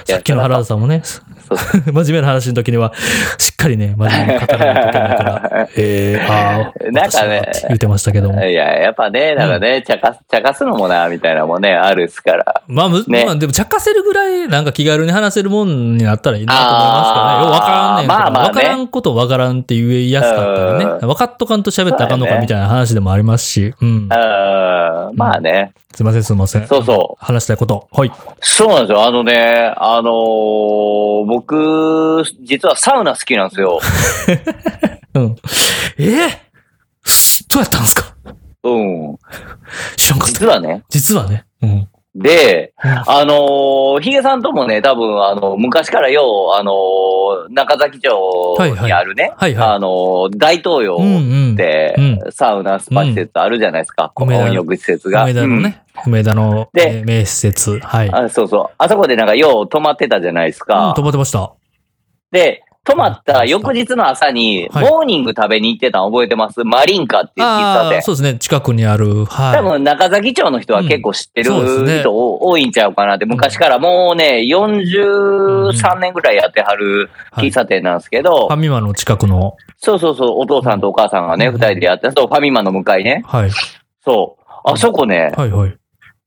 Speaker 2: いや
Speaker 1: さっきの原田さんもね、
Speaker 2: そう
Speaker 1: 真面目な話の時には、しっかりね、真面目に語らないといけない から、えー、ああ、
Speaker 2: なんか
Speaker 1: 私
Speaker 2: ね
Speaker 1: はって言ってましたけども。
Speaker 2: いや、やっぱね、なんかね、ちゃかす、ちゃかすのもな、みたいなのもね、あるっすから。
Speaker 1: まあ、む
Speaker 2: ね
Speaker 1: まあ、でも、ちゃかせるぐらい、なんか気軽に話せるもんになったらいいなと思いますけどね。
Speaker 2: あー
Speaker 1: ようわからんねんけど、
Speaker 2: まあまあね
Speaker 1: わからんことわからんって言えやすかったらね。
Speaker 2: う
Speaker 1: わかっとかんと喋ったらあかんの
Speaker 2: そう
Speaker 1: か
Speaker 2: やね
Speaker 1: みたいな話でもありますし。うん
Speaker 2: う。ーん、まあね。
Speaker 1: すいません、すいません。
Speaker 2: そうそう
Speaker 1: 話したいこと。はい。
Speaker 2: そうなんですよ。あのね、あのー僕、実はサウナ好きなんで すよ。
Speaker 1: うん。えー、そうやったんすか
Speaker 2: うん。
Speaker 1: 知らんかった。
Speaker 2: 実はね、
Speaker 1: 実はね。うん。
Speaker 2: で、あのーヒゲさんともね、多分、あの、昔からよう、あのー中崎町にあるね、
Speaker 1: はいはい
Speaker 2: あのー大東洋
Speaker 1: うんうん。
Speaker 2: って、
Speaker 1: うん
Speaker 2: サウナ、スパ施設あるじゃないですか、
Speaker 1: うん
Speaker 2: 温浴施設が。
Speaker 1: 梅田のね、梅田の
Speaker 2: で
Speaker 1: えー名施設。はい。
Speaker 2: う
Speaker 1: うん
Speaker 2: んあそうそう。あそこでなんかよう泊まってたじゃないですか。
Speaker 1: 止まってました。
Speaker 2: で、泊まった翌日の朝に、
Speaker 1: はい
Speaker 2: モーニング食べに行ってたの覚えてますマリンカっていう喫茶
Speaker 1: ああー、
Speaker 2: 店。
Speaker 1: そうですね。近くにある。はい。
Speaker 2: 多分中崎町の人は結構知ってる
Speaker 1: うんそうですね
Speaker 2: 人多いんちゃうかなって、昔からもうね、43年ぐらいやってはる
Speaker 1: はい
Speaker 2: 喫茶店なんですけ
Speaker 1: フ
Speaker 2: ど、
Speaker 1: ァミマの近くの。
Speaker 2: そうそうそう、お父さんとお母さんがね、
Speaker 1: うん
Speaker 2: 二人でやって、そう、ファミマの向かいね。
Speaker 1: はい。
Speaker 2: そう。あそこね、
Speaker 1: はいはい。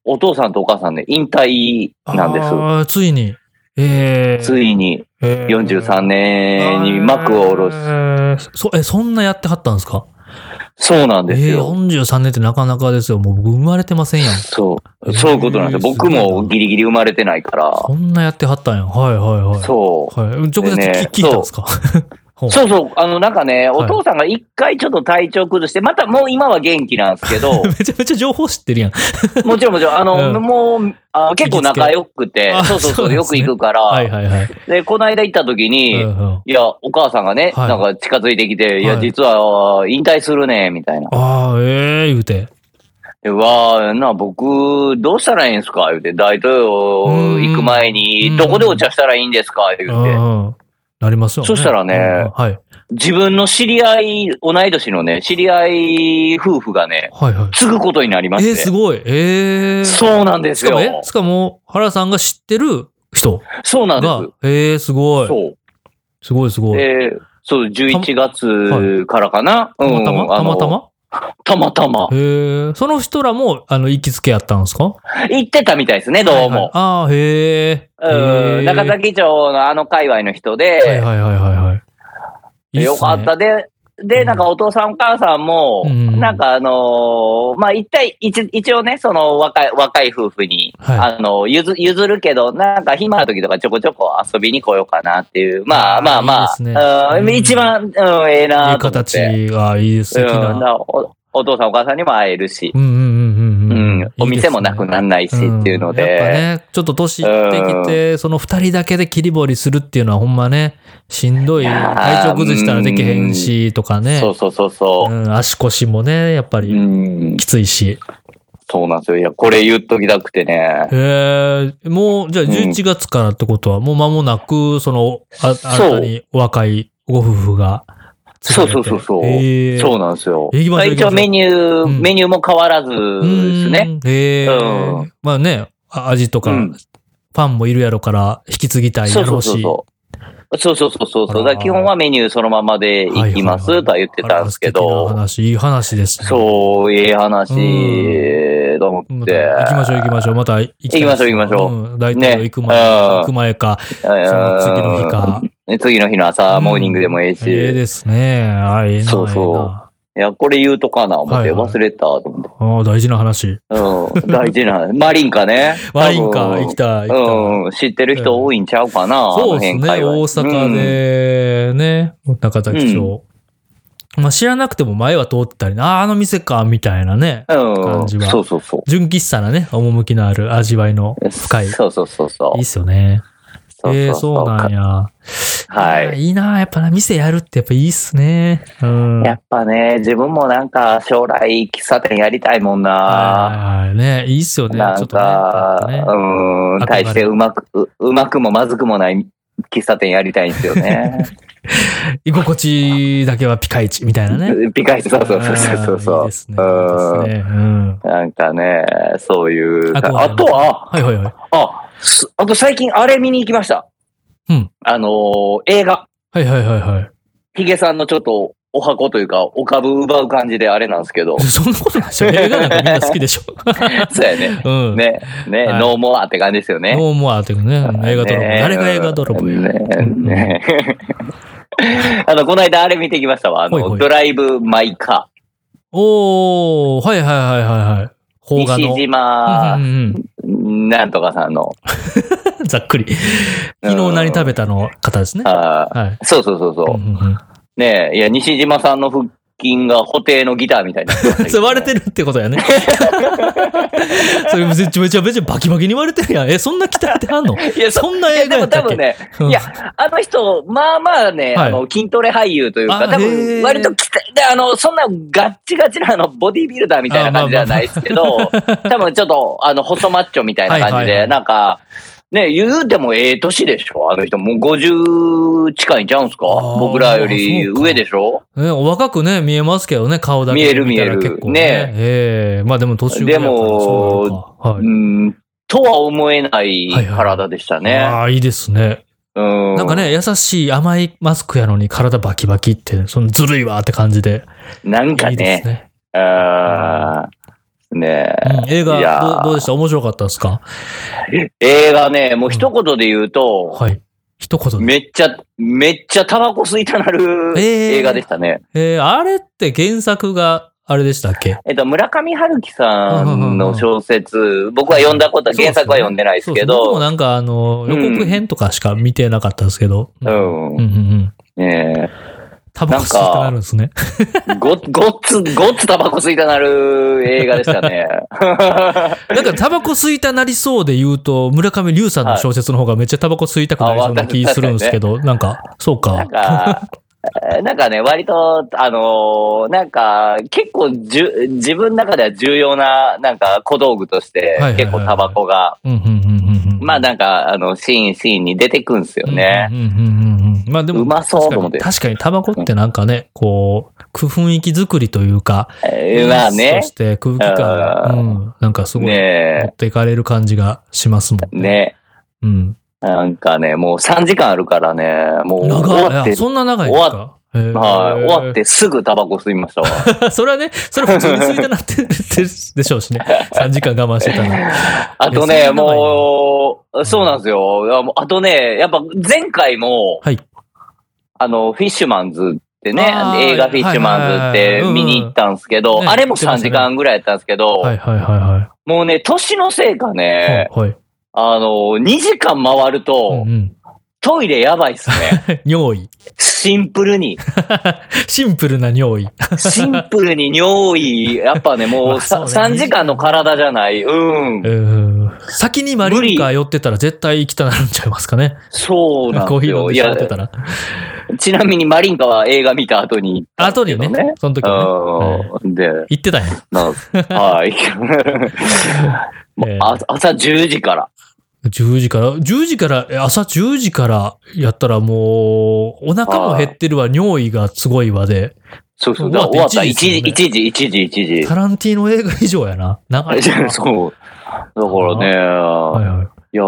Speaker 2: お父さんとお母さんね、引退なんです。
Speaker 1: あーついに。えー、
Speaker 2: ついに
Speaker 1: えー
Speaker 2: 43年に幕を下ろす。
Speaker 1: す。そ、え、そんなやってはったんですか
Speaker 2: そうなんです
Speaker 1: えー、
Speaker 2: よ。
Speaker 1: 43年ってなかなかですよ。もう僕生まれてませんやん。
Speaker 2: そう。そういうことなんです
Speaker 1: え
Speaker 2: よ。
Speaker 1: ー
Speaker 2: 僕
Speaker 1: すごい
Speaker 2: も
Speaker 1: な
Speaker 2: ギリギリ生まれてないから。
Speaker 1: そんなやってはったんや。はいはいはい。
Speaker 2: そう。
Speaker 1: はい。直接聞,、
Speaker 2: でね
Speaker 1: 聞いたんですか ほう
Speaker 2: そうそう。あの、なんかね、
Speaker 1: はい、
Speaker 2: お父さんが一回ちょっと体調崩して、またもう今は元気なんですけど
Speaker 1: めちゃめちゃ情報知ってるやん。
Speaker 2: もちろんもちろん、あの、
Speaker 1: うん
Speaker 2: もうあ結構仲良くて
Speaker 1: 行きつけあ、
Speaker 2: そうそ
Speaker 1: そ
Speaker 2: う
Speaker 1: う
Speaker 2: そう、
Speaker 1: なんで
Speaker 2: よ
Speaker 1: す
Speaker 2: く
Speaker 1: ね
Speaker 2: 行くか
Speaker 1: はい
Speaker 2: ら、
Speaker 1: はいはい。
Speaker 2: で、この間行った時に、
Speaker 1: うんうん
Speaker 2: いや、お母さんがね、
Speaker 1: はい
Speaker 2: なんか近づいてきて、い、
Speaker 1: は
Speaker 2: や、
Speaker 1: い
Speaker 2: 実は引退するね、みたいな。
Speaker 1: ああ、ええ言うて。
Speaker 2: でわあ、な、僕、どうしたらいいんですか言うて、大統領行く前
Speaker 1: うん
Speaker 2: に、どこでお茶したらいいんですか言
Speaker 1: う
Speaker 2: うて。
Speaker 1: んうん。なりますよね。
Speaker 2: そしたらね
Speaker 1: うんはい。
Speaker 2: 自分の知り合い、同い年のね、知り合い夫婦がね、
Speaker 1: はいはい。
Speaker 2: 継ぐことになりま
Speaker 1: え
Speaker 2: し
Speaker 1: えす
Speaker 2: て。
Speaker 1: ごい。ええ
Speaker 2: そうなんです
Speaker 1: し
Speaker 2: よ
Speaker 1: かも、えしかも、原さんが知ってる人
Speaker 2: そうなん
Speaker 1: が
Speaker 2: で、
Speaker 1: ええすご
Speaker 2: す。
Speaker 1: い。
Speaker 2: そ
Speaker 1: すごいす
Speaker 2: う。
Speaker 1: ごい。
Speaker 2: で、そう、11
Speaker 1: は
Speaker 2: 月からかな。
Speaker 1: たまた
Speaker 2: うん
Speaker 1: またまたま
Speaker 2: たまたま。
Speaker 1: ええその人らも、あの、行きつけやったんですか
Speaker 2: 行ってたみたいですね、どう
Speaker 1: はいはい
Speaker 2: も。
Speaker 1: ああ、へえ。へ
Speaker 2: う
Speaker 1: え
Speaker 2: ん、中崎町のあの界隈の人で、
Speaker 1: はいはいはいはいはい。いい
Speaker 2: よ
Speaker 1: すね
Speaker 2: かった。で、
Speaker 1: う
Speaker 2: で、
Speaker 1: ん
Speaker 2: なんかお父さんお母さんも、
Speaker 1: うん
Speaker 2: なんかあのーまあ、一体、一一応ね、その若い、若い夫婦に、
Speaker 1: はい
Speaker 2: あの、譲譲るけど、なんか暇な時とかちょこちょこ遊びに来ようかなっていう、ま
Speaker 1: あ
Speaker 2: あ
Speaker 1: ー
Speaker 2: まあま
Speaker 1: いい
Speaker 2: あ、
Speaker 1: ですね
Speaker 2: うん
Speaker 1: うん
Speaker 2: 一番、うん、ええ
Speaker 1: いい
Speaker 2: なと思っ
Speaker 1: 形
Speaker 2: て。
Speaker 1: がいいです。素敵
Speaker 2: うん
Speaker 1: な。
Speaker 2: なおお父さんお母さんにも会えるし、
Speaker 1: うんうんうん
Speaker 2: う
Speaker 1: うんんうん。
Speaker 2: お店もなくな
Speaker 1: る
Speaker 2: んないしっていうの
Speaker 1: やっぱ
Speaker 2: で、
Speaker 1: ね、ちょっと年いってきて、その二人だけで切り盛りするっていうのはほんまね、しんどい。
Speaker 2: いやー
Speaker 1: 体調崩したらできへんし、とかね。
Speaker 2: そうそうそうそうう。
Speaker 1: ん、足腰もね、やっぱ
Speaker 2: う
Speaker 1: り
Speaker 2: ん、
Speaker 1: きついし。
Speaker 2: そうなんですよ。いや、これ言っときたくてね。
Speaker 1: ええもう、じゃあ
Speaker 2: うん
Speaker 1: 11月からってことは、もう間もなく、その、あ、新
Speaker 2: そ
Speaker 1: た
Speaker 2: う
Speaker 1: にお若いご夫婦が継がれて。
Speaker 2: そうそうそうそう
Speaker 1: ええ
Speaker 2: そうなんですよ。
Speaker 1: 行きましょう行き
Speaker 2: 一
Speaker 1: ましょう
Speaker 2: 応メニュー、
Speaker 1: うん
Speaker 2: メニューも変わらずですね。
Speaker 1: うーん。ええ
Speaker 2: うん
Speaker 1: まあね、あ味とか、
Speaker 2: うん
Speaker 1: ファンもいるやろから、引き継ぎたい
Speaker 2: そ
Speaker 1: や
Speaker 2: うそ
Speaker 1: ろ
Speaker 2: う
Speaker 1: う
Speaker 2: そう
Speaker 1: し。
Speaker 2: そう。そうそうそうそう
Speaker 1: あ
Speaker 2: そ
Speaker 1: ら
Speaker 2: う。だから基本はメニューそのままで行きま
Speaker 1: はいはい
Speaker 2: すとは言ってたんですけ
Speaker 1: あら素敵な
Speaker 2: ど、
Speaker 1: 話、いい話ですね。
Speaker 2: そう、ええ話
Speaker 1: う、
Speaker 2: と思っ
Speaker 1: また
Speaker 2: て。
Speaker 1: 行きましょう行きましょう。また行きたいですね
Speaker 2: 行きましょう行きましょ
Speaker 1: うん大統領行く前、
Speaker 2: ねうん
Speaker 1: 行く前か、
Speaker 2: うん
Speaker 1: その次の日か。
Speaker 2: 次の日の朝、モーニングでもええし。
Speaker 1: ええ
Speaker 2: い
Speaker 1: ですね。あええな
Speaker 2: そうそう
Speaker 1: ええな
Speaker 2: や、これ言うとかな、思って。
Speaker 1: はいはい
Speaker 2: 忘れた、と思って。
Speaker 1: ああ、大事な話。
Speaker 2: うん、大事な。マリン かね。
Speaker 1: ワインか、
Speaker 2: 多分
Speaker 1: 行きたい。行きたい
Speaker 2: うん、知ってる人多いんちゃうかな、
Speaker 1: そうです
Speaker 2: あ
Speaker 1: ね。
Speaker 2: の
Speaker 1: 大
Speaker 2: 辺界隈
Speaker 1: 阪。でね、中崎町。まあ知らなくても前は通ってたりな、あーあの店か、みたいなね。
Speaker 2: うん、
Speaker 1: 感じ
Speaker 2: うん、
Speaker 1: は
Speaker 2: そうそうそう。
Speaker 1: 純喫茶なね、趣のある味わいの深い。い
Speaker 2: そうそうそうそ。
Speaker 1: いうっすよね。
Speaker 2: そう
Speaker 1: ええ
Speaker 2: そ
Speaker 1: ー、
Speaker 2: う
Speaker 1: そうなんや。
Speaker 2: はい
Speaker 1: い。いいなやっぱな、店やるってやっぱいいっすね。うん。
Speaker 2: やっぱね、自分もなんか将来喫茶店やりたいもんな。
Speaker 1: はいはいはいね、いいっすよね。
Speaker 2: な
Speaker 1: ちょ
Speaker 2: ん
Speaker 1: っとねや
Speaker 2: か、
Speaker 1: っぱね。
Speaker 2: う
Speaker 1: 憧れ
Speaker 2: ん、大してうまく、ううまくもまずくもない喫茶店やりたいんですよね。
Speaker 1: 居心地だけはピカイチみたいな ね。
Speaker 2: ピカイチ、そうそうそ
Speaker 1: あー
Speaker 2: うそう
Speaker 1: いい
Speaker 2: そう
Speaker 1: ですね。
Speaker 2: そう。
Speaker 1: いいです
Speaker 2: ん。
Speaker 1: ね。うん。
Speaker 2: なんかね、そういう。
Speaker 1: 憧れの
Speaker 2: あとは、
Speaker 1: はいはいはい。
Speaker 2: あ、すあと最近あれ見に行きました。
Speaker 1: うん。
Speaker 2: あのー、映画。
Speaker 1: はいはいはいはい。。
Speaker 2: ヒゲさんのちょっとお箱というか、お株奪う感じであれなんですけど
Speaker 1: そんなことないでしょ。映画なんかみんな好きでしょ。
Speaker 2: そうや ね。
Speaker 1: うん。
Speaker 2: ね、ね、
Speaker 1: はい
Speaker 2: ノーモアって感じですよね。
Speaker 1: ノーモアというかね、うん映画泥棒。
Speaker 2: ね
Speaker 1: 誰が映画泥棒や
Speaker 2: ねね あの、この間あれ見てきましたわ。あの、
Speaker 1: ほいほい
Speaker 2: ドライブ・マイ・カ
Speaker 1: おー、はいはいはいはいはい。
Speaker 2: ー。
Speaker 1: 邦画の。
Speaker 2: 西
Speaker 1: うん
Speaker 2: 島、
Speaker 1: うんうん
Speaker 2: なんとかさんの。
Speaker 1: ざっくり。昨日何食べたの方ですね。
Speaker 2: あー
Speaker 1: はい。
Speaker 2: そうそうそうそうう。
Speaker 1: んうんうん
Speaker 2: ねえいや、西島さんの復金が布袋のギターみた いになってましたけど
Speaker 1: それ割れてるってこと やね。それめちゃめちゃめちゃバキバキに割れてるやん。え、そんな期待ってあんの
Speaker 2: いや、そ
Speaker 1: そん な
Speaker 2: ういや
Speaker 1: 映画
Speaker 2: で
Speaker 1: や
Speaker 2: も
Speaker 1: った
Speaker 2: 多
Speaker 1: っけ
Speaker 2: 分ね、
Speaker 1: うん
Speaker 2: いや、あの人、まあまあね、
Speaker 1: はい
Speaker 2: あの筋トレ俳優という
Speaker 1: あ
Speaker 2: か、多
Speaker 1: へー
Speaker 2: 分割ときであの、そんなガッチガチなあのボディービルダーみたいな感じではないですけど、多分ちょっとあの細マッチョみたいな
Speaker 1: は
Speaker 2: 感
Speaker 1: い
Speaker 2: じ
Speaker 1: はいはい
Speaker 2: で、なんか、ね、言うてもええ年でしょ、あの人、もう50近いんちゃうんすか
Speaker 1: あー、
Speaker 2: 僕らより
Speaker 1: そうか
Speaker 2: 上でしょ。
Speaker 1: ね、お若くね、見えますけどね、顔だけ
Speaker 2: 見える
Speaker 1: たら
Speaker 2: 見える
Speaker 1: 結構ね。
Speaker 2: ね
Speaker 1: ええまあでも年上やから
Speaker 2: でも
Speaker 1: そうかは
Speaker 2: う
Speaker 1: い。
Speaker 2: んとは思えない
Speaker 1: はいはい
Speaker 2: 体でしたね。
Speaker 1: ああ、いいですね。
Speaker 2: うん
Speaker 1: なんかね、優しい甘いマスクやのに体バキバキって、そのずるいわって感じで。
Speaker 2: なんか
Speaker 1: いいです
Speaker 2: ね、
Speaker 1: ね。
Speaker 2: あーねえ
Speaker 1: うん、映
Speaker 2: いや
Speaker 1: 画
Speaker 2: ー
Speaker 1: どう、どうでした面白かったですか
Speaker 2: 映画ね、もう一言で言うと、
Speaker 1: はい。一言で。
Speaker 2: めっちゃ、めっちゃタバコ吸いたなる
Speaker 1: えー
Speaker 2: 映画でしたね。
Speaker 1: えーあれって原作が、あれでしたっけ
Speaker 2: えっと、村上春樹さんの小説、僕は読んだことは、
Speaker 1: そうですね
Speaker 2: 原作は読んでないです
Speaker 1: そう
Speaker 2: け
Speaker 1: ですね僕も
Speaker 2: ど、
Speaker 1: なんか、あの、
Speaker 2: う
Speaker 1: 予
Speaker 2: ん
Speaker 1: 告編とかしか見てなかったですけど。
Speaker 2: う
Speaker 1: うん
Speaker 2: ん
Speaker 1: うんう。ん。
Speaker 2: ね
Speaker 1: タバコ吸いたくなるんですね。
Speaker 2: えご、ごっつ、ごっつタバコ吸いたなる映画でし たね。
Speaker 1: だからタバコ吸いたなりそうで言うと、村上龍さんの小説の方がめっちゃタバコ吸いたくなりそうな気するんですけど、なんか、そうか
Speaker 2: なん。か、なんかね、割と、あのーなんか、結構じゅ、自分の中では重要な、なんか、小道具とし
Speaker 1: いはい
Speaker 2: て
Speaker 1: は、い
Speaker 2: 結構タバコが、
Speaker 1: うんうんうんうんうん。
Speaker 2: まあなんか、あの、シーン、シーンに出てくんすよね
Speaker 1: う。んうんうんうんうん。まあでも、
Speaker 2: うまそうと思って
Speaker 1: 確かに確かにタバコってなんかね、こう、く雰囲気作りというか、
Speaker 2: えーまあ
Speaker 1: 演出
Speaker 2: ね
Speaker 1: とし。て空気感、
Speaker 2: う
Speaker 1: うん、なんかすごい、持
Speaker 2: ね
Speaker 1: っていかれる感じがしますも
Speaker 2: え。
Speaker 1: ん。
Speaker 2: ね
Speaker 1: うん。
Speaker 2: なんかね、もう3時間あるからね、もう終わっ
Speaker 1: 長い。
Speaker 2: て
Speaker 1: あ、そんな長いんですかへー
Speaker 2: はい、終わってすぐタバコ吸いま したわ。
Speaker 1: それはね、それ普通に吸いたなってる でしょう しね。3時間我慢してたら。
Speaker 2: あと
Speaker 1: えそ
Speaker 2: ね、
Speaker 1: んな長いの
Speaker 2: もう、そうなんですよ。いやもうあとね、やっぱ前回も、
Speaker 1: はい
Speaker 2: あの、フィッシュマンズってね
Speaker 1: あー、
Speaker 2: 映画フィッシュマンズっ
Speaker 1: はいはいはい
Speaker 2: て
Speaker 1: はい
Speaker 2: 見に行ったんですけど、
Speaker 1: うんうんね
Speaker 2: あれも3時間ぐらいやったんですけど、
Speaker 1: はいはいはいは
Speaker 2: もうね、年のせいか
Speaker 1: い。
Speaker 2: ね、
Speaker 1: はい。
Speaker 2: あの、2時間回ると、
Speaker 1: うん
Speaker 2: トイレやばいっすね。
Speaker 1: うん。尿意。
Speaker 2: シンプルに、
Speaker 1: シンプルな尿意。
Speaker 2: シンプルに尿意、やっぱね、もう
Speaker 1: まあ
Speaker 2: さ
Speaker 1: そうね
Speaker 2: 3時間の体じゃない。うん
Speaker 1: う。ん先にマリンカ寄ってたら絶対行きたなるんちゃいますかね。
Speaker 2: そうな ん
Speaker 1: コー
Speaker 2: です
Speaker 1: ヒー飲ん
Speaker 2: よ。
Speaker 1: で
Speaker 2: い
Speaker 1: しま
Speaker 2: や
Speaker 1: っ、てたら。
Speaker 2: ちなみにマリンカは映画見た後に。
Speaker 1: 後にね、その時はね。
Speaker 2: うん。で、
Speaker 1: 行ってたんや。
Speaker 2: なんすはい。も う
Speaker 1: えー
Speaker 2: あ朝10時から。
Speaker 1: 10時から、10時から、え朝10時からやったらもう、お腹も減ってるわ、尿意がすごいわで、
Speaker 2: そうそう。
Speaker 1: 終
Speaker 2: だ
Speaker 1: わ
Speaker 2: か
Speaker 1: って
Speaker 2: ら終わった。1
Speaker 1: 1時
Speaker 2: 時、1時、1時、1時
Speaker 1: タランティーノ映画以上やな。長いな。
Speaker 2: そう。だからね、
Speaker 1: はいはい。
Speaker 2: いやー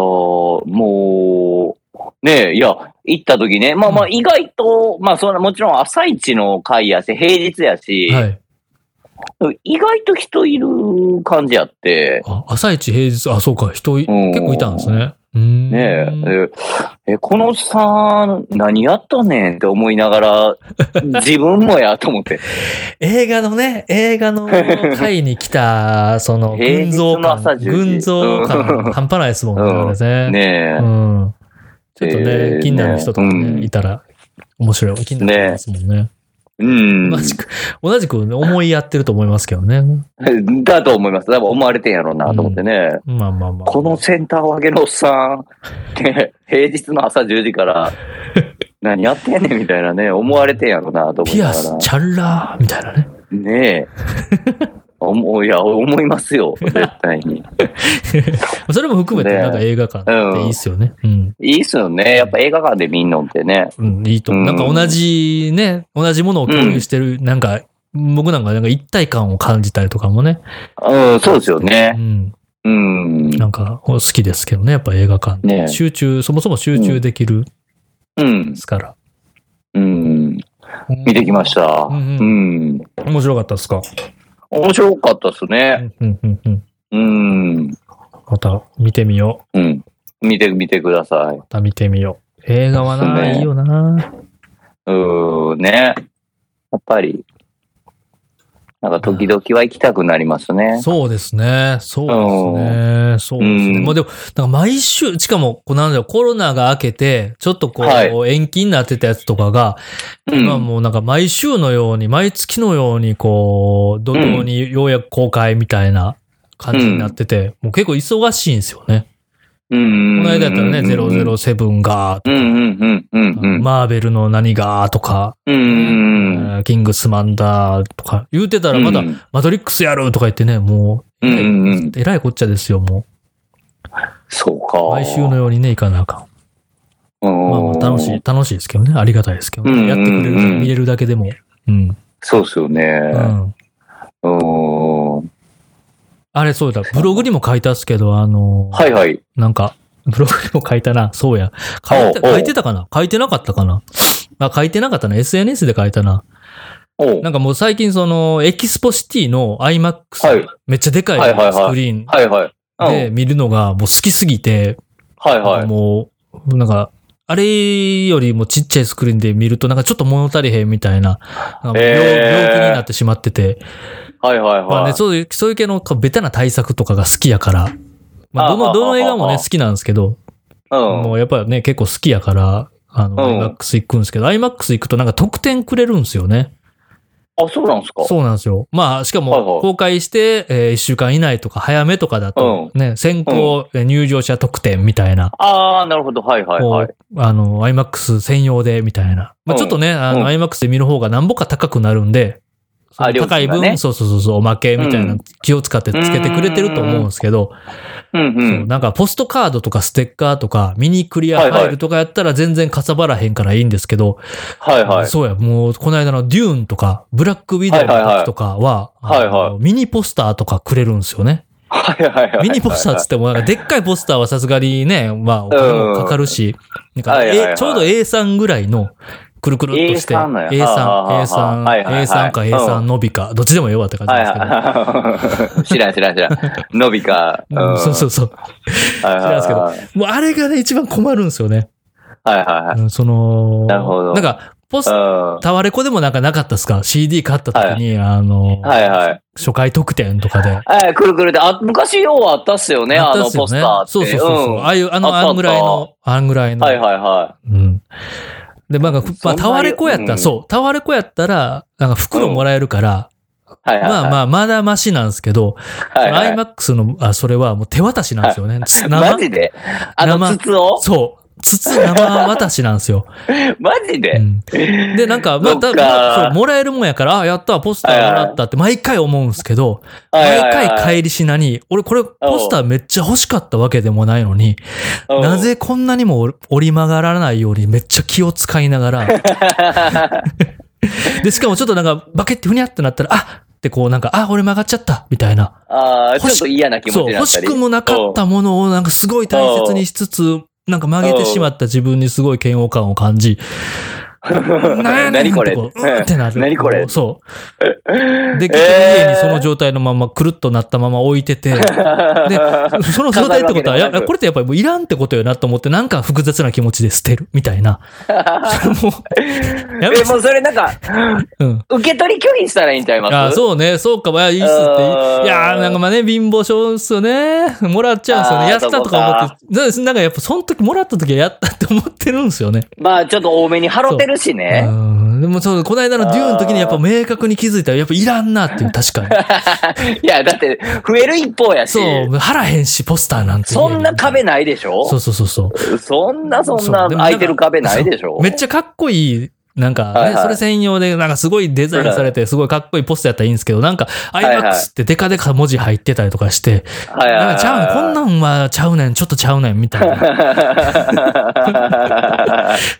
Speaker 2: もう、ねいや、行った時ね、まあまあ意外と、まあそんな、もちろん朝一の会やし、平日やし、
Speaker 1: はい。
Speaker 2: 意外と人いる感じやって、
Speaker 1: あ朝一平日、あ、そうか、人い、
Speaker 2: うん
Speaker 1: 結構いたんですね。うーん
Speaker 2: ねえ、え、えこのおっさん、何やったねんって思いなが ら、自分もやと思って。
Speaker 1: 映画のね、映画 の会に来た、その、
Speaker 2: 平
Speaker 1: 群
Speaker 2: 日
Speaker 1: 像
Speaker 2: の朝
Speaker 1: 感、
Speaker 2: 10時
Speaker 1: 群像
Speaker 2: う
Speaker 1: 感、半
Speaker 2: ん
Speaker 1: 端ないですもんね、
Speaker 2: うん
Speaker 1: あれね。
Speaker 2: ね
Speaker 1: うん。ちょっと
Speaker 2: え
Speaker 1: ね、
Speaker 2: ー
Speaker 1: 近年の人とか
Speaker 2: ねう
Speaker 1: ね、
Speaker 2: ん
Speaker 1: いたら、面白い、近年の人ですもんね。
Speaker 2: え。うん。
Speaker 1: 同じく、同じくね思いやってると思いますけどね。
Speaker 2: だと思います。多分思われてんやろうなと思ってね。
Speaker 1: まあまあまあ。
Speaker 2: このセンターを上げるおっさん、ね、平日の朝10 時から、何やってんねんみたいなね、思われてんやろうなと思い
Speaker 1: ピ
Speaker 2: な
Speaker 1: ア
Speaker 2: が
Speaker 1: ス
Speaker 2: ら、。
Speaker 1: チャンラー、みたいなね。
Speaker 2: ねえ。思ういや、思いますよ、絶対 に。
Speaker 1: それも含めて、
Speaker 2: ね
Speaker 1: なんか映画館っていいっすよね。うん。
Speaker 2: いいっすよね。やっぱ映画館で見んのってね。
Speaker 1: うん、いいと思う。な
Speaker 2: うんん
Speaker 1: か同じね、同じものを共有してる、なんか、僕なんかなんか一体感を感じたりとかもね。
Speaker 2: うん、そうですよ
Speaker 1: う
Speaker 2: ね。
Speaker 1: ん。
Speaker 2: うん。
Speaker 1: なんか好きですけどね、やっぱ映画館。
Speaker 2: ね
Speaker 1: 集中、そもそも集中できる
Speaker 2: うん
Speaker 1: で。すから。
Speaker 2: うん。見てきました。
Speaker 1: う
Speaker 2: うんん。
Speaker 1: う面白かったですか
Speaker 2: 面白かったっす
Speaker 1: う
Speaker 2: ね。
Speaker 1: んうんうんうん。
Speaker 2: うん。
Speaker 1: また見てみよう。
Speaker 2: うん。見て、見てください。
Speaker 1: また見てみよう。映画はな、
Speaker 2: ですね
Speaker 1: いいよな。
Speaker 2: うーん、ね。やっぱり。なんか時々は行きたくなりますね。
Speaker 1: そうですね。そうですね。そうですね。
Speaker 2: うん
Speaker 1: まあでも、なんか毎週、しかも、こうなんだろう、コロナが明けて、ちょっとこう、
Speaker 2: は
Speaker 1: 延期になってたやつとかが、
Speaker 2: うん
Speaker 1: 今もうなんか毎週のように、毎月のように、こう、怒涛にようやく公開みたいな感じになってて、もう結構忙しいんですよね。
Speaker 2: うん。
Speaker 1: この間だったらね、
Speaker 2: うん
Speaker 1: 007が、
Speaker 2: うんうんうんうん。
Speaker 1: マーベルの何がとか、
Speaker 2: うんうんうん。
Speaker 1: えーキングスマンダーとか、言うてたらまだ、
Speaker 2: うん
Speaker 1: マトリックスやるとか言ってね、もう、
Speaker 2: うんうんうん
Speaker 1: えらいこっちゃですよ、も
Speaker 2: そう
Speaker 1: う。
Speaker 2: か。
Speaker 1: 毎週のようにね、行かなあかん。
Speaker 2: うん、
Speaker 1: まあまあ、楽しい、楽しいですけどね、ありがたいですけど
Speaker 2: うんうんう
Speaker 1: ね。
Speaker 2: ん
Speaker 1: やってくれる、見れるだけでも。うん。
Speaker 2: そうっすよ
Speaker 1: う
Speaker 2: ね。
Speaker 1: ん。
Speaker 2: うん。は
Speaker 1: あれ、そうだ、ブログにも書いたっすけど、あのー、
Speaker 2: いはい。
Speaker 1: なんか、ブログにも書いたな、そうや。書い
Speaker 2: おうお
Speaker 1: た
Speaker 2: う
Speaker 1: 書いてたかな書いてなかったかなあ、書いてなかったな。SNS で書いたな。
Speaker 2: おう
Speaker 1: なんかもう最近その、エキスポシティの IMAX、
Speaker 2: はい
Speaker 1: めっちゃでか
Speaker 2: はいいはいはい
Speaker 1: スクリーン
Speaker 2: はいはい。
Speaker 1: で
Speaker 2: うん
Speaker 1: 見るのがもう好きすぎて、
Speaker 2: はいはい。
Speaker 1: もう、なんか、あれよりもちっちゃいスクリーンで見ると、なんかちょっと物足りへんみたいな、なんか病
Speaker 2: えー
Speaker 1: 病気になってしまってて、
Speaker 2: はいはいはい。
Speaker 1: まあね、そういう、そういう系のこうベタな対策とかが好きやから、まあ、ど
Speaker 2: あ
Speaker 1: の、
Speaker 2: あ
Speaker 1: どの映画もね、
Speaker 2: あ
Speaker 1: 好きなんですけど、
Speaker 2: うん。
Speaker 1: もうやっぱね、結構好きやから、あの、
Speaker 2: うん
Speaker 1: IMAX 行くんですけど、IMAX 行くとなんか特典くれるんですよね。
Speaker 2: あ、そうなんですか
Speaker 1: そうなんですよ。まあ、しか
Speaker 2: はいは
Speaker 1: も、
Speaker 2: い
Speaker 1: 公開して、え1週間以内とか、早めとかだと、ね、先行えー入場者特典みたいな、
Speaker 2: ああ、なるほど。はいはいはい。
Speaker 1: こう、あの、IMAX 専用で、みたいな。まあ、
Speaker 2: うん
Speaker 1: ちょっとね、あ
Speaker 2: う
Speaker 1: の、
Speaker 2: ん
Speaker 1: IMAX で見る方がなんぼか高くなるんで、そ
Speaker 2: あ
Speaker 1: の
Speaker 2: 料
Speaker 1: 高い
Speaker 2: 金が
Speaker 1: 分、
Speaker 2: ね
Speaker 1: そうそうそうそう、おまけみたいな
Speaker 2: うん
Speaker 1: 気を使ってつけてくれてると思うんですけど、
Speaker 2: うんう。
Speaker 1: そうんなんかポストカードとかステッカーとかミニクリアファイルとかやったら全然かさばらへんからいいんですけど、
Speaker 2: はいはい。
Speaker 1: そうや、もう、この間のデューンとか、ブラックウィドウの時とかは、
Speaker 2: はいはいはい
Speaker 1: あの
Speaker 2: はい
Speaker 1: ミニポスターとかくれるんですよね。
Speaker 2: はいはいはい。
Speaker 1: ミニポスターっつっても、なんかでっかいポスターはさすがにね、まあ、お金もかかるし、なんか、
Speaker 2: はいはいはい
Speaker 1: えちょうど A さんぐらいの、くるくるっとして、A さ
Speaker 2: A3
Speaker 1: ん、
Speaker 2: のや
Speaker 1: A
Speaker 2: はあはあはあ
Speaker 1: さん、
Speaker 2: はいはいはい
Speaker 1: A さんか
Speaker 2: うん
Speaker 1: A さんのびか、どっちでもええわって感じ
Speaker 2: はい
Speaker 1: ですけど。
Speaker 2: はい。 知らん知らん知ら ん。のびか。。
Speaker 1: うんそうそううそう。
Speaker 2: 知ら
Speaker 1: んすけど
Speaker 2: はい
Speaker 1: もうあれがね、一番困るんですよね。
Speaker 2: はいは
Speaker 1: うんその、
Speaker 2: なるほど
Speaker 1: んか、ポス
Speaker 2: い。うん。
Speaker 1: タワレコでもなんかなかったっすか ?CD 買った時に、あの、
Speaker 2: はいはい。
Speaker 1: 初回特典とかで。
Speaker 2: えー、くるくるで、あ、昔ようあったっすよね、
Speaker 1: あ
Speaker 2: あ
Speaker 1: った
Speaker 2: の
Speaker 1: っすよ
Speaker 2: ポス
Speaker 1: ね
Speaker 2: ターって。
Speaker 1: そうそうそうそう。
Speaker 2: ん
Speaker 1: ああいう、あの、
Speaker 2: あったあった
Speaker 1: あんぐらいの、あんぐらいの。
Speaker 2: はいはいは
Speaker 1: うん。で、まあなんか、
Speaker 2: そ
Speaker 1: ま
Speaker 2: ん
Speaker 1: あ、
Speaker 2: な
Speaker 1: タワレコやった
Speaker 2: う
Speaker 1: ら、
Speaker 2: ん
Speaker 1: そう、タワレコやったら、なんか袋もらえるから、
Speaker 2: い。はいはいはい。
Speaker 1: まあまあ、まだマシなんですけど、
Speaker 2: あ、はいはい、
Speaker 1: IMAX の、あ、それはもう手渡しなんですよね。つ
Speaker 2: マ
Speaker 1: 生
Speaker 2: ジであの
Speaker 1: 生
Speaker 2: 筒を
Speaker 1: そう。筒生渡しなんですよ。
Speaker 2: マジ
Speaker 1: う
Speaker 2: で、
Speaker 1: ん、で、なんか、まあ、
Speaker 2: そっか
Speaker 1: だまあそうもらえるもんやから、あ、やった、ポスターもらったって、毎回思うんですけど、
Speaker 2: はい
Speaker 1: 毎
Speaker 2: はいはい
Speaker 1: 回帰りしなに、俺これ、ポスターめっちゃ欲しかったわけでもないのに、
Speaker 2: うん
Speaker 1: なぜこんなにも折折り曲がらないようにめっちゃ気を使いなが ら。で、しかもちょっとなんかバケってふにゃってなったら、あってこうなんか、あ、俺曲がっちゃった、みたいな。
Speaker 2: ああ、ち
Speaker 1: 欲
Speaker 2: ょ
Speaker 1: し
Speaker 2: っと嫌な気持ち
Speaker 1: そう、
Speaker 2: にな
Speaker 1: 欲
Speaker 2: った
Speaker 1: し
Speaker 2: り。
Speaker 1: くもなかったものをなんかすごい大切にしつつ、なんか曲げてしまった自分にすごい嫌悪感を感じ、
Speaker 2: うん。
Speaker 1: なんやねん
Speaker 2: 何こ
Speaker 1: っ
Speaker 2: れ
Speaker 1: てこう うんってなる。
Speaker 2: 何これ
Speaker 1: そう。で、
Speaker 2: えー
Speaker 1: 結局家にその状態のまま、くるっとなったまま置いて て、で、その状態ってことは、い
Speaker 2: 飾るわけでもな
Speaker 1: や、
Speaker 2: く
Speaker 1: これってやっぱりもういらんってことよなと思って、なんか複雑な気持ちで捨 てる、みたいな。それもう、やめ
Speaker 2: え、もうそれなんか、
Speaker 1: うん。
Speaker 2: 受け取り拒否したらいいんちゃいます
Speaker 1: あそうね、そうか、まあ、いいっすって。いやー、なんかまあね、貧乏症っすよね。もらっちゃうんすよね。
Speaker 2: あー
Speaker 1: やったとか思って、なんかやっぱその時もらった時はやったって思ってるんですよね。
Speaker 2: まあ、ちょっと多めに払ってるし
Speaker 1: う
Speaker 2: ね。
Speaker 1: ん。でもそう、この間のデューンの時にやっぱ明確に気づいたら、やっぱいらんなっていう、確かに。
Speaker 2: いや、だって、増える一方やし、
Speaker 1: そう、腹へんし、ポスターなんて。
Speaker 2: そんな壁ないでしょ
Speaker 1: そうそうそうそう。
Speaker 2: そんなそん
Speaker 1: そう
Speaker 2: な
Speaker 1: でもなんか
Speaker 2: 空いてる壁ないでしょ
Speaker 1: めっちゃかっこいい。なんか、ね
Speaker 2: はいはい
Speaker 1: それ専用で、なんかすごいデザインされて、すごいかっこいいポストやったらいいんですけど、なんか、
Speaker 2: いはい
Speaker 1: iMax ってデカデカ文字入ってたりとかして、
Speaker 2: はいはい
Speaker 1: なんかちゃうねん、こんなんはちゃうねん、ちょっとちゃうねん、みたいな。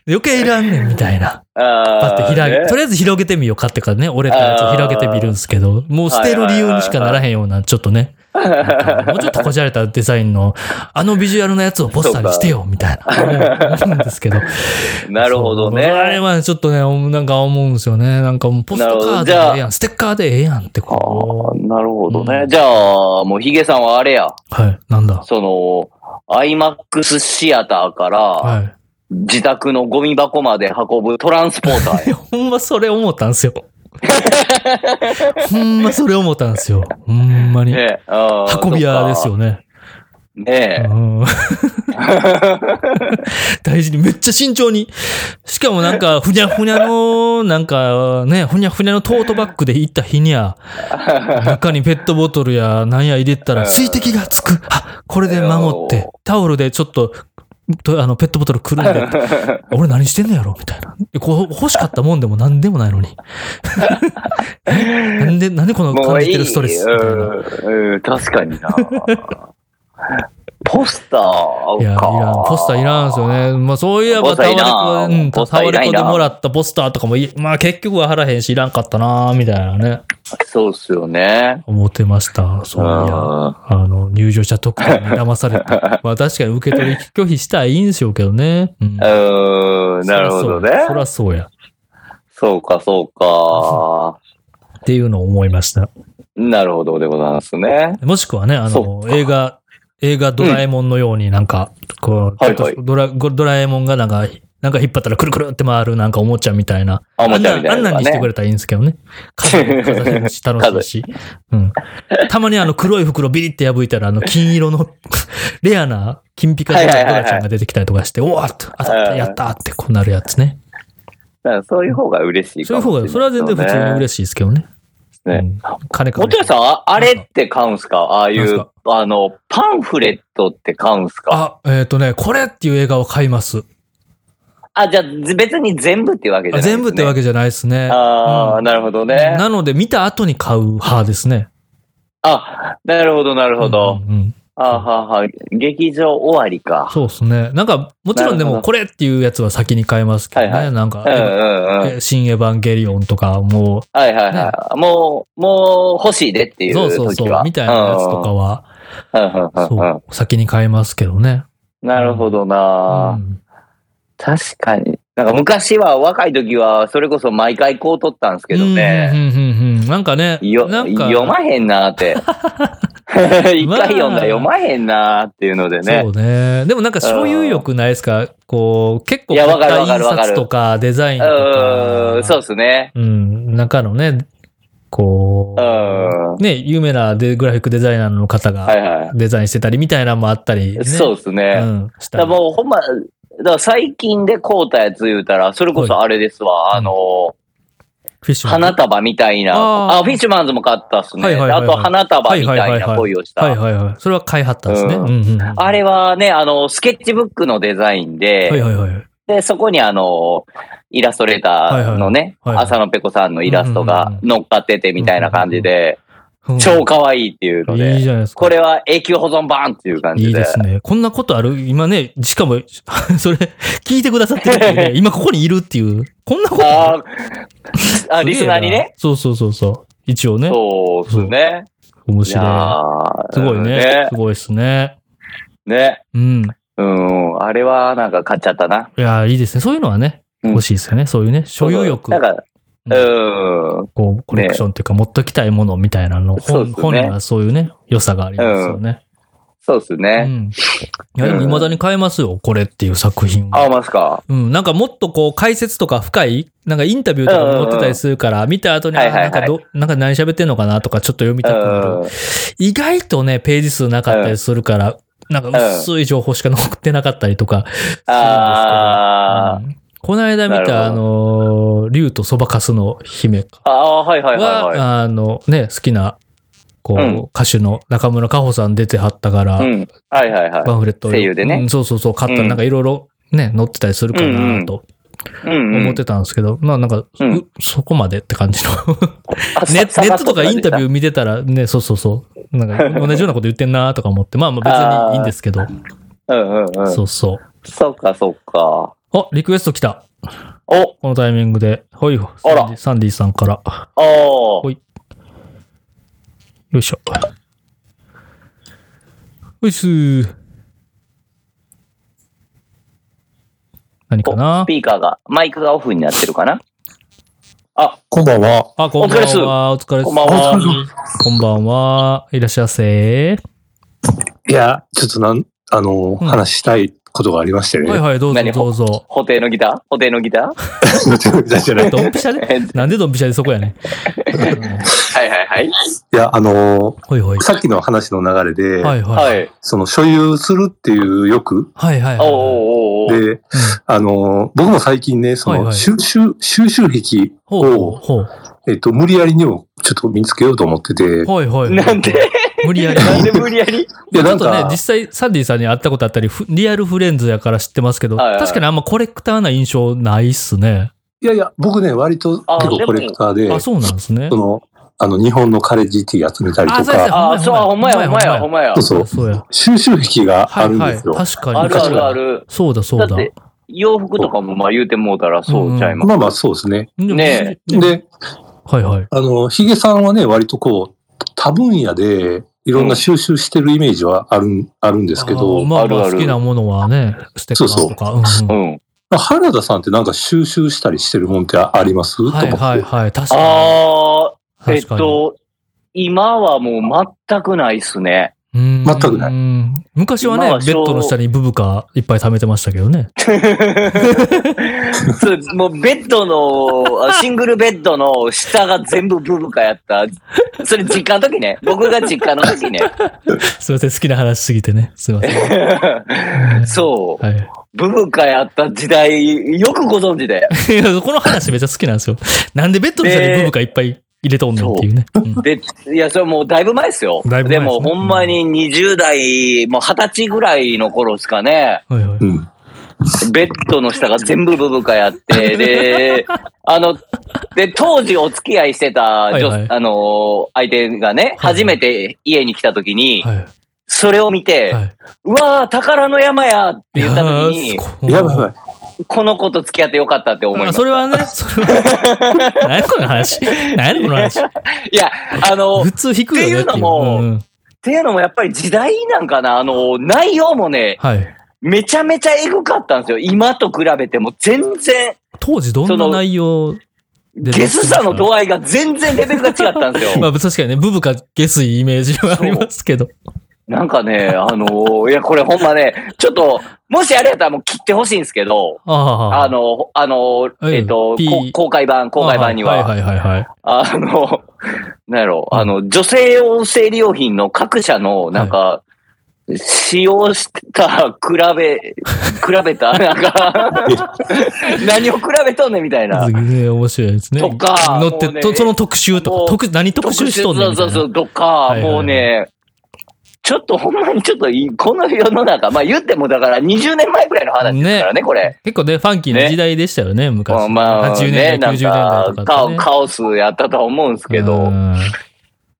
Speaker 1: 余計いらんねん、みたいな。パ
Speaker 2: あ
Speaker 1: ッ
Speaker 2: ー
Speaker 1: て開
Speaker 2: ね
Speaker 1: け、とりあえず広げてみようかってからね、折れたやつを広げてみるんですけど、もう捨てる理由にしかならへんような、ちょっとね。なんかもうちょっとこじゃれたデザインの、あのビジュアルのやつをポスターにしてよ、みたいな。思うんですけど。
Speaker 2: なるほどね。
Speaker 1: そうあれはちょっとね、なんか思うんですよね。なんかもうポストカードで
Speaker 2: なるほどじゃあ
Speaker 1: ええやん、ステッカーでええやんって
Speaker 2: あ
Speaker 1: こ
Speaker 2: ーなるほどね。
Speaker 1: うん
Speaker 2: じゃあ、もうヒゲさんはあれや。
Speaker 1: う。はい、なんだ。
Speaker 2: その、IMAX シアターから、
Speaker 1: はい。
Speaker 2: 自宅のゴミ箱まで運ぶトランスポーターや。
Speaker 1: ほんまそれ思ったんですよ。ほんまそれ思ったんですよ。ほんまに。
Speaker 2: ね えあー
Speaker 1: 運び屋ですよね。
Speaker 2: そっかね
Speaker 1: うん大事に、めっちゃ慎重に。しかもなんか、ふにゃふにゃの、なんかね、ふにゃふにゃのトートバッグで行った日にゃ、中にペットボトルやなんや入れたら水滴がつく。あ、これで守って、タオルでちょっと、とあのペットボトルくるんで、俺何してんのやろみたいな。こう欲しかったもんでも何でもないのに。えなんで、なんでこの
Speaker 2: も
Speaker 1: 感
Speaker 2: う
Speaker 1: じ
Speaker 2: い
Speaker 1: て
Speaker 2: い。
Speaker 1: るストレスみたいな。
Speaker 2: うんうん確か にな。ポスターか。
Speaker 1: いや、いらん。ポスターいらんすよね。まあ、そういえば、
Speaker 2: ポスタ
Speaker 1: タワレ
Speaker 2: ーいらん
Speaker 1: コ、うん、タ
Speaker 2: ポスター
Speaker 1: ワ
Speaker 2: いらん
Speaker 1: レコ
Speaker 2: い
Speaker 1: で
Speaker 2: らん
Speaker 1: もらったポスターとかもいい、まあ、結局は腹へんし、いらんかったなーみたいなね、
Speaker 2: そうっすよね。
Speaker 1: 思ってました。そういや。
Speaker 2: ん
Speaker 1: あの、入場者特典に騙され て。まあ、確かに受け取り拒否したらいいんでしょうけどね。うん。
Speaker 2: うーん、なるほどね。
Speaker 1: そらそうや。
Speaker 2: そうか、そうか。
Speaker 1: っていうのを思いました。
Speaker 2: なるほどでございますね。
Speaker 1: もしくはね、あ
Speaker 2: そ
Speaker 1: の、映画、映画ドラえもんのようになんか、こう、
Speaker 2: はいはい
Speaker 1: ちょっとドラ、ごドラえもんがなんか、なんか引っ張ったらくるくるって回るなんかおもちゃみたいな。
Speaker 2: あ、お
Speaker 1: あ
Speaker 2: も
Speaker 1: ん
Speaker 2: ちゃ
Speaker 1: な
Speaker 2: みた
Speaker 1: ん
Speaker 2: い
Speaker 1: あ
Speaker 2: なん
Speaker 1: なん
Speaker 2: のが
Speaker 1: にしてく
Speaker 2: ね。
Speaker 1: れたらいいんですけどね。風の風のし楽 しいし。うん。たまにあの黒い袋ビリって破いたら、あの金色の レアな金ピカのドラちゃんが出てきたりとかして、おわっと当たった、やったってこうなるやつね。
Speaker 2: だからそういう方が嬉しい
Speaker 1: そ
Speaker 2: か
Speaker 1: うい
Speaker 2: も
Speaker 1: う方
Speaker 2: しれない
Speaker 1: が、それは全然普通に
Speaker 2: しい。
Speaker 1: 嬉しいですけどね。
Speaker 2: ね
Speaker 1: うん、金か
Speaker 2: もちろんさん、ああれって買うんすかああい
Speaker 1: なんす
Speaker 2: う
Speaker 1: か、
Speaker 2: あの、パンフレットって買うんすか
Speaker 1: あ、えっ、とね、これっていう映画を買います。
Speaker 2: あ、じゃあ別に全部ってわけじゃない、
Speaker 1: 全部ってわ
Speaker 2: け。
Speaker 1: けじゃないですね。
Speaker 2: ああ、
Speaker 1: うん
Speaker 2: なるほどね。
Speaker 1: なので、見た後に買う派ですね。
Speaker 2: あ、なるほど、なるほど。
Speaker 1: うんうんうん
Speaker 2: あはは、劇場終わりか。
Speaker 1: そうですね。なんか、もちろんで
Speaker 2: なるほ
Speaker 1: も、
Speaker 2: ど
Speaker 1: これっていうやつは先に買えますけどね。
Speaker 2: はいは
Speaker 1: なんか
Speaker 2: うん、うんうん。
Speaker 1: え新エヴァンゲリオンとか、も、
Speaker 2: はいはいはい。もう、もう欲しいでっていうう時
Speaker 1: そ
Speaker 2: は。
Speaker 1: うそうそう、みたいなやつとかは、
Speaker 2: うんうんうんうん
Speaker 1: そうう、先に買えますけどね。
Speaker 2: ん。なるほどな、
Speaker 1: うん
Speaker 2: 確かに。なんか昔は若い時は、それこそ毎回こう撮ったんですけど
Speaker 1: う
Speaker 2: ね。
Speaker 1: んうんうんうんなんかね、
Speaker 2: よ
Speaker 1: なんか、
Speaker 2: 読まへんなー って。一回読んだら読まへんなーっていうのでね。
Speaker 1: そうね。でもなんか、所有欲ないですかこう、結構、
Speaker 2: いやわかるわかる
Speaker 1: 印
Speaker 2: わかる
Speaker 1: 刷とか、デザインと
Speaker 2: う
Speaker 1: か
Speaker 2: ん、、そうですね。
Speaker 1: うん、中のね、こ
Speaker 2: うん。
Speaker 1: う、
Speaker 2: は
Speaker 1: ね、有名なデグラフィックデザイナーの方が
Speaker 2: いは
Speaker 1: デザインしてたりみたいなのもあったり、ね。
Speaker 2: い。そうですね。
Speaker 1: うん、した
Speaker 2: だから
Speaker 1: り
Speaker 2: もうほんま、だから最近で買うたやつ言うたら、それこそあれですわ、
Speaker 1: はい
Speaker 2: あの、
Speaker 1: フィッシュマン
Speaker 2: 花束みたいな、
Speaker 1: あー
Speaker 2: あフィッシュマンズも買ったっすね。
Speaker 1: はいはいはいはい
Speaker 2: あと花束みたいな恋をした。
Speaker 1: はいはいはい。それは買いはったんですね。
Speaker 2: うん
Speaker 1: うんうんうん
Speaker 2: あれはね、あの、スケッチブックのデザインで、
Speaker 1: はいはいはい。
Speaker 2: で、そこにあの、イラストレーターのね、
Speaker 1: はいはいはい
Speaker 2: 浅野ペコさんのイラスト
Speaker 1: うんうん
Speaker 2: が
Speaker 1: うん
Speaker 2: 乗っかっててみたいな感じで、
Speaker 1: うん
Speaker 2: 超可愛いっていうの
Speaker 1: いい
Speaker 2: で、
Speaker 1: じゃないですか。
Speaker 2: これは永久保存版っていう感
Speaker 1: い
Speaker 2: じ
Speaker 1: い
Speaker 2: で
Speaker 1: で。すね。こんなことある今ね、しかも、 それ、聞いてくださってるっていう ね、今ここにいるっていう。こんなこと
Speaker 2: あーあ、
Speaker 1: すげえ
Speaker 2: リ
Speaker 1: な
Speaker 2: スナーにね。。
Speaker 1: そうそうそうそう。一応ね。
Speaker 2: そうですね。
Speaker 1: 面
Speaker 2: いや
Speaker 1: 白い。
Speaker 2: ー
Speaker 1: すごいね。すごいですね。
Speaker 2: ね。ね。
Speaker 1: うん。
Speaker 2: うん、あれはなんか買っちゃったな。
Speaker 1: いやーいいですね。そういうのはね、
Speaker 2: うん
Speaker 1: 欲しいですよね。そういうね、所有欲
Speaker 2: な、んか、うん、
Speaker 1: こう、コレクションっていうか、持っときたいものみたいなの、
Speaker 2: そ
Speaker 1: 本
Speaker 2: うっすね
Speaker 1: 本にはそういうね、良さがありますよね。
Speaker 2: そうです
Speaker 1: う
Speaker 2: ね。
Speaker 1: ん。いや、でも未だに買えますよ、これっていう作品
Speaker 2: あ、
Speaker 1: は。
Speaker 2: ますか。
Speaker 1: うん、なんかもっとこう解説とか深い、なんかインタビューとかも載ってたりするから、見た後に、
Speaker 2: はい
Speaker 1: あ
Speaker 2: はいは
Speaker 1: ないんかど、なんか何喋ってんのかなとかちょっと読み
Speaker 2: う
Speaker 1: たくなる。
Speaker 2: ん、
Speaker 1: 意外とね、ページ数なかったりするから、なんか薄い情報しか載ってなかったりとか、
Speaker 2: あー
Speaker 1: うんこの間見た、
Speaker 2: な
Speaker 1: あ
Speaker 2: るほ
Speaker 1: のー、竜とそばかすの姫か。
Speaker 2: あー、はいはいはいは
Speaker 1: は、あのね、好きな、こう、
Speaker 2: うん
Speaker 1: 歌手の中村佳穂さん出てはったから、
Speaker 2: い。うん、はいはいは
Speaker 1: パンフレットを
Speaker 2: 声優でね
Speaker 1: うんそうそうそう、買った
Speaker 2: う
Speaker 1: ら
Speaker 2: ん
Speaker 1: なんかいろいろね、載ってたりするか
Speaker 2: うんう
Speaker 1: なんと
Speaker 2: い。うん、う
Speaker 1: 思っ
Speaker 2: ん。
Speaker 1: てたんですけど、まあなんか、
Speaker 2: うん
Speaker 1: うそこまでって感 じの。
Speaker 2: あ
Speaker 1: ネネ
Speaker 2: さ
Speaker 1: ットとかインタビュー
Speaker 2: ー。
Speaker 1: 見てたらね、そうそうそう、なんか同じようなこと言ってんなとか思って、まあまあ別にいいんですけど、
Speaker 2: うんうんうん。
Speaker 1: そうそう。
Speaker 2: そうかそうか。
Speaker 1: あ、リクエスト来た。
Speaker 2: お、
Speaker 1: このタイミングで。ほいほ
Speaker 2: あら
Speaker 1: サンディサンディさんから。よ
Speaker 2: お
Speaker 1: ほ
Speaker 2: ー
Speaker 1: いいしょ。おいっすー。何か
Speaker 2: お
Speaker 1: な
Speaker 2: スピーカーが、マイクがオフになってるかなあ、
Speaker 3: こんばんは。
Speaker 1: あ、こんばんは。お疲れっす。
Speaker 2: こんばんは。
Speaker 1: こんばんは。いらっしゃいませ。
Speaker 3: いや、ちょっとなん、あの、
Speaker 1: うん
Speaker 3: 話したいことがありましてね。
Speaker 1: はいはい、どうぞ
Speaker 2: 何
Speaker 1: どうぞ。
Speaker 2: 補定のギター補定のギター
Speaker 3: じゃない。
Speaker 1: ドンピシャ で
Speaker 2: えっと
Speaker 1: なんでドンピシャでそこやねん。うん
Speaker 2: はいはいはい。
Speaker 3: いや、あの
Speaker 1: ほいほい
Speaker 3: ー。さっきの話の流れで、
Speaker 1: はいは。
Speaker 2: はいい。
Speaker 3: その所有するっていう欲
Speaker 1: はいはい
Speaker 2: おー
Speaker 1: はい。
Speaker 2: おーおーおー
Speaker 3: で、
Speaker 1: うん
Speaker 3: あのー僕も最近ね、そ
Speaker 1: はいは
Speaker 3: の
Speaker 1: い
Speaker 3: 収集、収集癖
Speaker 1: ほうほう
Speaker 3: を、
Speaker 1: ほう。
Speaker 3: えっと、無理やりにもちょっと身につけようと思ってて、
Speaker 1: はいはい。
Speaker 2: なんで
Speaker 1: 無理やり。
Speaker 2: なんで無理やり
Speaker 3: いや、
Speaker 1: ち
Speaker 3: な
Speaker 1: ょっ
Speaker 3: ん
Speaker 1: とね
Speaker 3: か、、
Speaker 1: 実際、サンディさんに会ったことあったり、フリアルフレンズやから知ってますけど、
Speaker 2: はいはい
Speaker 1: 確かにあんまコレクターな印象ないっすね。
Speaker 3: いやいや、僕ね、割と結
Speaker 2: あ
Speaker 3: 構コレクターで、
Speaker 1: あ、そうなんですね
Speaker 3: そ。の、あの、日本のカレッジティー集めたり
Speaker 1: あ
Speaker 3: と
Speaker 1: そうですね
Speaker 3: か、
Speaker 2: ああ、そう、 ほんまやほんまやほんまや
Speaker 3: そう。そう、
Speaker 1: そうや。
Speaker 3: 収集癖が
Speaker 1: は
Speaker 3: ある
Speaker 1: い
Speaker 3: ん
Speaker 1: はい。
Speaker 3: ですよ。
Speaker 1: 確かに。
Speaker 2: あるあるある。
Speaker 1: そうだそうだ
Speaker 2: だっ。て洋服とかもまあ言うてもうたらそうちゃいます。
Speaker 3: まあまあ、そうですね。
Speaker 2: ね
Speaker 1: え
Speaker 3: で、
Speaker 1: はいはい。
Speaker 3: あの、ヒゲさんはね、割とこう、多分野で、いろんな収集してるイメージはある、ん、あるんですけ
Speaker 1: あー
Speaker 3: ど、
Speaker 1: まあ
Speaker 2: ある
Speaker 1: ま
Speaker 2: あ
Speaker 1: あ
Speaker 2: る
Speaker 1: 好きなものはね、ステッカーとか。うん
Speaker 2: う
Speaker 1: うん
Speaker 2: ん。
Speaker 3: 原田さんってなんか収集したりしてるもんってありますと思っ
Speaker 1: は
Speaker 3: て。
Speaker 1: いはいはい。確か
Speaker 2: ああ、
Speaker 1: に。
Speaker 2: えっ
Speaker 1: 確かに。
Speaker 2: と、今はもう全くないっすね。
Speaker 1: 全。
Speaker 3: 全くない
Speaker 1: 昔はね、
Speaker 2: 今
Speaker 1: ベ
Speaker 2: は
Speaker 1: ッ
Speaker 2: 小
Speaker 1: ドの下にブブカいっぱい貯めてましたけど ね。
Speaker 2: そうもうベッドの、あシングルベッドの下が全部ブブカやった。それ実家の時ね。僕が実家の時 ね。
Speaker 1: すいません、好きな話すぎてね。すいません。
Speaker 2: そ
Speaker 1: は
Speaker 2: う。ブブカやった時代、よくご存知で。
Speaker 1: い、いや この話めっちゃ好きなんですよ。なんでベッドの下にブブカいっぱい入れとんねんっていうね。うん
Speaker 2: で、いや、それもうだいぶ前ですよ。
Speaker 1: だいぶ前
Speaker 2: で
Speaker 1: ですね
Speaker 2: も、ほんまに20代、もう20歳ぐらいの頃ですかね。
Speaker 1: はいはい。
Speaker 3: うん。
Speaker 2: ベッドの下が全部ブブカ やって、で、あの、で、当時お付き合いしてた女、
Speaker 1: はいはい
Speaker 2: あの、相手がね、
Speaker 1: はいはい
Speaker 2: 初めて家に来た時に、
Speaker 1: はい。
Speaker 2: それを見て、
Speaker 1: はいう
Speaker 2: わー、宝の山やって言った時
Speaker 1: い
Speaker 2: に
Speaker 1: や、ー
Speaker 3: やばいやばい。
Speaker 2: この子と付き合ってよかったって思い
Speaker 1: ま
Speaker 2: ま
Speaker 1: あ、
Speaker 2: す
Speaker 1: そ。れはね、それは。 何やこの話何やこの話
Speaker 2: いや、あの、っ
Speaker 1: 普通引くよねっていう。
Speaker 2: っていうのも
Speaker 1: んん
Speaker 2: ていうのもやっぱり時代なんかな、あの、内容もね、
Speaker 1: はい。
Speaker 2: めちゃめちゃエグかったんですよ。今と比べても全然、
Speaker 1: 当時どんな内容で
Speaker 2: ゲスさの度合いが全然レベルが違ったんですよ。
Speaker 1: まあ、確かにね、ブブカゲスいイメージはありますけど。
Speaker 2: なんかね、あのーいや、これほんまね、ちょっと、もしあれやったらもう切ってほしいんですけど、
Speaker 1: あ
Speaker 2: あの、あの
Speaker 1: う、ん
Speaker 2: えっ、と、
Speaker 1: P
Speaker 2: こ公開版、公開版には、
Speaker 1: はいはいはいはい。
Speaker 2: あの、 なんやろ、
Speaker 1: うん
Speaker 2: あの、女性用生理用品の各社の、なんか、使用した、比べ、比べた、なんか、 何を比べとんねんみたいな。
Speaker 1: ね、面白いですね。
Speaker 2: とか
Speaker 1: 乗って、
Speaker 2: もうね
Speaker 1: とその特集と
Speaker 2: も
Speaker 1: か、
Speaker 2: う
Speaker 1: 特何特集しとんねんみたい
Speaker 2: 特殊そう
Speaker 1: な。
Speaker 2: そうそう、とか、
Speaker 1: いはいはい
Speaker 2: もうね、ちょっとほんまにちょっといい、この世の中、まあ言ってもだから20年前ぐらいの話ですからね、これ。
Speaker 1: 結構ね、ファンキーな時代でしたよね、
Speaker 2: まあ
Speaker 1: 昔。
Speaker 2: まあ
Speaker 1: 80年代、
Speaker 2: ね、なん
Speaker 1: 90年代
Speaker 2: か
Speaker 1: と
Speaker 2: カ
Speaker 1: か
Speaker 2: オ
Speaker 1: ね。
Speaker 2: カオスやったとは思うんですけ
Speaker 1: う
Speaker 2: ど、
Speaker 1: ん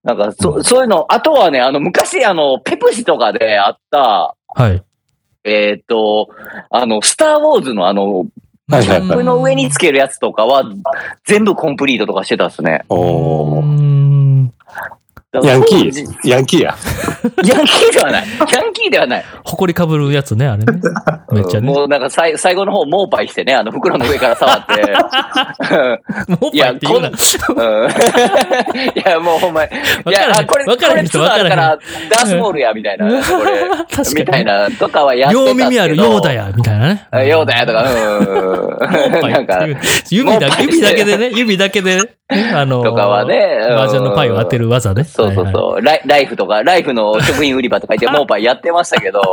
Speaker 2: なんかそそういうの、あとはね、あの昔あの、ペプシとかであった、
Speaker 1: はい。
Speaker 2: えっ、と、あの、スター・ウォーズのあの、
Speaker 3: はいはいはい
Speaker 2: これの上につけるやつとかは、全部コンプリートとかしてたですね。
Speaker 1: う
Speaker 3: おー
Speaker 1: ん
Speaker 2: だから
Speaker 3: ヤンキ
Speaker 2: 当時
Speaker 3: ー、ヤンキーや。
Speaker 2: ヤンキーではない。ヤンキーではない。
Speaker 1: 埃かぶるやつね、あれね。めっちゃね。
Speaker 2: もうなんかさい最後の方、モーパイしてね、あの袋の上から 触って。
Speaker 1: もう
Speaker 2: い
Speaker 1: パ
Speaker 2: や
Speaker 1: イって言うな。
Speaker 2: こうん、 いや、もうほんまに。
Speaker 1: わ
Speaker 2: い
Speaker 1: から
Speaker 2: や、
Speaker 1: へん
Speaker 2: あこれ、
Speaker 1: わ
Speaker 2: こ
Speaker 1: からへん
Speaker 2: れ、
Speaker 1: 人
Speaker 2: ツアー
Speaker 1: わ
Speaker 2: だ
Speaker 1: か
Speaker 2: から
Speaker 1: へ
Speaker 2: ら、ダースモールや、みたいな。これ
Speaker 1: 確か
Speaker 2: みたい
Speaker 1: に。
Speaker 2: な、とかはやってた
Speaker 1: 両
Speaker 2: んですけど。
Speaker 1: 耳ある、ヨーダ。や、みたいなね。
Speaker 2: ヨーダやとか、うん。
Speaker 1: パイ
Speaker 2: なんか、
Speaker 1: 指だ
Speaker 2: もうパ
Speaker 1: け、
Speaker 2: イ
Speaker 1: 指だけでね、指だけでね、あの、
Speaker 2: とかはね。うん
Speaker 1: 麻雀のパイを当て。る技ね。
Speaker 2: そうそうそう、ライ。ライフとか、ライフの食品売り場とか行って、 モーパイやってましたけど。
Speaker 1: はいはい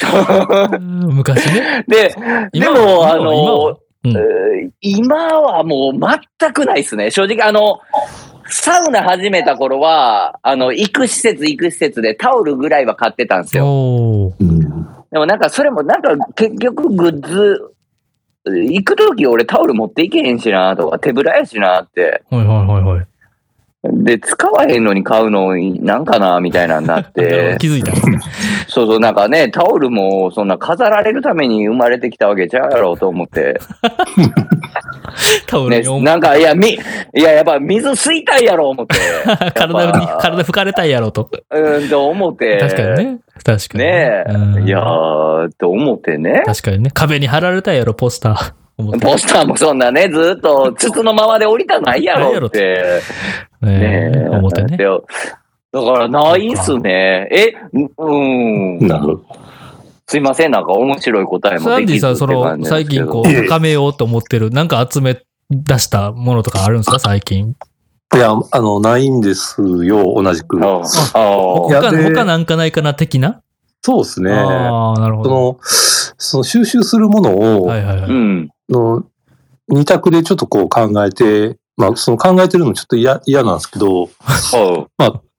Speaker 1: うん昔ね。
Speaker 2: で、で
Speaker 1: 今は
Speaker 2: も、あ
Speaker 1: 今は今は
Speaker 2: の、
Speaker 1: うん
Speaker 2: えー今はもう全くないですね。正直、あの、サウナ始めた頃は、あの、行く施設行く施設でタオルぐらいは買ってたんですよ。
Speaker 1: おー
Speaker 3: うん
Speaker 2: でもなんかそれもなんか結局グッズ、行く時俺タオル持っていけへんしなとか手ぶらやしなって。
Speaker 1: はいはいはいはい。
Speaker 2: で、使わへんのに買うのなんかなみたいなんなっ
Speaker 1: なるほ
Speaker 2: て
Speaker 1: ど。気づいたんですね。
Speaker 2: そうそう、なんかね、タオルもそんな飾られるために生まれてきたわけちゃうやろうと思って。
Speaker 1: タオル
Speaker 2: ね
Speaker 1: に、思う
Speaker 2: なんか、いや、み、いや、やっぱ水吸いたいやろ、思って。
Speaker 1: 体に、
Speaker 2: やっぱ
Speaker 1: 体拭かれたいやろと。
Speaker 2: うーん、と思って。
Speaker 1: 確かに。ね。確かに。
Speaker 2: ねえ。
Speaker 1: うん
Speaker 2: いやー、と思ってね。
Speaker 1: 確かにね。壁に貼られたいやろ、ポスター。思って
Speaker 2: ポスターもそんなね、ずっ と筒のままで降りたないやろって。
Speaker 1: ね
Speaker 2: ねえ。
Speaker 1: 思ってね
Speaker 2: で。だから、ないっすね。え、うん。
Speaker 3: なるほど。
Speaker 2: すいません、なんか面白い答えも
Speaker 1: サ
Speaker 2: で
Speaker 1: ン
Speaker 2: き
Speaker 1: デ
Speaker 2: ず
Speaker 1: ィさん、そ
Speaker 2: って感
Speaker 1: の、
Speaker 2: じなんで
Speaker 1: 最
Speaker 2: すけど
Speaker 1: 近こう、
Speaker 3: いえいえ
Speaker 1: 高めようと思ってる、なんか集め出したものとかあるんですか、最近。
Speaker 3: いや、あの、ないんですよ、同じく。
Speaker 2: ああ
Speaker 3: いや
Speaker 1: 他、
Speaker 3: で
Speaker 1: 他なんかないかな、的な
Speaker 3: そうですね。
Speaker 1: ああ、なるほ
Speaker 3: そ
Speaker 1: ど。
Speaker 3: の、その収集するものを、
Speaker 1: はいはいはい。
Speaker 2: うん。
Speaker 3: の二択でちょっとこう考えて、まあ、その考えてるのちょっと嫌、嫌なんですけど、
Speaker 2: おう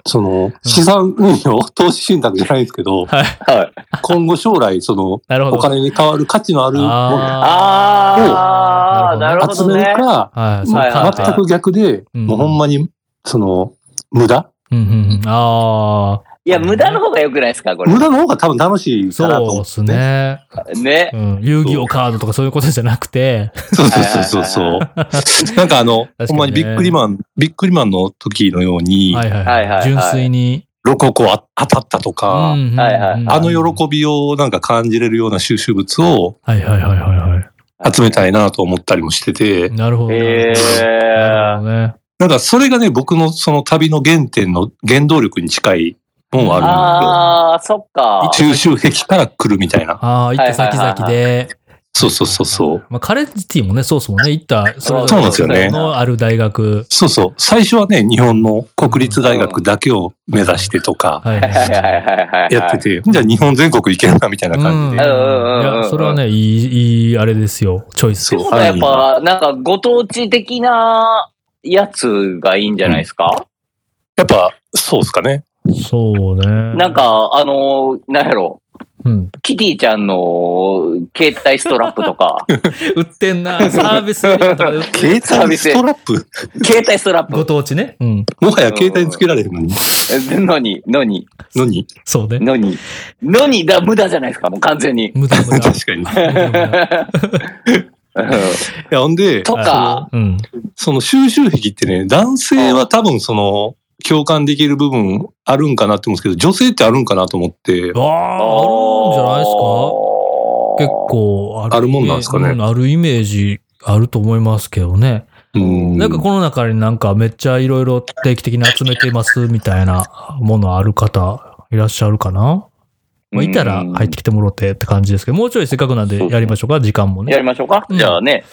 Speaker 3: その、資産運用、投資信託じゃないんですけ ど、
Speaker 1: はい。
Speaker 2: はい。
Speaker 3: 今後将来、その、
Speaker 1: なるほど。
Speaker 3: お金に変わる価値のあるも
Speaker 2: ああ、なる
Speaker 3: の
Speaker 2: ほ
Speaker 3: を集
Speaker 2: ど
Speaker 3: め
Speaker 2: ね
Speaker 3: る。か、
Speaker 1: はい、そう
Speaker 2: はい
Speaker 1: か。
Speaker 3: 全く逆で、
Speaker 1: うん
Speaker 3: もうほんまに、その、無駄
Speaker 1: うんうんうん。ああ、
Speaker 2: いや、無駄の方が良くないですか、これ
Speaker 3: 無。駄の方が多分楽しいかな
Speaker 1: そ
Speaker 3: と
Speaker 1: う
Speaker 3: 思う
Speaker 1: で。すね。
Speaker 2: ね
Speaker 1: う。ん。遊戯王カードとかそういうことじゃなくて、
Speaker 3: そうそうそうそう そう。なんかあの、
Speaker 1: かにね
Speaker 3: ほんまにビックリマン、ビックリマンの時のように、
Speaker 1: はいはい
Speaker 2: はいはいはい
Speaker 1: 純粋に。
Speaker 3: ロココあ当たったとか、
Speaker 1: うんうんうん
Speaker 2: はいはい
Speaker 3: あの喜びをなんか感じれるような収集物を
Speaker 1: はいはいはいはいは
Speaker 3: 集めたいなと思ったりもしてて
Speaker 1: い。、なるほど。
Speaker 2: へ
Speaker 1: なる
Speaker 2: え
Speaker 1: ほ。どね。
Speaker 3: なんかそれがね、僕のその旅の原点の原動力に近いもんはあ
Speaker 2: ああ、そっ
Speaker 3: るん
Speaker 2: か
Speaker 3: です。よ。収集癖から来るみたいな。
Speaker 1: ああ、行った先々で。
Speaker 3: そうそうそうそう。
Speaker 1: まあ、カレッジティもね、そうですもんね。行った、それ
Speaker 3: そ
Speaker 1: ぞ
Speaker 3: うなん
Speaker 1: れ
Speaker 3: ですよね
Speaker 1: のある大学。
Speaker 3: そうそう。最初はね、日本の国立大学だけを目指してとか
Speaker 1: はいはい
Speaker 2: はいは
Speaker 1: は
Speaker 2: い
Speaker 1: い。
Speaker 2: はいはい。
Speaker 3: やってて、じゃあ日本全国行けるなみたいな感じ
Speaker 1: う
Speaker 3: で。
Speaker 1: んいや、それはね、いい、いい、あれですよ。チョイス
Speaker 3: そう。
Speaker 2: そうだ、やっぱ、なんか、ご当地的なやつがいいんじゃないですか、
Speaker 3: やっぱ、そうですかね。
Speaker 1: そうね。
Speaker 2: なん、か、あの、なんやろ、
Speaker 1: うん。
Speaker 2: キティちゃんの携帯ストラップと か、
Speaker 1: 売ってんな。サービスエリアとかで売ってる。
Speaker 3: 携帯ストラップ
Speaker 2: 携帯ストラッ
Speaker 1: ご
Speaker 2: プ。
Speaker 1: 当地ね。うん。
Speaker 3: もはや携帯につけられるのに。
Speaker 2: のに、のに、
Speaker 3: のに
Speaker 1: そうね。
Speaker 2: のに、のに、だ、無駄じゃないですか、もう完全に。
Speaker 1: 無駄無 駄。
Speaker 3: 確かに。い
Speaker 1: 無駄無駄
Speaker 3: や、ほんで、
Speaker 2: とか、
Speaker 1: うん。
Speaker 3: その収集癖ってね、男性は多分その、共感できる部分あるんかなって思うんですけど、女性ってあるんかなと思って、
Speaker 1: ああ、あるんじゃないですか結構ある
Speaker 3: あるもんなんですかね
Speaker 1: うあるイメージあると思いますけどね。
Speaker 3: うん。
Speaker 1: なんかこの中になんかめっちゃいろいろ定期的に集めてますみたいなものある方いらっしゃるかなまあ、いたら入ってきてもろてって感じですけど、もうちょいせっかくなんでやりましょうか、時間も
Speaker 2: や
Speaker 1: ね。
Speaker 2: りましょうか、
Speaker 1: うん
Speaker 2: じゃあね。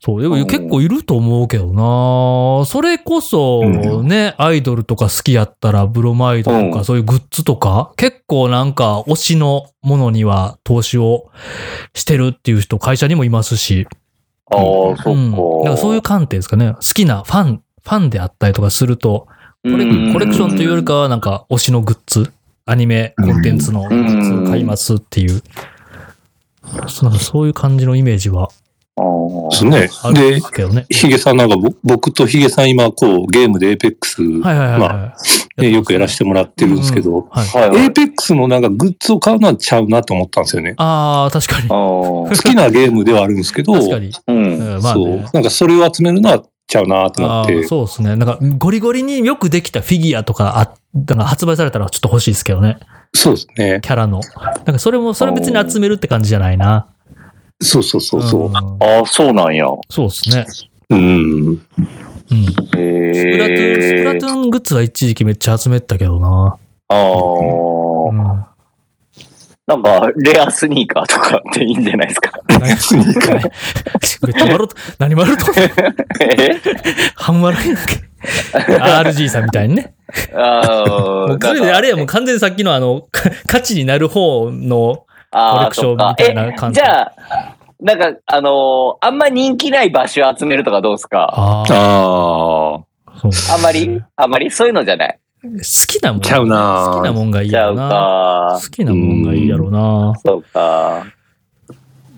Speaker 1: そう、でも結構いると思うけどなそれこそ
Speaker 3: う
Speaker 1: ね、アイドルとか好きやったら、ブロマイドと
Speaker 2: う
Speaker 1: か
Speaker 2: ん
Speaker 1: そういうグッズとか、結構なんか推しのものには投資をしてるっていう人、会社にもいますし。
Speaker 2: ああ、そっか。
Speaker 1: うん、だからそういう観点ですかね。好きなファン、ファンであったりとかすると、
Speaker 2: う
Speaker 1: コレ
Speaker 2: ん
Speaker 1: コレクションというよりかは、なんか推しのグッズ、アニメコンテンツのグッズを買いますっていう、そうなんかそういう感じのイメージは
Speaker 2: あー
Speaker 3: そうね
Speaker 1: あ。るんで
Speaker 3: で、
Speaker 1: すけどね。
Speaker 3: ヒゲさんなんかぼ僕とヒゲさん今こうゲームでエーペックス
Speaker 1: はいはいはい、はい
Speaker 3: ねよくやらせてもらってるんですけど、
Speaker 1: はい。
Speaker 2: はいは
Speaker 3: エー
Speaker 2: い。
Speaker 3: ペックスのなんかグッズを買うのはちゃうなと思ったんですよね。
Speaker 1: ああ、確かに
Speaker 2: あ。ー
Speaker 3: 好きなゲームではあるんですけど、
Speaker 1: 確かに。
Speaker 2: うん
Speaker 1: うんまあ
Speaker 3: そう
Speaker 1: ね。。
Speaker 3: なんかそれを集めるのはちゃうなと思
Speaker 1: あ
Speaker 3: っ
Speaker 1: ー
Speaker 3: て。
Speaker 1: そうですね。なんか、ゴリゴリによくできたフィギュアとか、あ、なんか発売されたらちょっと欲しいですけどね。
Speaker 3: そうですね。
Speaker 1: キャラの。なんか、それも、それ別に集めるって感じじゃないな。
Speaker 3: そうそうそうそう。
Speaker 1: ん
Speaker 2: ああ、そうなんや。
Speaker 1: そうですね。
Speaker 3: うん。
Speaker 1: うん。
Speaker 2: へ
Speaker 1: スプラトゥーン、スプラ
Speaker 2: え
Speaker 1: トゥ。ーングッズは一時期めっちゃ集めてたけどな。
Speaker 2: あ
Speaker 1: う
Speaker 2: あ。
Speaker 1: ん。
Speaker 2: なんか、レアスニーカーとかっていいんじゃないですか。
Speaker 1: めっちゃ笑うと、何笑うと、
Speaker 2: え
Speaker 1: 半笑いだけ。RG さんみたいにね。
Speaker 2: あ
Speaker 1: もう
Speaker 2: ー
Speaker 1: それであれやもう完全にさっきのあの、か価値になる方の、
Speaker 2: あー
Speaker 1: コレクションみたいな感じ
Speaker 2: そっかえじゃあ、なんか、あのーあんま人気ない場所集めるとかどうですか
Speaker 1: ああ、
Speaker 3: ああ。
Speaker 1: そう
Speaker 2: あんまりあんまりそういうのじゃない。
Speaker 1: 好きなもん。
Speaker 3: ちゃうな
Speaker 1: 好きなもんがいい
Speaker 2: ちゃ
Speaker 1: よ
Speaker 2: う
Speaker 1: な。
Speaker 2: か
Speaker 1: 好。きなもんがいいやろうな。
Speaker 2: そうか。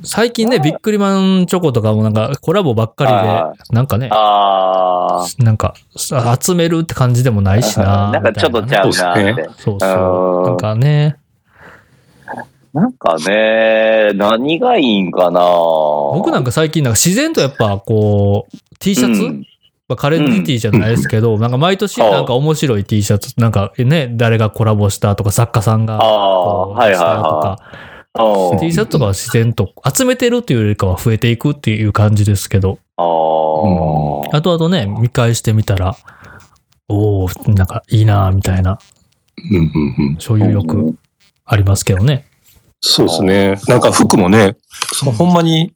Speaker 1: 最近ね、ビックリマンチョコとかもなんかコラボばっか
Speaker 2: は
Speaker 1: りで、なんかね、
Speaker 2: あ
Speaker 1: なんかあ集めるって感じでもないし
Speaker 2: あ。
Speaker 1: な。
Speaker 2: なんかちょっと
Speaker 1: み
Speaker 2: ち
Speaker 1: たい
Speaker 2: ゃう
Speaker 1: なね
Speaker 2: なーって。
Speaker 1: そうそう。なんかね、
Speaker 2: なんかね、何がいいんかな
Speaker 1: 僕なん
Speaker 2: か
Speaker 1: か最近なんか自然とやっぱこう、T シャツ、まあ、カレンジ T じゃないですけど、なんか毎年なんか面白い T シャツ、なんかね、誰がコラボしたとか作家さん
Speaker 2: あ
Speaker 1: が。
Speaker 2: あ、
Speaker 1: こう
Speaker 2: はいはい
Speaker 1: したと
Speaker 2: は
Speaker 1: か
Speaker 2: いうん。
Speaker 1: T シャツとかは自然と集めてるっていうよりかは増えていくっていう感じですけど、
Speaker 2: ああ。
Speaker 1: あとあとね、見返してみたら、おおなんかいいなーみたいな、
Speaker 3: うんうんうん。
Speaker 1: 所有欲ありますけどね。
Speaker 3: そうですね。なんか服もね、そのほんまに、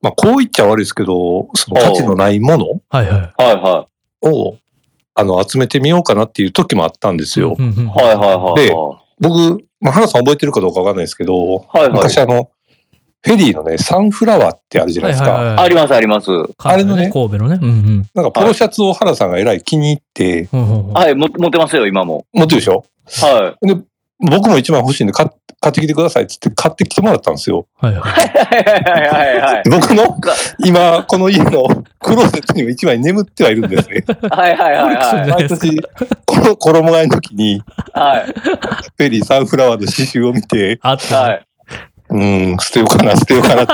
Speaker 3: まあこう言っちゃ悪いですけど、その価値のないもの
Speaker 1: はいはい。
Speaker 2: はいは
Speaker 3: を、あの、集めてみようかなっていう時もあったんですよ。
Speaker 1: うんうん
Speaker 2: い。はいはいはい。
Speaker 3: で僕、まあ原さん覚えてるかどうかわかんないですけど、
Speaker 2: はいはい。
Speaker 3: 昔あの、フェリーのね、サンフラワーってあるじゃないです
Speaker 1: はい
Speaker 3: か。
Speaker 1: はいはい
Speaker 2: ありますあります。
Speaker 1: 関西
Speaker 3: あれのね
Speaker 1: 神戸のね。うん
Speaker 3: なんかポロシャツを原さんがえらい気に入って、
Speaker 1: うん。うんうん
Speaker 2: はい、も持ってますよ、今も。
Speaker 3: 持ってるでしょ
Speaker 2: は
Speaker 3: で、僕も一番欲しいんで買っ買ってきてくださいって言って買ってきてもらったんですよ。
Speaker 1: はいはい。
Speaker 2: い。はいはいはいはい。
Speaker 3: 僕の
Speaker 2: か
Speaker 3: 今、この家のクローゼットにも一枚眠ってはいるんですね。
Speaker 2: はいはいはいはい。
Speaker 1: ないで
Speaker 3: 毎
Speaker 1: すか
Speaker 3: 年、 この衣替えの時に、
Speaker 2: はい
Speaker 3: フェリーサンフラワーの刺繍を見て、
Speaker 1: あった。
Speaker 2: は
Speaker 3: うーん、捨てようかな、捨てようかな。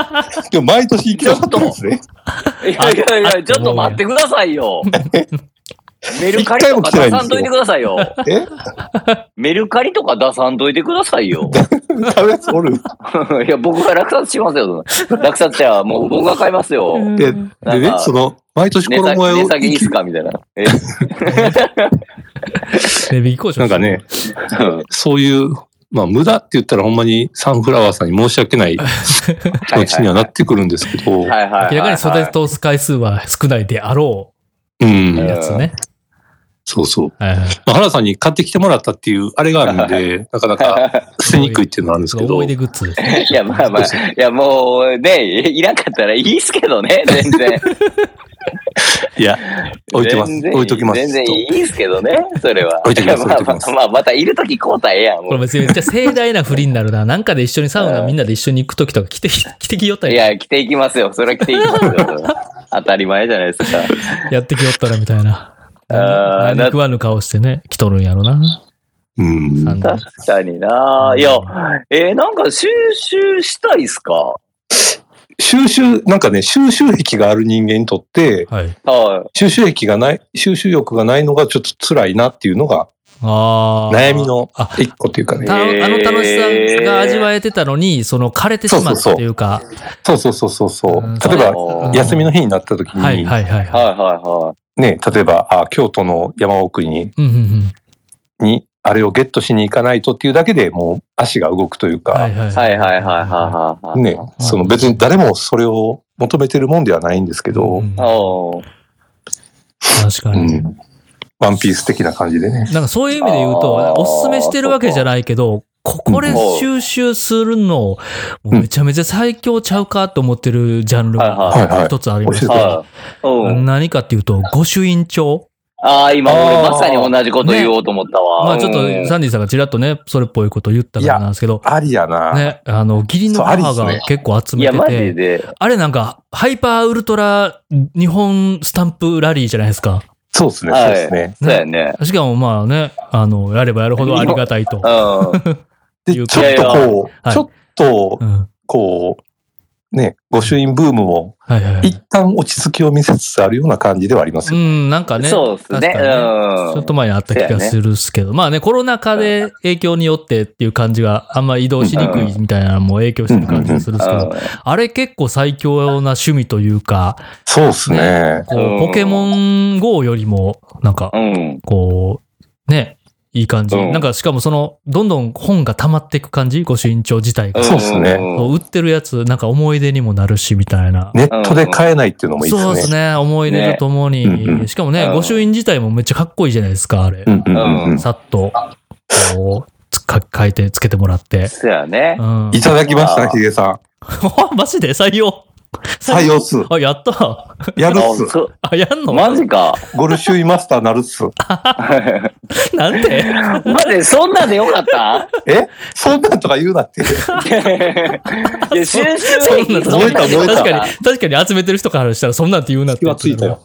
Speaker 3: でも毎年行きたかったんですね。
Speaker 2: い。いやいやいや、ちょっと待ってくださいよ。メルカリとか出さんといてくださいよ。
Speaker 3: え
Speaker 2: メルカリとか出さんといてくださいよ。
Speaker 3: 買うやつおる。
Speaker 2: いや、僕が落札しますよ。落札者はもう僕が買いますよ。
Speaker 3: で、で
Speaker 2: なん
Speaker 3: ね
Speaker 2: か、
Speaker 3: その、毎年
Speaker 2: 値下
Speaker 3: 衣
Speaker 2: げ値
Speaker 3: 替えを
Speaker 2: 下げいいっすかみたいな。え
Speaker 1: 値引き交渉。
Speaker 3: なんかね。、そういう、まあ、無駄って言ったらほんまにサンフラワーさんに申し訳ない気持ちにはなってくるんですけど、
Speaker 2: はいはいはいはい。
Speaker 1: 明らかに袖通す回数は少ないであろ
Speaker 3: う
Speaker 1: うや
Speaker 3: ん、
Speaker 1: つね。
Speaker 3: そうそう。
Speaker 1: はいはい。
Speaker 3: まあ、原さんに買ってきてもらったっていう、あれがあるんで、なかなか捨てにくいっていうのはあるんで すけど
Speaker 1: 思い、出グッズですね。
Speaker 2: いや、まあまあ、いや、もうね、いらんかったらいいっすけどね、全然。
Speaker 3: いや、置いてます。
Speaker 2: 全然
Speaker 3: 置いときます。
Speaker 2: 全然い
Speaker 3: と
Speaker 2: いっすけどね、それは。
Speaker 3: 置いときます
Speaker 2: まあ
Speaker 3: 置いときます
Speaker 2: まあまあ、またいるとき交代やん。も
Speaker 1: これ
Speaker 2: う
Speaker 1: 別にめっちゃ盛大な振りになるな。なんかで一緒にサウナみんなで一緒に行くときとか着てき、着てきよった
Speaker 2: い
Speaker 1: り、
Speaker 2: や、着ていきますよ。それは着ていきますよ。それは当たり前じゃないですか。
Speaker 1: やってきよったらみたいな。
Speaker 2: あー
Speaker 1: 何食わぬ顔してね、着とるんやろな。
Speaker 3: うん。
Speaker 1: あの
Speaker 2: 確かにな。いや、えーなんか収集したいっすか
Speaker 3: 収集、なんかね、収集癖がある人間にとって、
Speaker 1: はい。
Speaker 2: は
Speaker 3: 収集癖がない、収集欲がないのがちょっと辛いなっていうのが、
Speaker 1: ああ。
Speaker 3: 悩みの
Speaker 1: あ
Speaker 3: 一個というかね。
Speaker 1: たあの楽しさが味わえてたのに、その枯れてしまったというか。
Speaker 3: そうそうそうそうそう
Speaker 1: うん。
Speaker 3: 例えば、
Speaker 2: ば
Speaker 3: 休みの日になった時
Speaker 1: はい
Speaker 3: に、
Speaker 1: はいはい
Speaker 2: い。
Speaker 1: は
Speaker 2: は
Speaker 1: い
Speaker 2: は
Speaker 3: ね、例えば、あ京都の山奥
Speaker 1: い。
Speaker 3: に、
Speaker 1: うんうんうん。
Speaker 3: に、あれをゲットしに行かないとっていうだけでもう足が動くという
Speaker 1: は
Speaker 3: か
Speaker 1: い、はいい。
Speaker 2: はい。はいはいはいはいはいはい。
Speaker 3: ね、その別に誰もそれを求めてるもんではないんですけ
Speaker 1: う
Speaker 3: ど、
Speaker 1: ん
Speaker 2: おー
Speaker 1: 確か
Speaker 3: う
Speaker 1: に。
Speaker 3: ん。ワンピース的な感じでね。
Speaker 1: なんかそういう意味で言う
Speaker 2: あ
Speaker 1: と、
Speaker 2: ー
Speaker 1: おすすめしてるわけじゃないけど、ここで収集するの、もうめちゃめちゃ最強ちゃうかと思ってるジャンル
Speaker 2: はい
Speaker 3: はいは
Speaker 1: が
Speaker 3: い
Speaker 1: 一つありまして、
Speaker 2: はい。うん。
Speaker 1: 何かっていうと、御朱印帳
Speaker 2: ああ、今俺
Speaker 3: あー
Speaker 2: まさに同じこと言おうと思ったわ。
Speaker 1: まあちょっ
Speaker 2: うん
Speaker 1: とサンディさんがちらっとね、それっぽいこと言ったからなんですけど、
Speaker 3: ありやな。
Speaker 1: ね、あの、義理の母
Speaker 3: そうあり
Speaker 1: が
Speaker 3: っすね
Speaker 1: 結構集
Speaker 2: い
Speaker 1: め
Speaker 2: や、
Speaker 1: て
Speaker 2: マジ
Speaker 1: て、
Speaker 2: で。
Speaker 1: あれなんか、ハイパーウルトラ日本スタンプラリーじゃないですか。
Speaker 3: そうですね、
Speaker 2: はい
Speaker 3: そうですね。
Speaker 2: そうやね。
Speaker 1: しかもまあね、あの、やればやるほどありがたいと
Speaker 2: う。ん。
Speaker 1: いう
Speaker 3: で、ちょっとこう、
Speaker 1: はい
Speaker 3: ちょっと
Speaker 1: う、ん。
Speaker 3: こう、ね、御朱印ブームも、
Speaker 1: はいはいはい。
Speaker 3: 一旦落ち着きを見せつつあるような感じではあります
Speaker 1: う
Speaker 3: よ。
Speaker 1: ん、なんかね。
Speaker 2: そうです
Speaker 1: 確
Speaker 2: ね。う
Speaker 1: か
Speaker 2: ん。
Speaker 1: にちょっと前にあった気がするっすけど、まあね、コロナ禍で影響によってっていう感じがあんま移動しにくいみたいなのも影響してる感じがするんですけど、あれ結構最強な趣味というか、
Speaker 3: そうですね。
Speaker 1: こ
Speaker 2: うん
Speaker 1: う、ポケモン GO よりも、なんか
Speaker 2: う、ん。うん。
Speaker 1: こう、ね、いい感じ。
Speaker 2: うん
Speaker 1: なんかしかもその、どんどん本が溜まっていく感じ、ご身長自体が。
Speaker 3: そうっすね
Speaker 1: こう売ってるやつ、なんか思い出にもなるし、みたいな。
Speaker 3: ネットで買えないっていうのもいいで
Speaker 1: そうですす
Speaker 3: ね。
Speaker 1: ね、思い出とともに。
Speaker 3: ねうんうん
Speaker 1: しかもね、
Speaker 2: うん
Speaker 1: 御朱印自体もめっちゃかっこいいじゃないですか、あれ。
Speaker 3: うんうんうんうん
Speaker 1: さっと、こう、つか書いて、つけてもらって。
Speaker 2: そうやね
Speaker 1: う。ん
Speaker 3: い。ただきまし
Speaker 2: あ
Speaker 3: た、
Speaker 2: ー
Speaker 3: ヒゲさん。
Speaker 1: マジで採用
Speaker 3: 採用っす。
Speaker 1: あ、やった。
Speaker 3: やるっ
Speaker 2: あ
Speaker 3: す。
Speaker 2: そ
Speaker 1: あ、やんの
Speaker 2: マジか。
Speaker 3: ゴルシュイマスターなるっす。
Speaker 1: なんて
Speaker 2: マジでそんなんでよ かった
Speaker 3: えそんなんとか言うなって。
Speaker 2: いや、収集
Speaker 1: そんな、
Speaker 2: そ
Speaker 1: そん
Speaker 2: ん
Speaker 1: な
Speaker 2: なんでよかっ
Speaker 1: 確かに、確かに集めてる人からしたら、そんなんて言うなって
Speaker 3: 気はついたよ。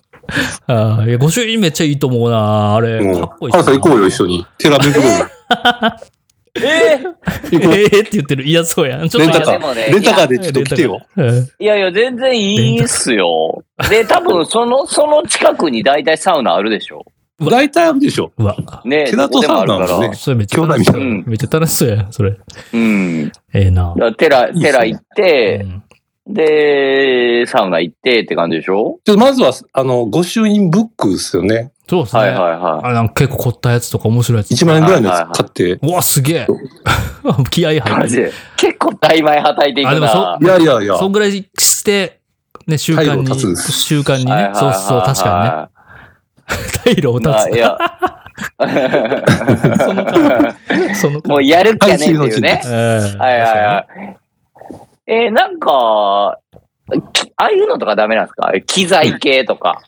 Speaker 1: あーいや、御朱印めっちゃいいと思うな。あれ、
Speaker 3: うん。
Speaker 1: かっこいい。
Speaker 3: 原さん行こうよ、一緒に。寺巡ろうよ。
Speaker 2: え
Speaker 1: え
Speaker 3: 行こう。
Speaker 1: えって言ってる。いや、そうやん。ちょ
Speaker 3: レ
Speaker 1: っ
Speaker 3: ン
Speaker 1: と
Speaker 3: タ
Speaker 1: 待
Speaker 3: カ
Speaker 1: って。
Speaker 2: でもね
Speaker 3: ー。レンタカーでちょっと来てよ。
Speaker 1: うん
Speaker 2: いやいや、全然いいっすよ。で、多分、その、その近くに大体サウナあるでしょ。
Speaker 1: うん
Speaker 3: 大体あるでしょ。
Speaker 1: うわ。
Speaker 2: ね
Speaker 3: テラとサウナあ
Speaker 2: どこ
Speaker 3: る
Speaker 2: でもあるか
Speaker 1: それめっちゃ楽しそう
Speaker 2: 兄
Speaker 1: やん。
Speaker 2: 弟
Speaker 1: めっちゃ楽しそうやん、それ。
Speaker 2: ら。うん。
Speaker 1: ええな
Speaker 2: だか。らテラ、テラ行って
Speaker 1: う、ん
Speaker 2: で、サウナ行ってって感じでしょ
Speaker 3: でまずは、あの、御朱印ブックですよね。
Speaker 1: そうですね。
Speaker 2: はいはいは
Speaker 1: あなんか結構凝ったやつとか面白いやつ。
Speaker 3: 1万円ぐらいのやつ買って。
Speaker 1: うわ、すげえ。 気合入
Speaker 2: い。
Speaker 1: っ
Speaker 2: マ
Speaker 1: て
Speaker 2: ジ
Speaker 1: る。
Speaker 2: で。結構大枚はたいていく
Speaker 1: あでもそ
Speaker 2: な。
Speaker 3: いやいやいや。
Speaker 1: そんぐらいして、ね、習慣
Speaker 3: 退路を断つん
Speaker 1: に、
Speaker 3: です
Speaker 1: 習慣に
Speaker 2: はい
Speaker 1: ね
Speaker 2: は。い
Speaker 1: そうそう、確か
Speaker 2: は
Speaker 1: にね。退路を
Speaker 2: いはい
Speaker 1: 立
Speaker 2: まあいや
Speaker 1: その顔 その、
Speaker 2: もうやる気やねんっていうね。は
Speaker 1: はい
Speaker 2: はいはい。えーなんか、きああいうのとかダメなんですか機材系とか。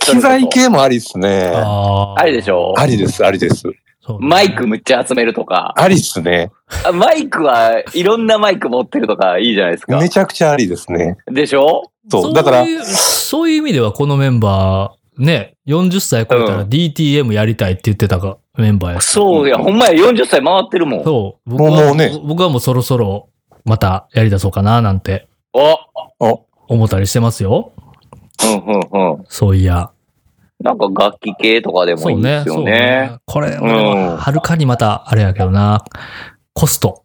Speaker 3: 機材系もありですね。
Speaker 1: あー
Speaker 2: あれでしょ
Speaker 3: ありです、ありです。
Speaker 1: そうね
Speaker 2: マイクむっちゃ集めるとか。
Speaker 3: ありですね。
Speaker 2: あマイクはいろんなマイク持ってるとかいいじゃないですか
Speaker 3: め。ちゃくちゃありですね。
Speaker 2: でしょ
Speaker 3: そう。だから、
Speaker 1: いうそういう意味ではこのメンバー、ね、40歳超えた
Speaker 2: う
Speaker 1: ら DTM やりたいって言ってたが、メンバーや。
Speaker 2: そうや、ほんまや40歳回ってるもん。
Speaker 1: そう。僕は
Speaker 3: もうもうね
Speaker 1: 僕はもうそろそろ、またやり出そうかな、なんて
Speaker 2: お
Speaker 1: 思ったりしてますよ。
Speaker 2: うんうんうん。
Speaker 1: そういや。
Speaker 2: なんか楽器系とかでも
Speaker 1: そ
Speaker 2: いいう
Speaker 1: ね。
Speaker 2: です
Speaker 1: そ
Speaker 2: よ
Speaker 1: う
Speaker 2: ね。。
Speaker 1: これ、
Speaker 2: ん
Speaker 1: 俺ははるかにまた、あれやけどな。コスト。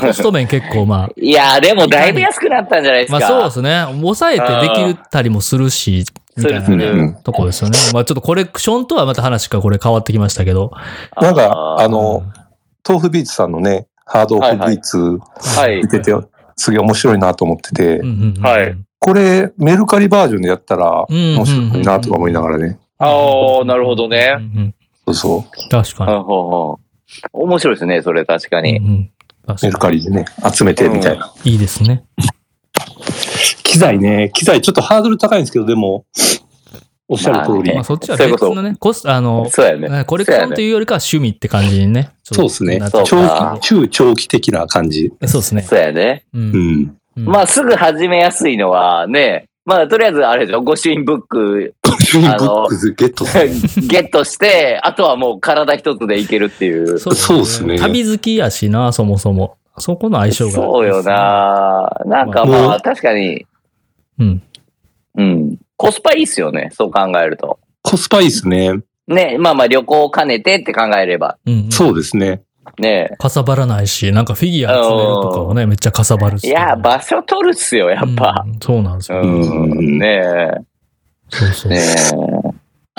Speaker 1: コスト面結構まあ。
Speaker 2: いや、でもだいぶ安くなったんじゃないです
Speaker 1: ま
Speaker 2: か。
Speaker 1: あそうですね。抑えてできたりもするし、みたいな
Speaker 2: する
Speaker 3: う
Speaker 2: する
Speaker 1: ね
Speaker 3: ん
Speaker 1: とこですよね。まあちょっとコレクションとはまた話がこれ変わってきましたけど。
Speaker 2: あー
Speaker 3: なんか、あの、豆腐ビーツさんのね、ハードオフビーツ
Speaker 2: はい
Speaker 3: 見。てて、すげえ面白いなと思ってて
Speaker 1: うん、うんうん
Speaker 2: はい
Speaker 3: これ、メルカリバージョンでやったら、
Speaker 1: うんうんうん
Speaker 3: 面白いなとか思いながらね。
Speaker 2: ああ、なるほど
Speaker 1: うん
Speaker 2: ね。
Speaker 1: うん
Speaker 3: そうそう。
Speaker 1: 確か
Speaker 2: は
Speaker 1: に
Speaker 2: い。はいはい面白いですね、それ確かに。
Speaker 1: うんうん確か
Speaker 3: メ
Speaker 1: に
Speaker 3: ルカリでね、集めてみたいな。
Speaker 1: いいですね。
Speaker 3: 機材ね、機材ちょっとハードル高いんですけど、でも、おっしゃる
Speaker 1: ま
Speaker 2: まあ
Speaker 3: 通り
Speaker 2: ね
Speaker 1: あ。そっちは別のね、コスあの、
Speaker 2: そうやね。
Speaker 1: コレクションというよりかは趣味って感じにね。
Speaker 3: そうですね
Speaker 1: なっ。
Speaker 2: そ
Speaker 1: て
Speaker 2: う
Speaker 1: きます
Speaker 3: 長期中長期的な感じ。
Speaker 1: ねそうですね。
Speaker 2: そうやね。
Speaker 1: う
Speaker 3: うんん。
Speaker 1: うん
Speaker 2: まあすぐ始めやすいのはね、まあとりあえずあれでしょ、御朱印ブック
Speaker 3: ブックスゲットする
Speaker 2: ゲットして、あとはもう体一つでいけるっていう。
Speaker 1: そ
Speaker 3: そうっすね
Speaker 1: 旅好きやしな、そもそも。そこの相性が。
Speaker 2: そうよ。ななんか
Speaker 3: まあ
Speaker 2: まあ確かに、
Speaker 1: うん。
Speaker 2: うん。コスパいいっすよね、そう考えると。
Speaker 3: コスパいいですね。
Speaker 2: ね、まあまあ旅行を兼ねてって考えれば、
Speaker 1: うんうん
Speaker 3: そうですね。
Speaker 2: ね。
Speaker 1: かさばらないし、なんかフィギュア集めるとかはね、めっちゃかさばるし。
Speaker 2: いや、場所取るっすよ、やっぱ。
Speaker 1: うんそうなんです
Speaker 2: う
Speaker 1: よ。
Speaker 2: ん。ね
Speaker 1: そうそう。
Speaker 2: え。 ね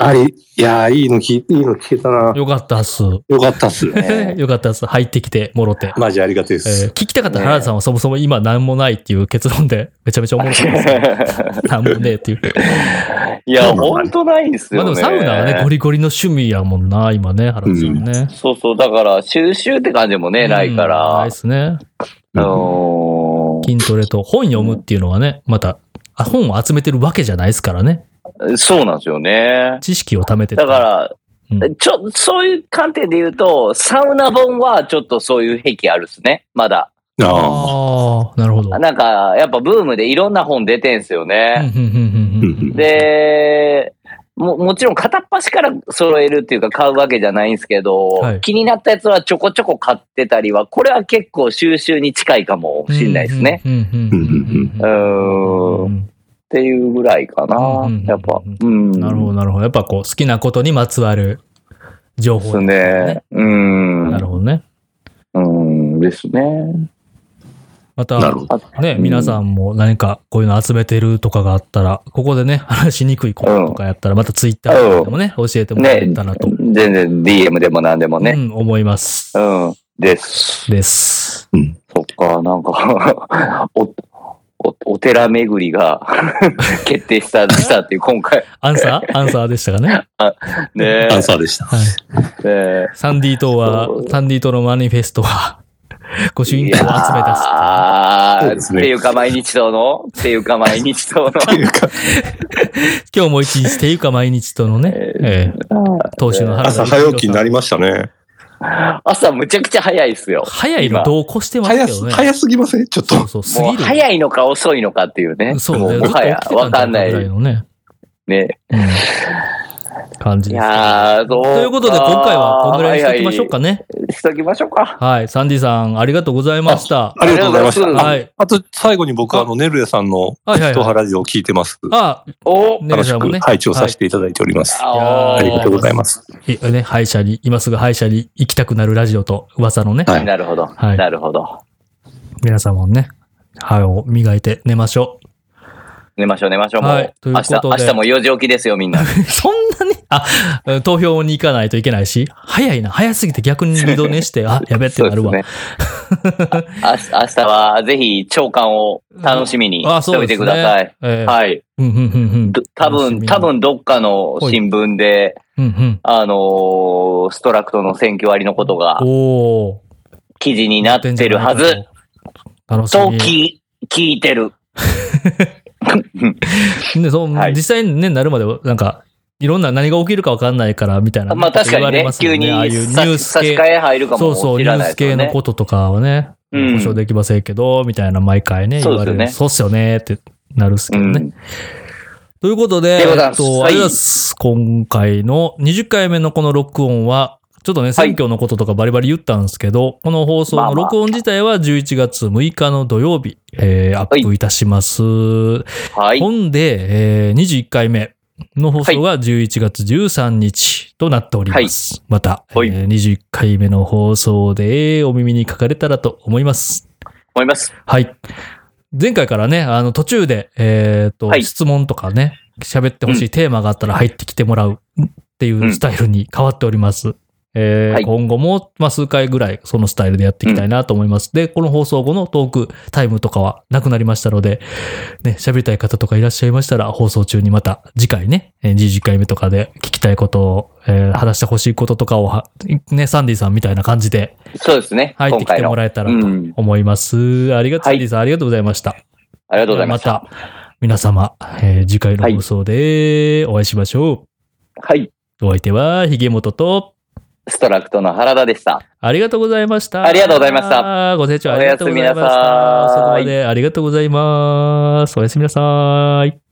Speaker 3: あり、いやー、いいの聞い、いいの聞けたな。
Speaker 1: よかったっす。
Speaker 3: よかった っす。
Speaker 2: えね
Speaker 1: よかったっす。入ってきて、もろて。
Speaker 3: マジありがたいで
Speaker 1: えー
Speaker 3: す。
Speaker 1: 聞きたかったら原田さんはそもそも今何もないっていう結論で、めちゃめちゃお もろかったです。何もねえっていう。
Speaker 2: いや、ほんとないっす
Speaker 1: まあ
Speaker 2: よ
Speaker 1: で
Speaker 2: ね。
Speaker 1: もサウナはね、ゴリゴリの趣味やもんな、今ね、原田さんね。
Speaker 2: そうそう、だから収集って感じもね、ないか
Speaker 1: うん
Speaker 2: ら。
Speaker 1: ないですね。
Speaker 2: あの
Speaker 1: 筋トレと本読むっていうのはね、また、あ本を集めてるわけじゃないですからね。
Speaker 2: ーそうなんですよね。
Speaker 1: 知識を貯めてて
Speaker 2: だか
Speaker 1: う
Speaker 2: ら、
Speaker 1: ん
Speaker 2: ちょ、そういう観点で言うと、サウナ本はちょっとそういう癖あるっすね、まだ。
Speaker 3: ああ。
Speaker 1: ああ、なるほど。
Speaker 2: なんか、やっぱブームでいろんな本出てんすよ
Speaker 1: うん
Speaker 2: ね。
Speaker 1: うんうんうんうん
Speaker 2: で、も、もちろん片っ端から揃えるっていうか買うわけじゃないんですけど、
Speaker 1: はい
Speaker 2: 気になったやつはちょこちょこ買ってたりは、これは結構収集に近いかもしんないですね。。
Speaker 1: うんうんうんうん
Speaker 2: うーん。っていうぐらいか
Speaker 1: うんう
Speaker 2: な
Speaker 1: う
Speaker 2: ん
Speaker 1: んうん。
Speaker 2: やっぱ。うん。
Speaker 1: なるほど、なるほど。やっぱこう、好きなことにまつわる情報
Speaker 2: ですね。。うん。
Speaker 1: なるほどね。
Speaker 2: うん。ですね。
Speaker 1: ま
Speaker 3: な
Speaker 1: た
Speaker 3: る、ほど。
Speaker 1: ね、
Speaker 2: うん
Speaker 1: 皆さんも何かこういうの集めてるとかがあったら、ここでね、 話しにくいこととかやったら、またツイッターでもね、教えてもらえ
Speaker 2: ね
Speaker 1: たらと、
Speaker 2: 全然 DM でも何でも
Speaker 1: う
Speaker 2: ね。
Speaker 1: ん思います。
Speaker 2: うん。です。
Speaker 1: です。
Speaker 2: そっか、なんか お、お、お寺巡りが 決定した、したっていう、今回。
Speaker 1: アンサーアンサーでしたかね。
Speaker 2: ね
Speaker 3: アンサーでした。
Speaker 1: はい。
Speaker 2: え。
Speaker 1: サンディ島は
Speaker 2: そう、
Speaker 1: サンディ島のマニフェストは、御朱印帳を集め出す。
Speaker 2: あ
Speaker 3: そう
Speaker 2: あ、
Speaker 3: で
Speaker 2: っ
Speaker 3: す
Speaker 2: て
Speaker 3: ね
Speaker 2: いうか毎日党のっていうか毎日党の。
Speaker 3: っていうか、
Speaker 1: 今日も一日っていうか毎日とのね、
Speaker 2: え
Speaker 1: ええ、当主の原田
Speaker 3: 朝早起きになりましたね。
Speaker 2: 朝むちゃくちゃ早いっすよ。
Speaker 1: 早いの同行してますけ
Speaker 3: 早
Speaker 1: ど
Speaker 3: す、
Speaker 1: ね。
Speaker 3: 早すぎませんちょっ
Speaker 1: そう
Speaker 3: と。
Speaker 1: そう、す
Speaker 2: もう
Speaker 1: ぎる。
Speaker 2: 早いのか遅いのかっていうね。
Speaker 1: そう
Speaker 2: も
Speaker 1: ね。
Speaker 2: も
Speaker 1: ずっと
Speaker 2: は
Speaker 1: 起
Speaker 2: や
Speaker 1: きてた
Speaker 2: わ
Speaker 1: んだ
Speaker 2: か
Speaker 1: ろ
Speaker 2: ん
Speaker 1: う
Speaker 2: な
Speaker 1: か
Speaker 2: い
Speaker 1: ぐらいのね。
Speaker 2: ね。
Speaker 1: うん感じ
Speaker 2: い
Speaker 1: です。
Speaker 2: やーどう
Speaker 1: ということで、今回はこんぐらいにしておきましょうか
Speaker 2: ね。
Speaker 1: ね。
Speaker 2: はいはいしときましょうか。
Speaker 1: はい、サンディさん、ありがとうございました。
Speaker 3: ありがとうございまし
Speaker 2: ありがと
Speaker 3: た。
Speaker 2: うござ
Speaker 1: はい
Speaker 3: あ
Speaker 1: い。
Speaker 3: あと、最後に僕、あの、ネルエさんの、
Speaker 1: はいはい
Speaker 3: 人
Speaker 1: はい。
Speaker 3: 原ジオを聞いてます。
Speaker 1: あ、
Speaker 2: お
Speaker 1: ね
Speaker 3: 楽
Speaker 1: る
Speaker 3: し
Speaker 1: さんも
Speaker 3: く
Speaker 1: ね。
Speaker 3: 配置をさせていただいております。
Speaker 1: は
Speaker 3: あ
Speaker 1: い
Speaker 3: りがとうございます。
Speaker 1: いえね、歯医者に、今すぐ歯医者に行きたくなるラジオと噂のね、
Speaker 3: は
Speaker 2: あー
Speaker 3: い。
Speaker 2: なるほど。
Speaker 1: はい
Speaker 2: なるほど。
Speaker 1: 皆さんもね、歯を磨いて寝ましょう。
Speaker 2: 寝ましょう、寝ましょう。も、
Speaker 1: はいうという
Speaker 2: 明
Speaker 1: こと
Speaker 2: 日、
Speaker 1: で
Speaker 2: 明日も4時起きですよ、みんな。
Speaker 1: そんなうん投票に行かないといけないし、早いな、早すぎて逆に二度寝 して、 あ、やべってなるわ。
Speaker 2: そうですね。あ明日はぜひ長官を楽しみに
Speaker 1: あ、そ
Speaker 2: 食
Speaker 1: う
Speaker 2: べ
Speaker 1: です
Speaker 2: てく
Speaker 1: ね。
Speaker 2: ださい。
Speaker 1: ええ
Speaker 2: はい。
Speaker 1: うんうんうん
Speaker 2: ど多
Speaker 1: 楽しみ
Speaker 2: 分、
Speaker 1: に
Speaker 2: 多分どっかの新聞で、
Speaker 1: うん。うん
Speaker 2: あのーストラクトの選挙割のことが
Speaker 1: うん。おお。
Speaker 2: 記事になってるはず。。
Speaker 1: 楽し
Speaker 2: と
Speaker 1: み。
Speaker 2: き聞いてる。
Speaker 1: ね、そう、
Speaker 2: はい
Speaker 1: 実際にね、なるまでは、なんか、いろんな何が起きるかわかんないから、みたいな。
Speaker 2: まあ確かに
Speaker 1: 言われ
Speaker 2: ね
Speaker 1: ま、すよ
Speaker 2: 急に
Speaker 1: ああいうニ
Speaker 2: 差
Speaker 1: ュー
Speaker 2: し
Speaker 1: ス
Speaker 2: 差し
Speaker 1: 系
Speaker 2: 替。え入るか
Speaker 1: そう
Speaker 2: も
Speaker 1: そう、
Speaker 2: 知
Speaker 1: ニ
Speaker 2: ら
Speaker 1: ュー
Speaker 2: ないで
Speaker 1: ス
Speaker 2: すよ
Speaker 1: 系の
Speaker 2: ね。
Speaker 1: こととかはね、
Speaker 2: うん
Speaker 1: 保証できませんけど、みたいな、毎回ね、言われる。そ
Speaker 2: そう
Speaker 1: っすよね、ってなるっすけ
Speaker 2: う
Speaker 1: どね。
Speaker 2: ん。
Speaker 1: ということで、
Speaker 2: でご
Speaker 1: え
Speaker 2: ざい
Speaker 1: っ
Speaker 2: ます
Speaker 1: と、あ
Speaker 2: はい
Speaker 1: りがとうございます。今回の20回目のこの録音は、ちょっとね、選挙のこととかバリバリ言ったんですけど、この放送
Speaker 2: ま
Speaker 1: の
Speaker 2: あまあ
Speaker 1: 録音自体は11月6日の土曜日、えーアップいたします。
Speaker 2: はい。
Speaker 1: ほんで、えー21回目の放送が11月13日となっております。また、え
Speaker 2: はい
Speaker 1: ー21回目の放送でお耳にかかれたらと思います。
Speaker 2: 思います。
Speaker 1: はい。前回からね、あの途中で、えっ、と、
Speaker 2: はい
Speaker 1: 質問とかね、喋ってほし
Speaker 2: う
Speaker 1: いテーマがあったら入ってきてもらうっていうんスタイルに変わっております。えー
Speaker 2: はい
Speaker 1: 今後も、まあ、数回ぐらいそのスタイルでやっていきたいなと思います。で、この放送後のトークタイムとかはなくなりましたので、ね、喋りたい方とかいらっしゃいましたら、放送中にまた次回ね、えー20回目とかで聞きたいことを、えー話してほしいこととかをは、ね、サンディさんみたいな感じで
Speaker 2: そうですね。
Speaker 1: 入っ
Speaker 2: 今
Speaker 1: てき
Speaker 2: 回
Speaker 1: ても
Speaker 2: の。
Speaker 1: らえたら
Speaker 2: う
Speaker 1: と
Speaker 2: ん。
Speaker 1: 思います。ありがとう、
Speaker 2: は
Speaker 1: サ
Speaker 2: い
Speaker 1: ンディさん、ありがとうございました。
Speaker 2: ありがとうございました。
Speaker 1: また、皆様、えー次回の放送でお会いしましょ
Speaker 2: はい。
Speaker 1: う。お相手は、ひげもとと、
Speaker 2: ストラクトの原田でした。
Speaker 1: ありがとうございました。
Speaker 2: ありがとうございました。
Speaker 1: ご清聴ありがとうございました。
Speaker 2: おやすみなさい
Speaker 1: そこまでありがとうございます。おやすみなさい。